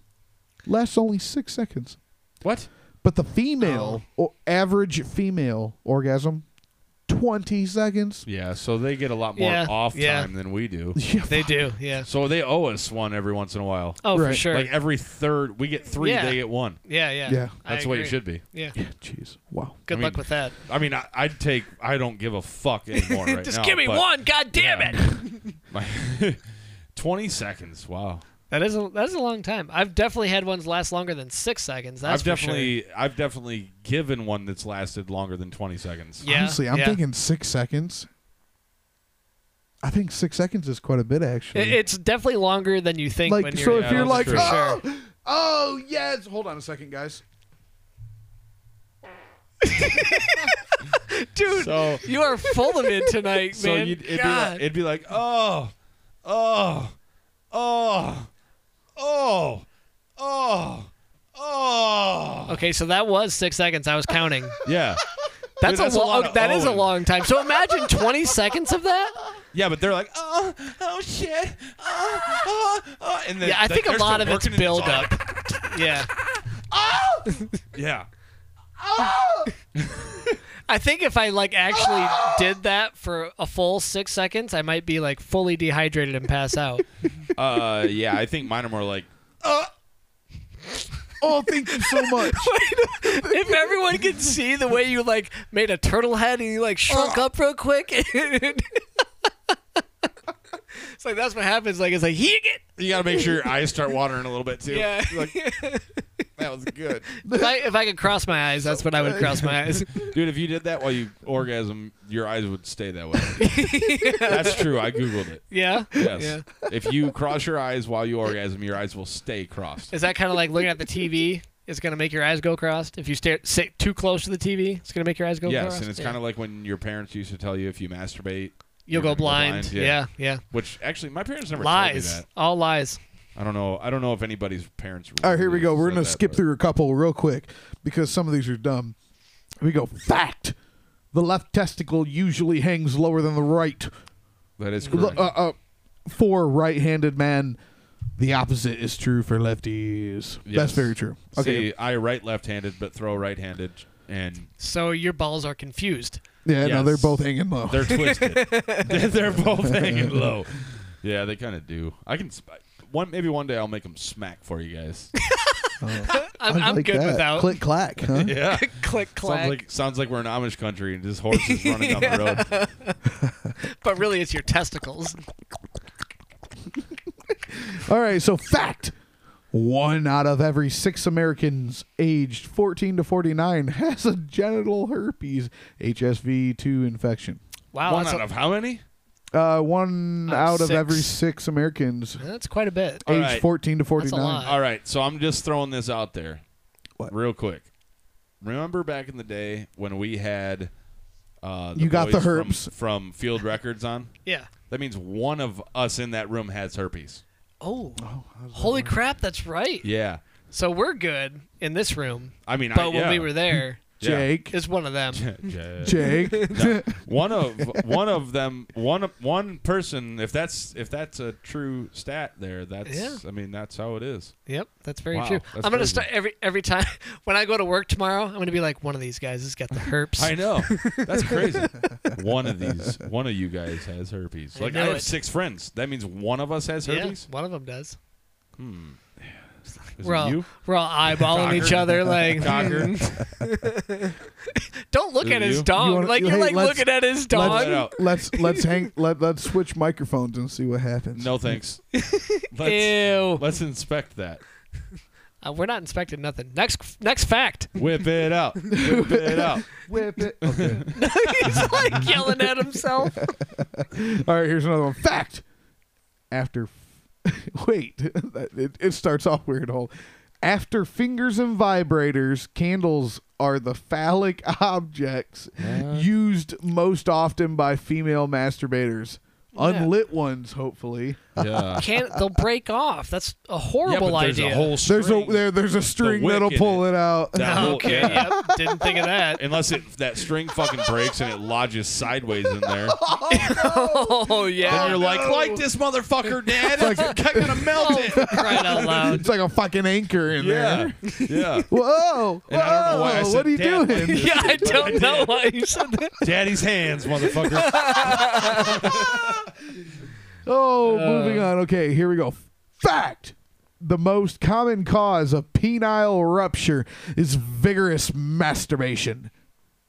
C: lasts only six seconds
B: what?
C: But the female,
A: Oh.
C: or average female orgasm, 20 seconds.
B: Yeah, so they get a lot more
A: Yeah,
B: off
A: yeah.
B: time than we do.
C: Yeah.
A: They do, yeah.
B: So they owe us one every once in a while.
A: Oh, for
C: Right.
A: sure.
B: Like every third, we get three,
A: Yeah.
B: they get one.
A: yeah, yeah.
C: Yeah.
A: I
B: That's the way it
A: agree.
B: should be.
A: Yeah.
C: Yeah, jeez. Wow.
A: Good
B: I
A: luck
B: mean-
A: with that.
B: I mean, I, I'd take. I don't give a fuck anymore. Right
A: Just
B: now,
A: give me
B: but
A: one, god damn
B: yeah.
A: it.
B: my- Twenty seconds. Wow.
A: That is a that is a long time. I've definitely had ones last longer than six seconds. That's
B: I've
A: for
B: definitely, I've definitely given one that's lasted longer than twenty seconds.
A: Yeah,
C: Honestly, I'm
A: yeah.
C: thinking six seconds. I think six seconds is quite a bit,
A: sure. It-
C: actually.
A: It's definitely longer than you think. when
C: like,
A: you're, uh,
C: so if
B: Yeah,
C: you're
B: that's
C: like,
B: true.
C: oh, oh, yes. Hold on a second, guys.
A: dude,
B: So,
A: you are full of it tonight,
B: so
A: man.
B: you'd, it'd, be like,
A: God.
B: it'd be like, oh, oh, oh, oh, oh, oh.
A: okay, so that was six seconds. I was counting.
B: Yeah.
A: That's
B: Dude,
A: a long.
B: lot of
A: That is a
B: Owen.
A: long time. So imagine 20 seconds of that.
B: Yeah, but they're like, oh, oh shit, oh, oh, oh. and then
A: Yeah, I
B: like,
A: think a
B: they're still
A: lot of it's
B: working and
A: build
B: all-
A: up. Yeah,
B: Yeah.
A: I think if I like actually did that for a full six seconds, I might be like fully dehydrated and pass out.
B: Uh, yeah, I think mine are more like,
C: Oh, thank you so much.
A: if everyone could see the way you like made a turtle head and you like shrunk
B: Oh.
A: up real quick. it's like that's what happens. Like it's like he get
B: you got to make sure your eyes start watering a little bit too.
A: yeah.
B: that was good,
A: if I if I could cross my eyes, that's what I would cross my eyes.
B: dude. If you did that while you orgasm, your eyes would stay that way. That's true. I googled it.
A: Yeah.
B: Yes.
A: Yeah.
B: If you cross your eyes while you orgasm, your eyes will stay crossed.
A: Is that kind of like looking at the TV? It's gonna make your eyes go crossed. If you stare sit too close to the TV, it's gonna make your eyes go
B: yes,
A: crossed.
B: and it's kind of like when your parents used to tell you if you masturbate,
A: you'll
B: you're
A: go
B: gonna
A: blind.
B: Yeah.
A: Yeah, yeah.
B: Which actually, my parents never told me
A: Lies,
B: that.
A: all lies.
B: I don't know. I don't know if anybody's parents.
C: All right, here we
B: really
C: go. We're
B: said
C: going to
B: that,
C: skip
B: but-
C: through a couple real quick because some of these are dumb. Here we go. Fact. The left testicle usually hangs lower than the right.
B: That is
C: L-
B: correct.
C: uh, uh, for right-handed man, the opposite is true for lefties.
B: Yes.
C: That's very true. Okay.
B: See, I write left-handed, but throw right-handed, and
A: So your balls are confused.
C: yeah, no, they're
B: yes.
C: both hanging low.
B: they're twisted. they're both hanging low. Yeah, they kind of do. I can sp- one maybe one day I'll make them smack for you guys.
A: I'm,
C: I
A: I'm
C: like
A: good
C: that.
A: without
C: click clack. Huh?
B: Yeah,
A: click clack,
B: sounds like sounds like we're in Amish country and just horses running down the road.
A: but really it's your testicles.
C: All right. So fact. One out of every six Americans aged 14 to 49 has a genital herpes (HSV2) infection.
A: Wow,
B: one
A: Oh, that's,
B: out
A: a-
B: of how many?
C: Uh, one
A: Out of
C: out of
A: six.
C: every six Americans
A: that's quite a bit.
B: All
C: aged
B: right.
C: 14 to 49.
A: lot.
B: All right, so I'm just throwing this out there,
C: What?
B: real quick. Remember back in the day when we had uh,
C: You got the
B: boys from-
C: herpes.
B: from Field Records on?
A: Yeah.
B: That means one of us in that room has herpes.
A: Oh, holy crap! That's right.
B: Yeah.
A: So we're good in this room,
B: I mean, I,
A: but when
B: yeah.
A: we were there,
B: Yeah.
C: Jake.
A: it's one of them.
B: Yeah.
C: Jake.
B: one of one of them one of- one person if that's if that's a true stat there that's
A: Yeah.
B: I mean that's how it is.
A: Yep, that's very
B: Wow,
A: true.
B: that's
A: I'm gonna
B: crazy.
A: start every every time when I go to work tomorrow. I'm gonna be like one of these guys has got the herpes.
B: I know. That's crazy. one of these one of you guys has herpes.
A: I
B: Like I,
A: know
B: have
A: it.
B: six friends. That means one of us has
A: Yeah,
B: herpes?
A: one of them does.
B: Is
A: We're
B: it
A: all,
B: you?
A: we're all eyeballing each
B: Cocker.
A: other like,
B: Cocker.
A: don't look
B: Is it
A: at
B: you?
A: his dog.
C: You wanna-
A: like
C: you-
A: you're
C: hey,
A: like
C: let's-
A: looking at his
B: Let
A: dog.
B: it out.
C: let's let's hang let let's switch microphones and see what happens.
B: No thanks. Let's,
A: Ew.
B: let's inspect that.
A: Uh, we're not inspecting nothing. Next next fact.
B: Whip it out. Whip it out.
C: Whip it. Okay.
A: He's like yelling at himself.
C: All right, here's another one. Fact. After, wait, that- it, it starts off weird. Hold. After fingers and vibrators, candles are the phallic objects used most often by female masturbators. Unlit ones, hopefully.
B: Yeah.
A: Can't they'll break off? That's a horrible
B: yeah, but there's
A: idea.
B: a whole
C: There's a
B: string.
C: there, there's a string
B: wick
C: that'll
B: in
C: pull
B: it.
C: it, out.
B: That whole-
A: okay,
B: yeah.
A: yep. Didn't think of that.
B: Unless it, that string fucking breaks and it lodges sideways in there.
A: Oh yeah.
B: and you're like, like this motherfucker, Dad. It's I'm gonna melt it.
A: Oh, Crying out loud.
C: It's like a fucking anchor in
B: Yeah,
C: there.
B: yeah.
C: Whoa!
B: And I don't know why I
C: whoa,
B: said
C: what are you
B: dad.
C: doing?
A: Yeah, I don't know why you said that.
B: Daddy's hands, motherfucker.
C: Oh, moving on. Okay, here we go. Fact. The most common cause of penile rupture is vigorous masturbation.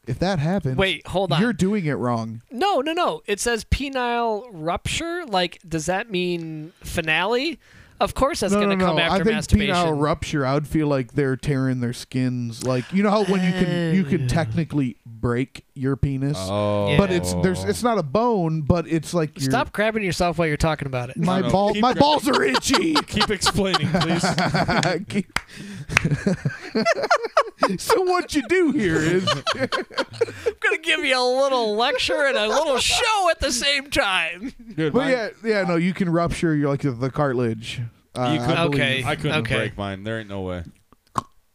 C: If that happens,
A: Wait, hold on.
C: You're doing it wrong.
A: No, no, no. It says penile rupture. Like, does that mean finale? Of course, that's
C: no,
A: going to
C: no,
A: come
C: no.
A: after
C: I think
A: masturbation.
C: penile rupture. I would feel like they're tearing their skins. Like you know how when you can you
A: Oh.
C: can technically break your penis,
B: Oh,
C: but it's there's it's not a bone, but it's like your-
A: Stop grabbing yourself while you're talking about it.
C: My
B: No, no.
C: ball,
B: Keep
C: my
B: going.
C: balls are itchy.
B: Keep explaining, please.
C: Keep- so what you do here is
A: I'm going to give you a little lecture and a little show at the same time.
B: Dude,
C: But
B: mine-
C: yeah, yeah, no, you can rupture your like the cartilage. Uh,
B: you couldn't,
C: I believe-
A: Okay.
B: I couldn't
A: okay.
B: break mine. There ain't no way.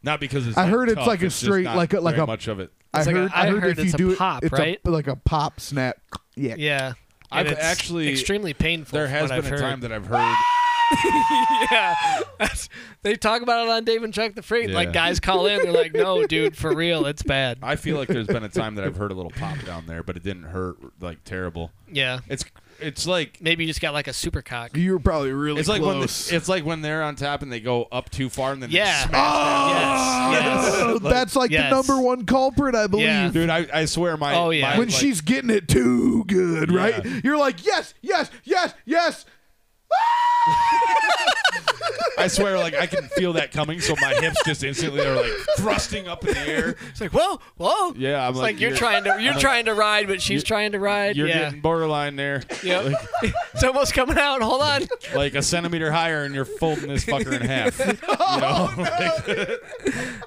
B: Not because it's.
C: I
B: like,
C: heard it's
B: tough,
C: like a
B: just
C: straight-
B: not
C: like a- like
B: very
C: a-
B: much of it.
C: I
A: It's like a-
C: heard, I
A: I
C: heard,
A: heard
C: if
A: it's
C: you
A: a
C: do
A: pop,
C: it, it's
A: right?
C: a, like a pop snap. Yeah.
A: Yeah. And
B: I've
A: it's
B: actually-
A: extremely painful.
B: There
A: from
B: has
A: what
B: been
A: I've
B: a
A: heard.
B: time that I've heard.
A: yeah, That's- they talk about it on Dave and Chuck the Freight.
B: Yeah.
A: Like guys call in, they're like, "No, dude, for real, it's bad."
B: I feel like there's been a time that I've heard a little pop down there, but it didn't hurt like terrible.
A: Yeah,
B: It's it's like
A: maybe you just got like a super cock.
C: You were probably really
B: it's like when
C: close.
B: the, it's like when they're on top and they go up too far and then they
A: Yeah.
B: smash
A: Yes, yes.
C: Oh, that's like
A: Yes.
C: the number one culprit, I believe.
A: Yeah.
B: Dude, I, I swear my
A: Oh, yeah.
B: my,
C: When
B: like-
C: she's getting it too good,
B: Yeah.
C: right? You're like, yes, yes, yes, yes.
B: I swear like I can feel that coming, so my hips just instantly are like thrusting up in the air.
A: It's like, whoa, whoa.
B: Yeah, I'm
A: It's
B: like,
A: like, you're, trying to you're
B: I'm like,
A: trying to ride, but she's trying to ride.
B: You're
A: yeah.
B: getting borderline there,
A: Yep. it's almost coming out. Hold on.
B: like a centimeter higher, and you're folding this fucker in half. You know?
A: Oh,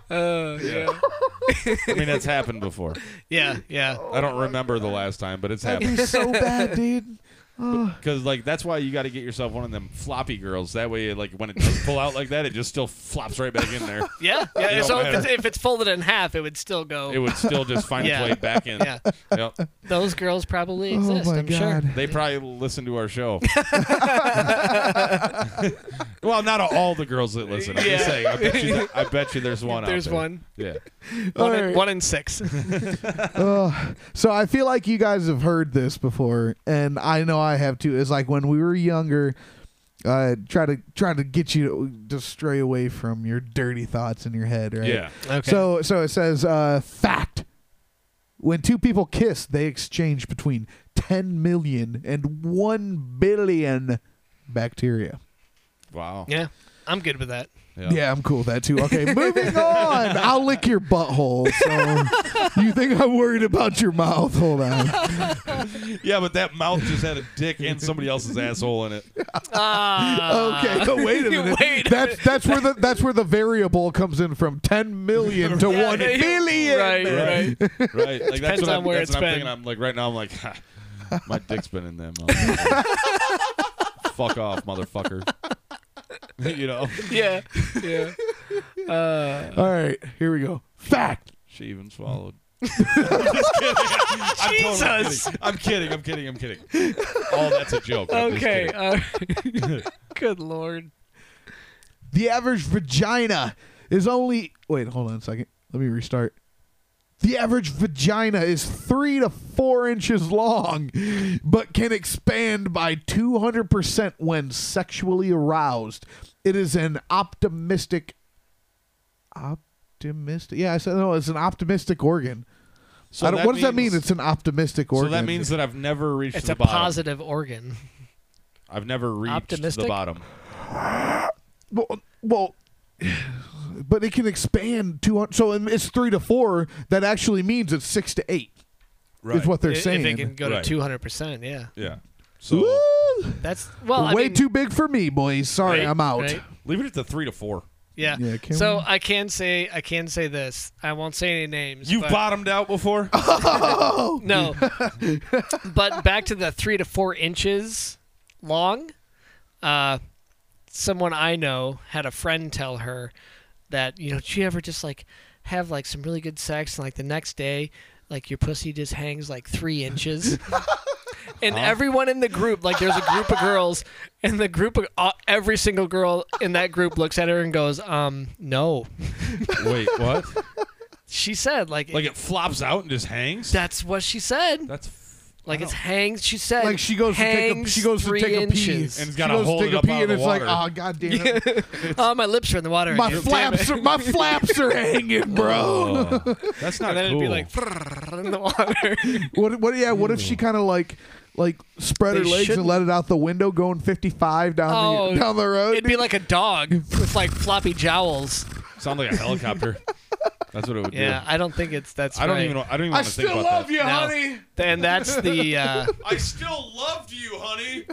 B: Like,
A: Uh, yeah.
B: I mean, that's happened before.
A: Yeah. Yeah.
B: I don't remember the last time, but it's happened.
C: It's so bad, dude.
B: Because like that's why you got to get yourself one of them floppy girls. That way, like when it does pull out like that, it just still flops right back in there.
A: Yeah. Yeah.
B: don't
A: so if
B: matter.
A: it's, if it's folded in half, it would still go.
B: It would still just find
A: Yeah.
B: its way back in.
A: Yeah.
B: Yep.
A: Those girls probably exist.
C: oh my
A: I'm
C: god.
A: sure.
B: They probably listen to our show. well, not all the girls that listen. I'm
A: Yeah.
B: just saying. I bet you, I bet you there's one
A: There's
B: out there.
A: one.
B: Yeah.
A: One,
C: All
A: in,
C: right.
A: one in six.
C: Ugh. so I feel like you guys have heard this before, and I know I have too. It's like when we were younger, uh, try to try to get you to, to stray away from your dirty thoughts in your head, right?
B: Yeah.
A: Okay.
C: So so it says uh, fact. When two people kiss, they exchange between 10 million and 1 billion bacteria.
B: Wow.
A: yeah. I'm good with that.
B: Yeah.
C: Yeah, I'm cool with that too. Okay, moving on. I'll lick your butthole. So you think I'm worried about your mouth? Hold on.
B: Yeah, but that mouth just had a dick and somebody else's asshole in it.
A: Ah.
C: Okay, oh, wait a minute.
A: Wait a
C: that's that's where the that's where the variable comes in from ten million to
A: Yeah,
C: one
A: they-
C: billion.
A: Right. Right.
B: Right. Like that's
A: Depends
B: what
A: on
B: I'm,
A: where
B: that's
A: it's
B: what I'm
A: been.
B: thinking. I'm like right now I'm like ha, my dick's been in that mouth. Fuck off, motherfucker. you know,
A: yeah. Yeah. Uh,
C: All right, here we go. Fact.
B: she even swallowed. I'm just kidding. I'm
A: Jesus.
B: totally kidding. I'm kidding. I'm kidding. I'm kidding. Oh, that's a joke. I'm just
A: okay.
B: kidding.
A: Uh, good lord.
C: The average vagina is only wait, hold on a second. Let me restart. The average vagina is three to four inches long, but can expand by 200% when sexually aroused. It is an optimistic. Optimistic? Yeah, I said no, it's an optimistic organ.
B: So
C: I don't, what does that
B: means-
C: mean? It's an optimistic
B: So
C: organ.
B: that means that I've never reached
A: It's
B: the
A: a
B: bottom.
A: positive organ.
B: I've never reached
A: Optimistic?
B: the bottom.
C: Well, well, but it can expand two hundred. So it's three to four. That actually means it's six to eight.
B: Right.
C: Is what they're
A: if,
C: saying.
A: if it can go
B: Right.
A: to 200%, yeah.
B: Yeah. So
C: Woo!
A: That's well, I
C: way
A: mean,
C: too big for me, boys. Sorry,
A: right,
C: I'm out.
A: right?
B: leave it at the three to four.
A: Yeah.
C: Yeah, can
A: so
C: we-
A: I can say I can say this. I won't say any names.
B: You've
A: but-
B: bottomed out before.
A: No. but back to the three to four inches long. Uh, someone I know had a friend tell her that, you know, did you ever just like have like some really good sex and like the next day, like your pussy just hangs like three inches? And everyone in the group, like there's a group of girls, and the group of uh, every single girl in that group looks at her and goes, "Um, no."
B: Wait, what?
A: She said, "Like,
B: Like it flops out and just hangs.
A: that's what she said."
B: That's f-
A: Like it's
B: wow.
A: hangs. She said,
C: Like she goes to take a
A: hangs
C: she goes to
A: three
C: take a pee
A: inches.
B: And it's
C: She
B: gotta
C: goes to
B: hold
C: take
B: it
C: a
B: up
C: pee
B: out of
C: and
B: the
C: it's like,
A: "Ah,
B: water.
C: oh god damn it,
A: oh, my lips are in the water.
C: my
A: again.
C: flaps are my flaps are hanging, bro.
B: Oh, that's
A: And
B: not
A: then it'd
B: cool.
A: be like "Frrrr," in the water.
C: What what yeah? What if she kind of like like spread
A: They
C: her legs
A: shouldn't-
C: and let it out the window, going 55 down
A: Oh,
C: the down the road?
A: It'd be like a dog with like floppy jowls.
B: Sound like a helicopter. That's what it would
A: Yeah,
B: do.
A: I don't think it's that's.
B: I don't
A: right.
B: even. I don't even
J: I
B: want to think
J: still
B: about
J: love
B: that.
J: you,
A: No.
J: honey.
A: And that's the uh,
B: I still loved you, honey.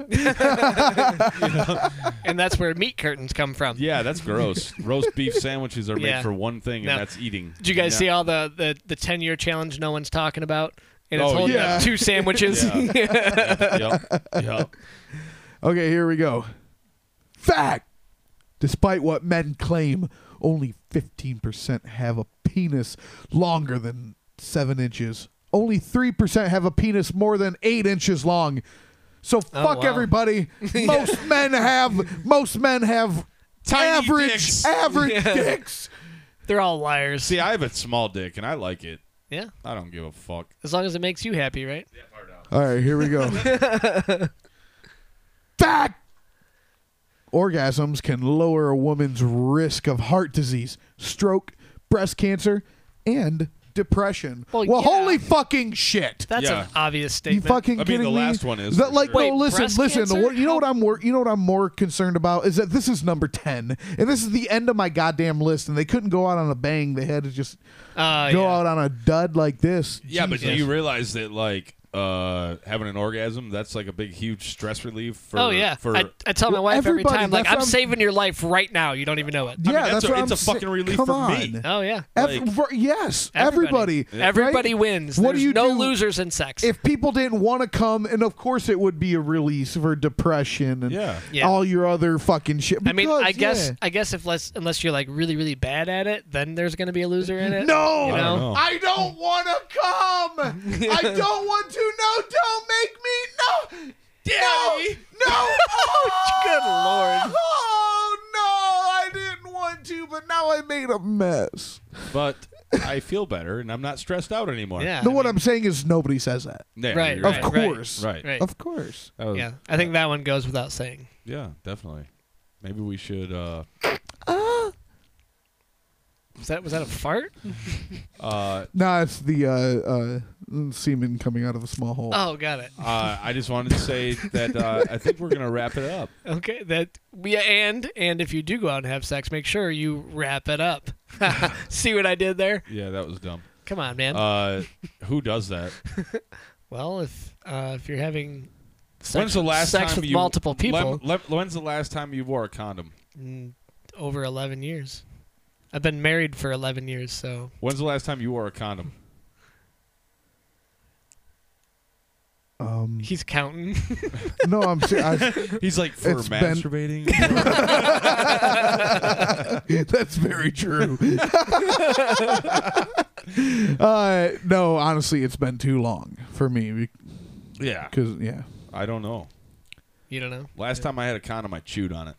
A: and that's where meat curtains come from.
B: Yeah, that's gross. Roast beef sandwiches are made
A: Yeah.
B: for one thing, and
A: No.
B: that's eating.
A: Did you guys
B: Yeah.
A: see all the the the ten year challenge? No one's talking about. And it's
B: Oh,
A: holding
C: yeah.
A: up two sandwiches.
B: Yep. Yep.
C: Okay, here we go. Fact. Despite what men claim, only 15% have a penis longer than 7 inches. Only 3% have a penis more than 8 inches long. So fuck
A: wow.
C: everybody. Most men have most men have
B: Tiny
C: average
B: dicks.
C: average
A: Yeah.
C: dicks.
A: They're all liars.
B: See, I have a small dick, and I like it.
A: yeah,
B: I don't give a fuck.
A: as long as it makes you happy, right?
C: All right, here we go. Fact. Orgasms can lower a woman's risk of heart disease, stroke, breast cancer, and depression.
A: Well,
C: well
A: yeah.
C: holy fucking shit.
A: That's
B: Yeah.
A: an obvious
C: you
A: statement.
C: fucking
B: I mean,
C: kidding
B: the
C: me?
B: last one is,
C: that,
B: for
C: like
B: sure.
A: Wait,
C: no. Listen,
A: breast
C: listen.
A: cancer?
C: What, you know what
A: How-
C: I'm more you know what I'm more concerned about is that this is number ten, and this is the end of my goddamn list, and they couldn't go out on a bang. They had to just
A: Uh,
C: go
A: yeah.
C: out on a dud like this.
B: Yeah, but do
C: Jesus.
B: you realize that like uh, having an orgasm that's like a big, huge stress relief for.
A: oh yeah,
B: For,
A: I, I tell my
C: Well,
A: wife every
C: everybody,
A: time, like
C: that's
A: I'm,
C: what I'm-
A: saving your life right now. You don't even know it.
C: Yeah,
B: that's
C: that's
B: a-
C: what
B: it's
C: I'm
B: a fucking
C: sa-
B: relief
C: Come
B: for
C: on.
B: me.
A: Oh yeah,
C: Ev-
B: Like-
C: for- yes, everybody. right?
A: everybody wins.
C: What
A: There's
C: do you
A: no
C: do
A: losers in sex.
C: If people didn't want to come, and of course it would be a release for depression and
B: Yeah.
A: Yeah.
C: all your other fucking shit.
A: I mean,
C: Because,
A: I guess
C: yeah.
A: I guess if less unless you're like really really bad at it, then there's gonna be a loser in it.
C: No,
A: you
B: I don't
A: know?
B: know.
J: I don't want to come. I don't want to. No, don't make me. No. Daddy. No. no.
A: Good lord.
C: Oh no, I didn't want to, but now I made a mess.
B: but I feel better, and I'm not stressed out anymore.
A: Yeah.
C: no,
A: I
C: what
A: mean,
C: I'm saying is nobody says that.
B: Yeah,
A: Right,
B: you're
A: right,
B: right.
C: of
A: right,
C: course,
B: Right.
A: right.
C: Of course.
B: That was-
A: yeah, I think that one goes without saying.
B: Yeah, definitely. Maybe we should. Uh,
A: Was that was that a fart?
B: uh,
C: Nah, it's the uh, uh, semen coming out of a small hole.
A: Oh, got it.
B: uh, I just wanted to say that uh, I think we're gonna wrap it up.
A: Okay, that yeah, and and if you do go out and have sex, make sure you wrap it up. See what I did there?
B: Yeah, that was dumb.
A: Come on, man.
B: Uh, who does that?
A: well, if uh, if you're having sex,
B: When's the last
A: sex
B: time
A: with
B: you
A: multiple people,
B: Lem- lem- when's the last time you wore a condom?
A: in over 11 years. I've been married for 11 years, so
B: When's the last time you wore a condom?
C: Um,
A: He's counting.
C: no, I'm serious.
B: He's like for
C: It's been-
B: masturbating.
C: That's very true. uh, no, honestly, it's been too long for me
B: yeah,
C: because yeah,
B: I don't know.
A: You don't know.
B: Last time I had a condom, I chewed on it.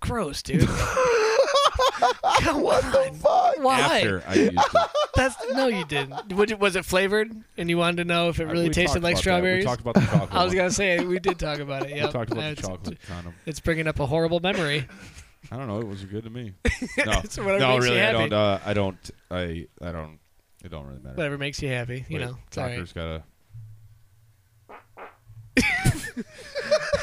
A: Gross, dude. Come on. Why?
B: After I used it,
A: That's no, you didn't. Would it, was it flavored? And you wanted to know if it really
B: Uh, We
A: tasted
B: talked
A: like
B: about that.
A: strawberries?
B: We talked about the chocolate.
A: I was
B: one.
A: gonna say we did talk about it. Yeah,
B: We talked about the
A: it's,
B: chocolate condom.
A: It's bringing up a horrible memory.
B: I don't know. It was good to me. No,
A: It's whatever
B: no,
A: makes you
B: really, I
A: happy.
B: don't. Uh, I don't. I. I don't. It don't really matter.
A: Whatever makes you happy, you
B: Wait,
A: know. It's all right.
B: Doctor's gotta.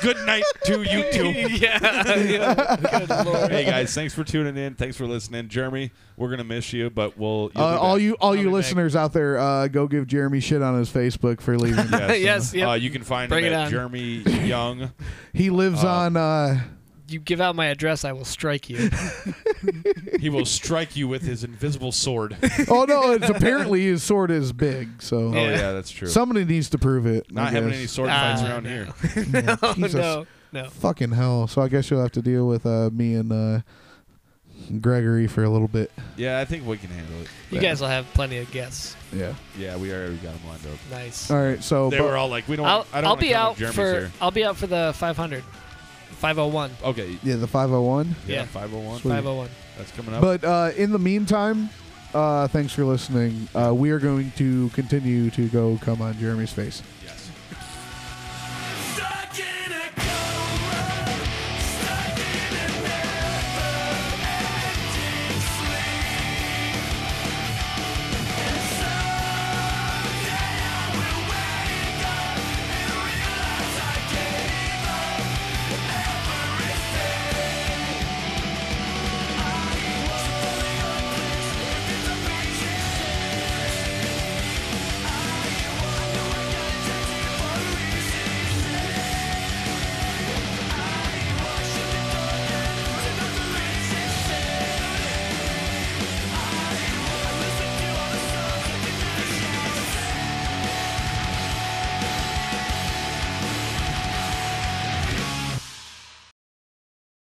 B: Good night to you two.
A: yeah, yeah. Good lord.
B: Hey guys, thanks for tuning in. Thanks for listening, Jeremy. We're gonna miss you, but we'll. you'll
C: uh,
B: be
C: all
B: back.
C: you all
A: I'll be
C: you
A: back.
C: listeners out there, uh, go give Jeremy shit on his Facebook for leaving.
A: Yes, yep.
B: Uh, you can find
A: Bring
B: him
A: it
B: at
A: on.
B: Jeremy Young.
C: He lives
B: Uh,
C: on. Uh,
A: You give out my address, I will strike you.
B: He will strike you with his invisible sword.
C: oh no, it's apparently his sword is big, so
B: Oh yeah, that's true.
C: somebody needs to prove it. I
B: Not having
C: guess.
B: any sword fights
A: Ah,
B: around
A: no.
B: here.
C: Yeah,
A: oh,
C: Jesus
A: no, no.
C: fucking hell! So I guess you'll have to deal with uh, me and uh, Gregory for a little bit.
B: Yeah, I think we can handle it.
A: You guys will have plenty of guests.
C: Yeah.
B: Yeah, we already got him lined up.
A: Nice.
C: All right. So
B: They
C: but-
B: were all like, "We don't."
A: I'll,
B: I don't
A: I'll
B: wanna
A: be
B: come if
A: out
B: Jeremy's
A: for
B: here.
A: I'll be out for the 500, 501,
B: Okay.
C: yeah, the five hundred one.
B: Yeah,
A: Yeah.
B: five hundred one.
A: 501.
B: That's coming up.
C: But uh, in the meantime, uh, thanks for listening. Uh, we are going to continue to go come on Jeremy's face.